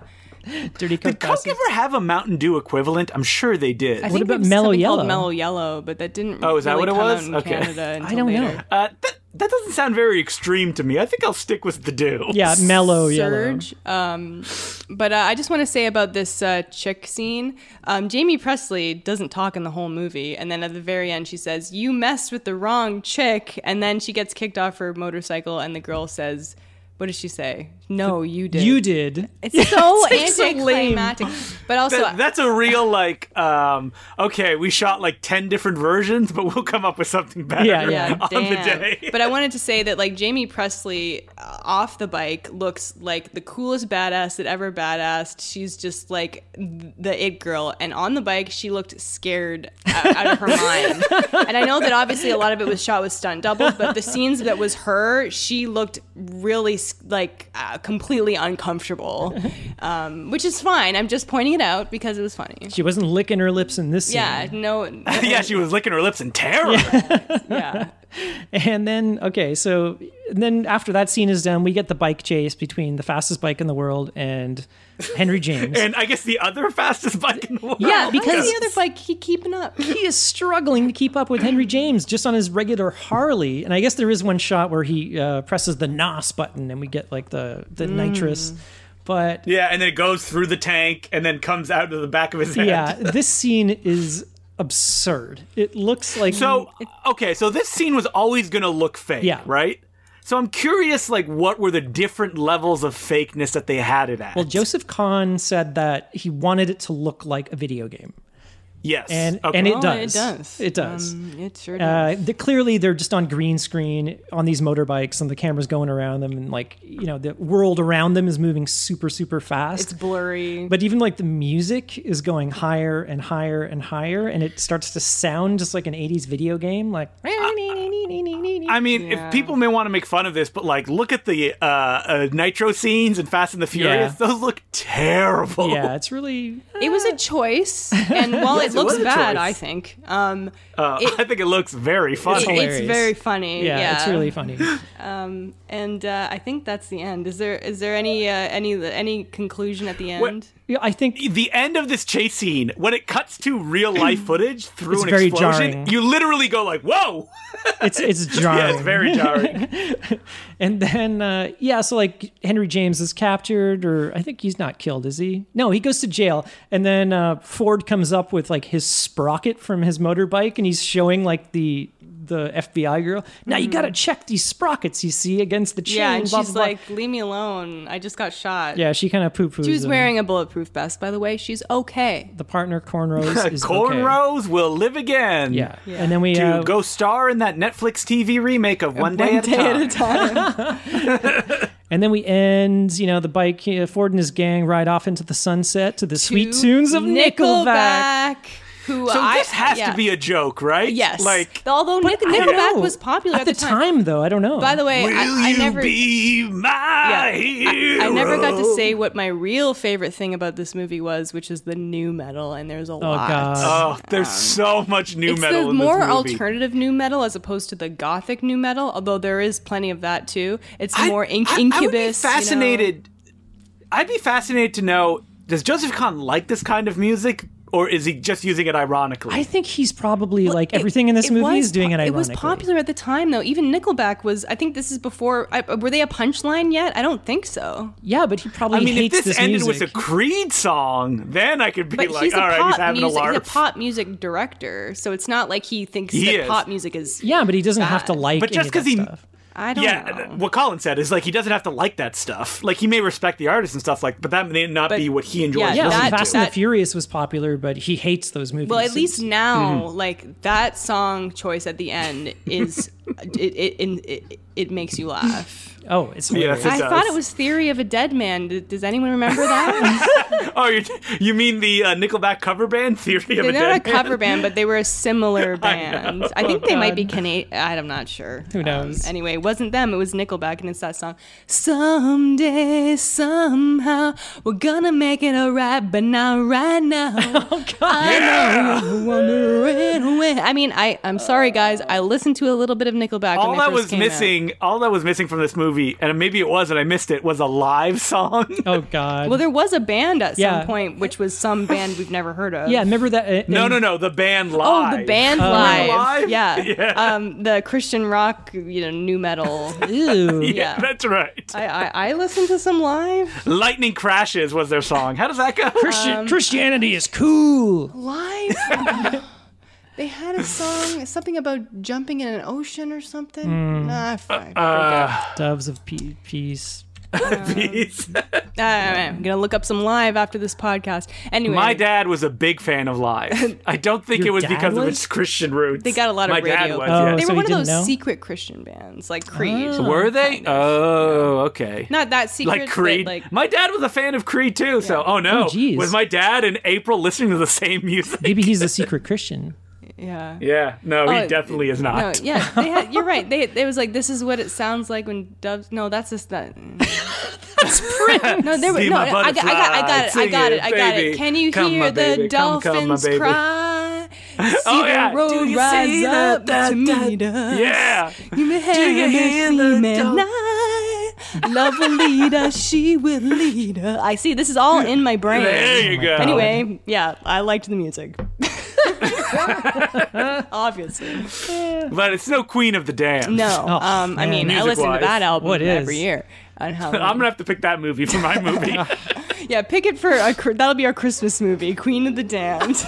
[SPEAKER 3] Dirty Coke.
[SPEAKER 2] Coke
[SPEAKER 3] gossip.
[SPEAKER 2] ever have a a Mountain Dew equivalent? I'm sure they did.
[SPEAKER 1] I
[SPEAKER 3] What
[SPEAKER 1] think
[SPEAKER 3] about
[SPEAKER 1] it was
[SPEAKER 3] Mellow
[SPEAKER 1] something called
[SPEAKER 3] Yellow?
[SPEAKER 1] Mellow Yellow, but that didn't.
[SPEAKER 2] Oh, is that
[SPEAKER 1] really
[SPEAKER 2] what it
[SPEAKER 1] come out
[SPEAKER 2] was?
[SPEAKER 1] in
[SPEAKER 2] Okay.
[SPEAKER 1] Canada
[SPEAKER 3] I
[SPEAKER 1] until
[SPEAKER 3] don't
[SPEAKER 1] later.
[SPEAKER 3] know.
[SPEAKER 2] Uh, that, that doesn't sound very extreme to me. I think I'll stick with the do.
[SPEAKER 3] Yeah, mellow yellow.
[SPEAKER 1] Surge. Um, but uh, I just want to say about this uh, chick scene. Um, Jamie Presley doesn't talk in the whole movie, and then at the very end, she says, "You messed with the wrong chick," and then she gets kicked off her motorcycle, and the girl says, "What does she say? No, you did.
[SPEAKER 3] You did.
[SPEAKER 1] It's so
[SPEAKER 3] It's so lame.
[SPEAKER 1] anticlimactic. But also,
[SPEAKER 2] That- that's a real like. Um, okay, we shot like ten different versions, but we'll come up with something better
[SPEAKER 3] Yeah,
[SPEAKER 1] yeah,
[SPEAKER 2] on
[SPEAKER 1] damn.
[SPEAKER 2] the day.
[SPEAKER 1] but I wanted to say that like Jamie Presley uh, off the bike looks like the coolest badass that ever badassed. She's just like the it girl, and on the bike she looked scared out, out of her mind. And I know that obviously a lot of it was shot with stunt doubles, but the scenes that was her, she looked really s- like uh, completely uncomfortable, um, which is fine. I'm just pointing it out because it was funny.
[SPEAKER 3] She wasn't licking her lips in this scene.
[SPEAKER 1] Yeah, no,
[SPEAKER 2] yeah, she was licking her lips in terror.
[SPEAKER 1] yeah.
[SPEAKER 3] And then okay, so and then after that scene is done, we get the bike chase between the fastest bike in the world and Henry James.
[SPEAKER 2] And I guess the other fastest bike in the world.
[SPEAKER 1] Yeah,
[SPEAKER 3] because-
[SPEAKER 1] because the other bike he keeping up.
[SPEAKER 3] he is struggling to keep up with Henry James just on his regular Harley. And I guess there is one shot where he uh, presses the NOS button and we get like the the
[SPEAKER 1] Mm.
[SPEAKER 3] nitrous. But
[SPEAKER 2] Yeah, and then it goes through the tank and then comes out of the back of his head.
[SPEAKER 3] yeah, this scene is absurd. It looks like
[SPEAKER 2] So okay, so this scene was always gonna look fake,
[SPEAKER 3] Yeah.
[SPEAKER 2] right? So I'm curious, like, what were the different levels of fakeness that they had it at?
[SPEAKER 3] Well, Joseph Kahn said that he wanted it to look like a video game,
[SPEAKER 2] yes,
[SPEAKER 3] and
[SPEAKER 2] okay.
[SPEAKER 3] and it
[SPEAKER 1] Oh,
[SPEAKER 3] does,
[SPEAKER 1] It does.
[SPEAKER 3] it does.
[SPEAKER 1] Um, it sure does.
[SPEAKER 3] Uh, the, clearly, they're just on green screen on these motorbikes, and the camera's going around them, and like you know, the world around them is moving super, super fast.
[SPEAKER 1] it's blurry.
[SPEAKER 3] but even like the music is going higher and higher and higher, and it starts to sound just like an '80s video game, like
[SPEAKER 1] maybe.
[SPEAKER 2] I mean,
[SPEAKER 1] Yeah.
[SPEAKER 2] if people may want to make fun of this, but like, look at the uh, uh, Nitro scenes and Fast and the Furious; those look terrible.
[SPEAKER 3] Yeah, it's really
[SPEAKER 1] it was a choice, and while
[SPEAKER 2] Yes,
[SPEAKER 1] it
[SPEAKER 2] it was
[SPEAKER 1] looks
[SPEAKER 2] a
[SPEAKER 1] bad,
[SPEAKER 2] choice.
[SPEAKER 1] I think um,
[SPEAKER 2] Uh,
[SPEAKER 1] It-
[SPEAKER 2] I think it looks very
[SPEAKER 1] it-
[SPEAKER 2] funny.
[SPEAKER 1] it's
[SPEAKER 3] hilarious.
[SPEAKER 1] very funny.
[SPEAKER 3] yeah,
[SPEAKER 1] Yeah,
[SPEAKER 3] it's really funny.
[SPEAKER 1] Um, and uh, I think that's the end. Is there is there any uh, any any conclusion at the end?
[SPEAKER 2] What-
[SPEAKER 3] Yeah, I think
[SPEAKER 2] the end of this chase scene, when it cuts to real life footage through
[SPEAKER 3] It's
[SPEAKER 2] an
[SPEAKER 3] very
[SPEAKER 2] explosion,
[SPEAKER 3] jarring.
[SPEAKER 2] you literally go like, "Whoa!"
[SPEAKER 3] it's it's jarring.
[SPEAKER 2] Yeah, it's very jarring.
[SPEAKER 3] And then uh, yeah, so like Henry James is captured, or I think he's not killed, is he? No, he goes to jail. And then uh, Ford comes up with like his sprocket from his motorbike, and he's showing like the the FBI girl. Now you got to check these sprockets you see against the chain.
[SPEAKER 1] Mm-hmm. yeah, and
[SPEAKER 3] blah,
[SPEAKER 1] she's
[SPEAKER 3] blah, blah."
[SPEAKER 1] like, "Leave me alone. I just got shot."
[SPEAKER 3] yeah, she kind of poo poos.
[SPEAKER 1] She was wearing a bulletproof vest, by the way. She's okay.
[SPEAKER 3] the partner cornrows. is okay.
[SPEAKER 2] Cornrows will live again.
[SPEAKER 3] Yeah.
[SPEAKER 1] Yeah.
[SPEAKER 3] and then we
[SPEAKER 2] To
[SPEAKER 3] uh,
[SPEAKER 2] go star in that Netflix TV remake of One Day,
[SPEAKER 1] One
[SPEAKER 2] at, a time.
[SPEAKER 1] time.
[SPEAKER 3] and then we end. You know, the bike uh, Ford and his gang ride off into the sunset to the sweet
[SPEAKER 1] To
[SPEAKER 3] tunes of Nickelback.
[SPEAKER 1] Who
[SPEAKER 2] So
[SPEAKER 1] I,
[SPEAKER 2] this has
[SPEAKER 1] yeah.
[SPEAKER 2] to be a joke, right?
[SPEAKER 1] yes.
[SPEAKER 2] Like,
[SPEAKER 1] although Nick,
[SPEAKER 3] I don't
[SPEAKER 1] Nickelback
[SPEAKER 3] know.
[SPEAKER 1] was popular
[SPEAKER 3] at, the, time. though. I don't know.
[SPEAKER 1] By the way,
[SPEAKER 2] will
[SPEAKER 1] I, I
[SPEAKER 2] you
[SPEAKER 1] never.
[SPEAKER 2] be
[SPEAKER 1] yeah,
[SPEAKER 2] my
[SPEAKER 1] I,
[SPEAKER 2] hero?
[SPEAKER 1] I never got to say what my real favorite thing about this movie was, which is the new metal, and there's a
[SPEAKER 3] oh
[SPEAKER 1] lot.
[SPEAKER 3] god,
[SPEAKER 2] Oh, there's so much new
[SPEAKER 1] it's
[SPEAKER 2] metal
[SPEAKER 1] the
[SPEAKER 2] in
[SPEAKER 1] more
[SPEAKER 2] this movie.
[SPEAKER 1] alternative new metal as opposed to the gothic new metal, although there is plenty of that too. It's
[SPEAKER 2] I-
[SPEAKER 1] more in-
[SPEAKER 2] I-
[SPEAKER 1] incubus.
[SPEAKER 2] I would be
[SPEAKER 1] you know.
[SPEAKER 2] fascinated. I'd be fascinated to know: Does Joseph Kahn like this kind of music, or is he just using it ironically?
[SPEAKER 3] I think he's probably like
[SPEAKER 1] It-
[SPEAKER 3] everything in this
[SPEAKER 1] it
[SPEAKER 3] movie
[SPEAKER 1] was
[SPEAKER 3] is doing
[SPEAKER 1] po-
[SPEAKER 3] it ironically.
[SPEAKER 1] was popular at the time, though. Even Nickelback was. I think this is before. I, were they a punchline yet? I don't think so.
[SPEAKER 3] Yeah, but he probably
[SPEAKER 2] I mean, if
[SPEAKER 3] hates
[SPEAKER 2] this, ended
[SPEAKER 3] music.
[SPEAKER 2] with a Creed song, then I could be
[SPEAKER 1] But
[SPEAKER 2] like,
[SPEAKER 1] he's a
[SPEAKER 2] "All right, he's
[SPEAKER 1] pop
[SPEAKER 2] having
[SPEAKER 1] music.
[SPEAKER 2] a
[SPEAKER 1] He's a
[SPEAKER 2] larp."
[SPEAKER 1] pop music director, so it's not like he thinks
[SPEAKER 2] He
[SPEAKER 1] that
[SPEAKER 2] is.
[SPEAKER 1] pop music is.
[SPEAKER 3] yeah, but he doesn't have to
[SPEAKER 1] Bad.
[SPEAKER 3] like.
[SPEAKER 2] But just
[SPEAKER 3] because
[SPEAKER 2] 'cause he-
[SPEAKER 3] stuff.
[SPEAKER 1] I don't
[SPEAKER 2] yeah,
[SPEAKER 1] know.
[SPEAKER 2] what Colin said is like he doesn't have to like that stuff. Like he may respect the artist and stuff, like, but that may not
[SPEAKER 1] But-
[SPEAKER 2] be what he enjoys.
[SPEAKER 1] yeah,
[SPEAKER 3] yeah,
[SPEAKER 2] listening
[SPEAKER 1] that-
[SPEAKER 2] to.
[SPEAKER 3] Fast and the
[SPEAKER 1] that-
[SPEAKER 3] Furious was popular, but he hates those movies.
[SPEAKER 1] Well, at least now, like that song choice at the end is it it, it it it makes you laugh.
[SPEAKER 3] oh, it's
[SPEAKER 2] Yeah.
[SPEAKER 3] hilarious.
[SPEAKER 1] I thought it
[SPEAKER 2] does.
[SPEAKER 1] was Theory of a Dead Man. D- Does anyone remember that?
[SPEAKER 2] Oh, you you mean the uh, Nickelback cover band Theory of
[SPEAKER 1] They're
[SPEAKER 2] a
[SPEAKER 1] not a
[SPEAKER 2] Dead Man?
[SPEAKER 1] cover band, but they were a similar band. I, think they might be Canadian. I'm not sure. Who
[SPEAKER 3] knows?
[SPEAKER 1] anyway, it wasn't them. It was Nickelback, and it's that song. Someday, somehow, we're gonna make it alright, but not right now. oh God! I know you're wondering when. I mean, I I'm sorry, guys. I listened to a little bit of Nickelback.
[SPEAKER 2] All
[SPEAKER 1] when they
[SPEAKER 2] that
[SPEAKER 1] first
[SPEAKER 2] was
[SPEAKER 1] came out.
[SPEAKER 2] missing, all that was missing from this movie, and maybe it was, and I missed it, was a live song.
[SPEAKER 3] Oh god.
[SPEAKER 1] Well, there was a band at
[SPEAKER 3] Yeah.
[SPEAKER 1] some point, which was some band we've never heard of.
[SPEAKER 3] yeah, remember that? uh,
[SPEAKER 2] No,
[SPEAKER 3] in-
[SPEAKER 2] no, no. The band
[SPEAKER 1] Oh,
[SPEAKER 2] live.
[SPEAKER 1] the band
[SPEAKER 3] Oh.
[SPEAKER 1] live.
[SPEAKER 2] Live?
[SPEAKER 1] Yeah.
[SPEAKER 2] Yeah.
[SPEAKER 1] Um, the Christian rock, you know, new metal.
[SPEAKER 3] Ew.
[SPEAKER 1] yeah. Uh,
[SPEAKER 2] That's right.
[SPEAKER 1] I, I, I listened to some live.
[SPEAKER 2] Lightning Crashes was their song. How does that go?
[SPEAKER 3] Christian,
[SPEAKER 1] Um,
[SPEAKER 3] Christianity is cool.
[SPEAKER 1] Live? they had a song, something about jumping in an ocean or something.
[SPEAKER 3] Mm.
[SPEAKER 1] Nah, fine.
[SPEAKER 2] Uh,
[SPEAKER 1] forget.
[SPEAKER 3] Doves of pe- peace.
[SPEAKER 1] Uh,
[SPEAKER 2] Bees.
[SPEAKER 1] All right, I'm going to look up some live after this podcast. Anyway.
[SPEAKER 2] My dad was a big fan of Live. I don't think
[SPEAKER 3] Your
[SPEAKER 2] it was
[SPEAKER 3] dad
[SPEAKER 2] because of
[SPEAKER 3] was?
[SPEAKER 2] its Christian roots.
[SPEAKER 1] They got a lot of
[SPEAKER 2] My
[SPEAKER 1] radio.
[SPEAKER 2] dad was,
[SPEAKER 3] Oh,
[SPEAKER 2] yeah.
[SPEAKER 1] They
[SPEAKER 3] so
[SPEAKER 1] were
[SPEAKER 3] you
[SPEAKER 1] one of
[SPEAKER 3] didn't
[SPEAKER 1] those
[SPEAKER 3] know?
[SPEAKER 1] secret Christian bands, like Creed.
[SPEAKER 2] Were they? Oh, okay.
[SPEAKER 1] Not that secret,
[SPEAKER 2] like Creed.
[SPEAKER 1] but like
[SPEAKER 2] my dad was a fan of Creed too. So, oh no,
[SPEAKER 3] Oh, geez.
[SPEAKER 2] was my dad and April listening to the same music?
[SPEAKER 3] Maybe he's a secret Christian.
[SPEAKER 1] yeah.
[SPEAKER 2] Yeah, no,
[SPEAKER 1] Oh,
[SPEAKER 2] he definitely is
[SPEAKER 1] No,
[SPEAKER 2] not.
[SPEAKER 1] yeah, they had, you're right. They it was like this is what it sounds like when doves. No, that's just that. that's Prince. No, there were
[SPEAKER 2] See
[SPEAKER 1] no.
[SPEAKER 2] my
[SPEAKER 1] I, got- I got, I got it. I
[SPEAKER 2] butterfly,
[SPEAKER 1] got it. I got
[SPEAKER 2] singing,
[SPEAKER 1] it. Can you
[SPEAKER 2] baby. Come, my
[SPEAKER 1] hear the
[SPEAKER 2] baby, come, come, my
[SPEAKER 1] dolphins
[SPEAKER 2] baby.
[SPEAKER 1] cry? See
[SPEAKER 2] Oh, yeah.
[SPEAKER 1] the
[SPEAKER 2] Do
[SPEAKER 1] road
[SPEAKER 2] you see
[SPEAKER 1] rise
[SPEAKER 2] the-
[SPEAKER 1] up
[SPEAKER 2] the-
[SPEAKER 1] to
[SPEAKER 2] the-
[SPEAKER 1] meet us.
[SPEAKER 2] Yeah.
[SPEAKER 1] You may have
[SPEAKER 2] you
[SPEAKER 1] a
[SPEAKER 2] hear
[SPEAKER 1] messy
[SPEAKER 2] the dol-
[SPEAKER 1] midnight. Love will lead us. She will lead us. I see. This is all in my brain.
[SPEAKER 2] There you go.
[SPEAKER 1] Anyway, yeah, I liked the music. Obviously.
[SPEAKER 2] But it's no Queen of the Damned.
[SPEAKER 1] No,
[SPEAKER 3] Oh,
[SPEAKER 1] um, I mean, I
[SPEAKER 2] Music-wise,
[SPEAKER 1] listen to that album
[SPEAKER 3] what is?
[SPEAKER 1] every year. On Halloween.
[SPEAKER 2] I'm gonna have to pick that movie for my movie.
[SPEAKER 1] yeah, pick it for a, cr- that'll be our Christmas movie, Queen of the Damned.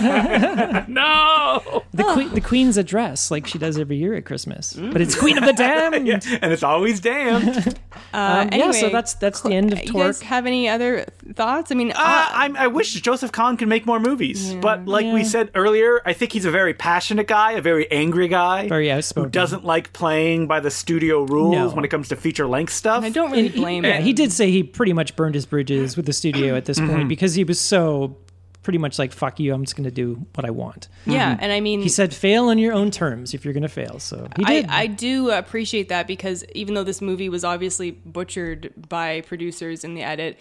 [SPEAKER 2] no,
[SPEAKER 3] The,
[SPEAKER 1] Oh.
[SPEAKER 3] queen, the queen's address, like she does every year at Christmas,
[SPEAKER 1] Mm.
[SPEAKER 3] but it's Queen of the Damned.
[SPEAKER 2] yeah, and it's always damned.
[SPEAKER 1] Uh,
[SPEAKER 3] Um, yeah, so that's that's the end of
[SPEAKER 1] You guys
[SPEAKER 3] Torque.
[SPEAKER 1] have any other thoughts? I mean,
[SPEAKER 2] Uh,
[SPEAKER 1] uh,
[SPEAKER 2] I'm, I wish Joseph Kahn could make more movies, but like we
[SPEAKER 3] Yeah.
[SPEAKER 2] said earlier, I think he's a very passionate guy, a very angry guy,
[SPEAKER 3] Very
[SPEAKER 2] who
[SPEAKER 3] outspoken.
[SPEAKER 2] doesn't like playing by the studio rules
[SPEAKER 3] No.
[SPEAKER 2] when it comes to feature length stuff.
[SPEAKER 1] I don't really blame
[SPEAKER 3] yeah,
[SPEAKER 1] him.
[SPEAKER 2] Mm-hmm.
[SPEAKER 3] he did say he pretty much burned his bridges with the studio at this point because he was so pretty much like fuck you. I'm just gonna do what I want.
[SPEAKER 1] Yeah, and I mean,
[SPEAKER 3] Mm-hmm. He said fail on your own terms if you're gonna fail. So he
[SPEAKER 1] Mm. I,
[SPEAKER 3] did.
[SPEAKER 1] I do appreciate that because even though this movie was obviously butchered by producers in the edit,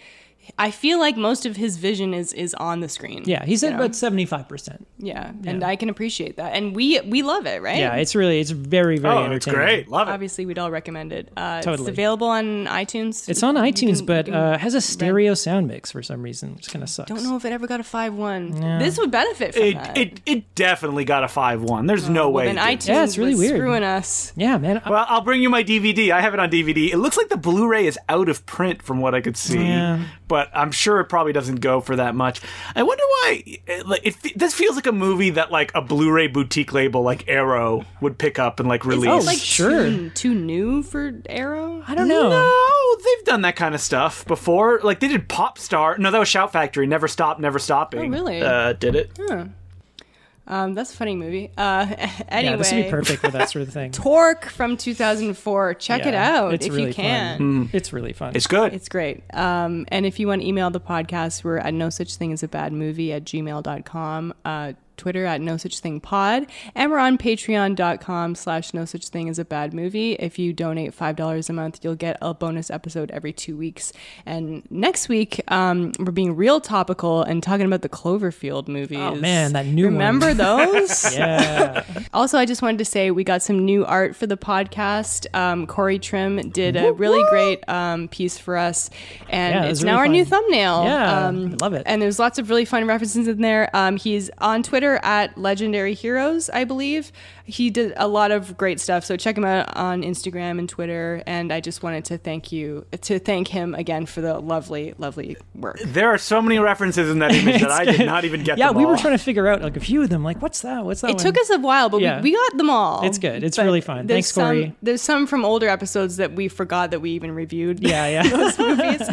[SPEAKER 1] I feel like most of his vision is is on the screen.
[SPEAKER 3] yeah, he said
[SPEAKER 1] you know?
[SPEAKER 3] about seventy five percent.
[SPEAKER 1] yeah, and I can appreciate that, and we we love it, right?
[SPEAKER 3] Yeah, it's really it's very very
[SPEAKER 2] Oh,
[SPEAKER 3] entertaining.
[SPEAKER 2] it's great. Love it.
[SPEAKER 1] obviously we'd all recommend it. Uh, It's
[SPEAKER 3] Totally.
[SPEAKER 1] available on iTunes.
[SPEAKER 3] It's on iTunes,
[SPEAKER 1] can-
[SPEAKER 3] but
[SPEAKER 1] you
[SPEAKER 3] uh, has a stereo sound mix for some reason, which kind of sucks.
[SPEAKER 1] don't know if it ever got a five one. This would benefit from
[SPEAKER 2] It,
[SPEAKER 1] that.
[SPEAKER 2] it it definitely got a five one. There's no way.
[SPEAKER 1] Oh, Well, then
[SPEAKER 2] it didn't.
[SPEAKER 1] iTunes
[SPEAKER 3] Yeah, it's really
[SPEAKER 1] was
[SPEAKER 3] weird.
[SPEAKER 1] screwing us.
[SPEAKER 3] Yeah, man. I-
[SPEAKER 2] Well, I'll bring you my DVD. I have it on DVD. It looks like the Blu-ray is out of print from what I could see,
[SPEAKER 3] Yeah.
[SPEAKER 2] but I'm sure it probably doesn't go for that much. I wonder why. It, like, it, fe- this feels like a movie that like a Blu-ray boutique label like Arrow would pick up and like release.
[SPEAKER 1] Is it like
[SPEAKER 3] Oh, sure.
[SPEAKER 1] too, too new for Arrow?
[SPEAKER 3] I don't know.
[SPEAKER 2] No, they've done that kind of stuff before. Like they did Pop Star. No, that was Shout Factory. Never Stop, Never Stopping.
[SPEAKER 1] Oh, really?
[SPEAKER 2] Uh, did it?
[SPEAKER 1] Um, that's a funny movie. Uh, anyway,
[SPEAKER 3] Yeah, this would be perfect for that sort of thing.
[SPEAKER 1] Torque from 2004. Check it
[SPEAKER 3] Yeah,
[SPEAKER 1] out
[SPEAKER 3] it's
[SPEAKER 1] if
[SPEAKER 3] really
[SPEAKER 1] you can.
[SPEAKER 3] Fun. It's really fun.
[SPEAKER 2] Hmm. It's good.
[SPEAKER 1] It's great. Um, and if you want to email the podcast, we're at no such thing as a bad movie at gmail.com, uh, Twitter at no such thing pod, and we're on patreon.com slash no such thing as a bad movie. If you donate $5 a month, you'll get a bonus episode every two weeks. And next week, um, we're being real topical and talking about the Cloverfield movies.
[SPEAKER 3] Oh, man, that new one.
[SPEAKER 1] Remember those?
[SPEAKER 3] yeah.
[SPEAKER 1] Also, I just wanted to say we got some new art for the podcast. Um, Corey Trim did a really great um, piece for us, and
[SPEAKER 3] Yeah, it was
[SPEAKER 1] it's now
[SPEAKER 3] really
[SPEAKER 1] our new
[SPEAKER 3] fun.
[SPEAKER 1] thumbnail.
[SPEAKER 3] Yeah,
[SPEAKER 1] um,
[SPEAKER 3] I love it.
[SPEAKER 1] And there's lots of really fun references in there. Um, he's on Twitter at Legendary Heroes, I believe. He did a lot of great stuff, so check him out on Instagram and Twitter. And I just wanted to thank you to thank him again for the lovely, lovely work.
[SPEAKER 2] There are so many references in that image that I did not even get.
[SPEAKER 3] yeah,
[SPEAKER 2] them
[SPEAKER 3] we were
[SPEAKER 2] all.
[SPEAKER 3] trying to figure out like a few of them. Like, what's that? What's that?
[SPEAKER 1] It took us a while, but
[SPEAKER 3] Yeah.
[SPEAKER 1] we, we got them all.
[SPEAKER 3] It's good. It's
[SPEAKER 1] But
[SPEAKER 3] really fun.
[SPEAKER 1] there's
[SPEAKER 3] Thanks, Corey.
[SPEAKER 1] some- There's some from older episodes that we forgot that we even reviewed.
[SPEAKER 3] Yeah, yeah.
[SPEAKER 1] those movies.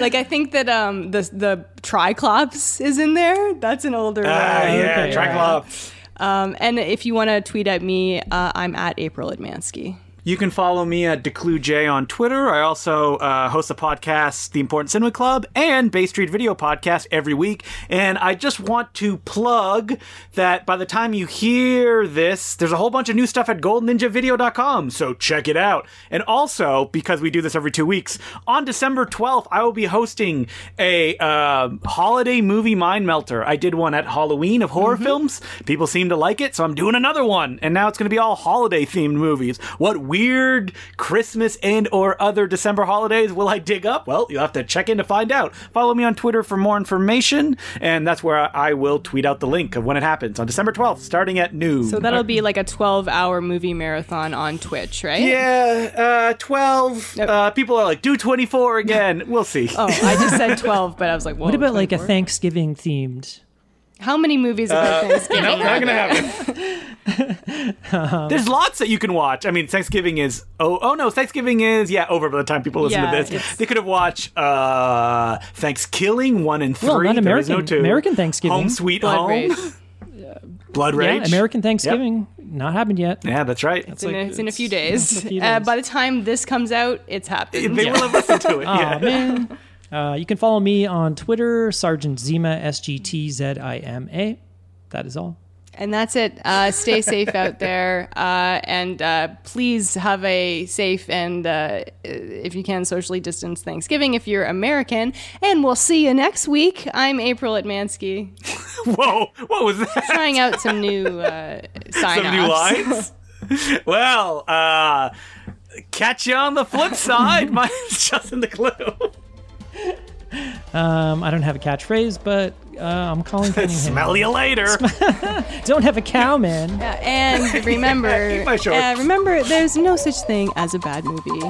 [SPEAKER 1] like I think that um the the Triclops is in there. That's an older
[SPEAKER 2] Ah,
[SPEAKER 1] one.
[SPEAKER 2] yeah,
[SPEAKER 3] Okay.
[SPEAKER 2] Triclops.
[SPEAKER 1] Um, and if you want to tweet at me, uh, I'm at April Admansky.
[SPEAKER 2] You can follow me at DeClueJ on Twitter. I also uh, host a podcast, The Important Cinema Club, and Bay Street Video Podcast every week. And I just want to plug that by the time you hear this, there's a whole bunch of new stuff at goldninjavideo.com. So check it out. And also, because we do this every two weeks, on December 12th, I will be hosting a uh, holiday movie mind melter. I did one at Halloween of horror films. People seem to like it, so I'm doing another one. And now it's going to be all holiday themed movies. What weird Christmas and or other December holidays will I dig up? Well, you'll have to check in to find out. Follow me on Twitter for more information, and that's where I I will tweet out the link of when it happens on December 12th, starting at noon.
[SPEAKER 1] So that'll be like a 12 hour movie marathon on Twitch, right?
[SPEAKER 2] yeah, uh, 12. Uh, people are like, do 24 again. We'll see.
[SPEAKER 1] Oh, I just said 12, but I was like,
[SPEAKER 3] what about like a Thanksgiving themed?
[SPEAKER 1] How many movies about Thanksgiving?
[SPEAKER 2] Nope, Uh, not gonna happen.
[SPEAKER 3] Um,
[SPEAKER 2] There's lots that you can watch. I mean, Thanksgiving is oh oh no, Thanksgiving is yeah over by the time people listen
[SPEAKER 1] Yeah,
[SPEAKER 2] to this.
[SPEAKER 1] it's-
[SPEAKER 2] They could have watched uh Thanksgiving one and three.
[SPEAKER 3] Well, not
[SPEAKER 2] There is no
[SPEAKER 3] American-
[SPEAKER 2] two.
[SPEAKER 3] American Thanksgiving.
[SPEAKER 2] Home Sweet
[SPEAKER 1] Blood
[SPEAKER 2] Home.
[SPEAKER 1] Rage.
[SPEAKER 2] Blood Rage.
[SPEAKER 3] Yeah, American Thanksgiving. Not happened yet.
[SPEAKER 2] Yeah, that's right.
[SPEAKER 1] It's, in, a, it's in a few days.
[SPEAKER 3] it's a few
[SPEAKER 1] Uh,
[SPEAKER 3] days.
[SPEAKER 1] by the time this comes out, it's
[SPEAKER 2] They
[SPEAKER 1] happened.
[SPEAKER 2] will have listened to it.
[SPEAKER 3] Aw,
[SPEAKER 2] yeah.
[SPEAKER 3] man. Uh, you can follow me on Twitter, Sergeant Zima, S G T Z I M A. That is all.
[SPEAKER 1] And that's it. Uh, stay safe out there. Uh, and uh, please have a safe and, uh, if you can, socially distanced Thanksgiving if you're American. And we'll see you next week. I'm April Atmansky,
[SPEAKER 3] Um,
[SPEAKER 2] Whoa, what was that?
[SPEAKER 1] trying out some new uh, sign
[SPEAKER 2] Some new lines. well, uh, catch you on the flip side. Mine's just in the clue.
[SPEAKER 3] Um, I don't have a catchphrase, but uh, I'm calling Cunningham.
[SPEAKER 2] Smell you later.
[SPEAKER 3] Don't have a cow, man.
[SPEAKER 1] And remember,
[SPEAKER 2] Eat my shorts.
[SPEAKER 1] uh, remember, there's no such thing as a bad movie.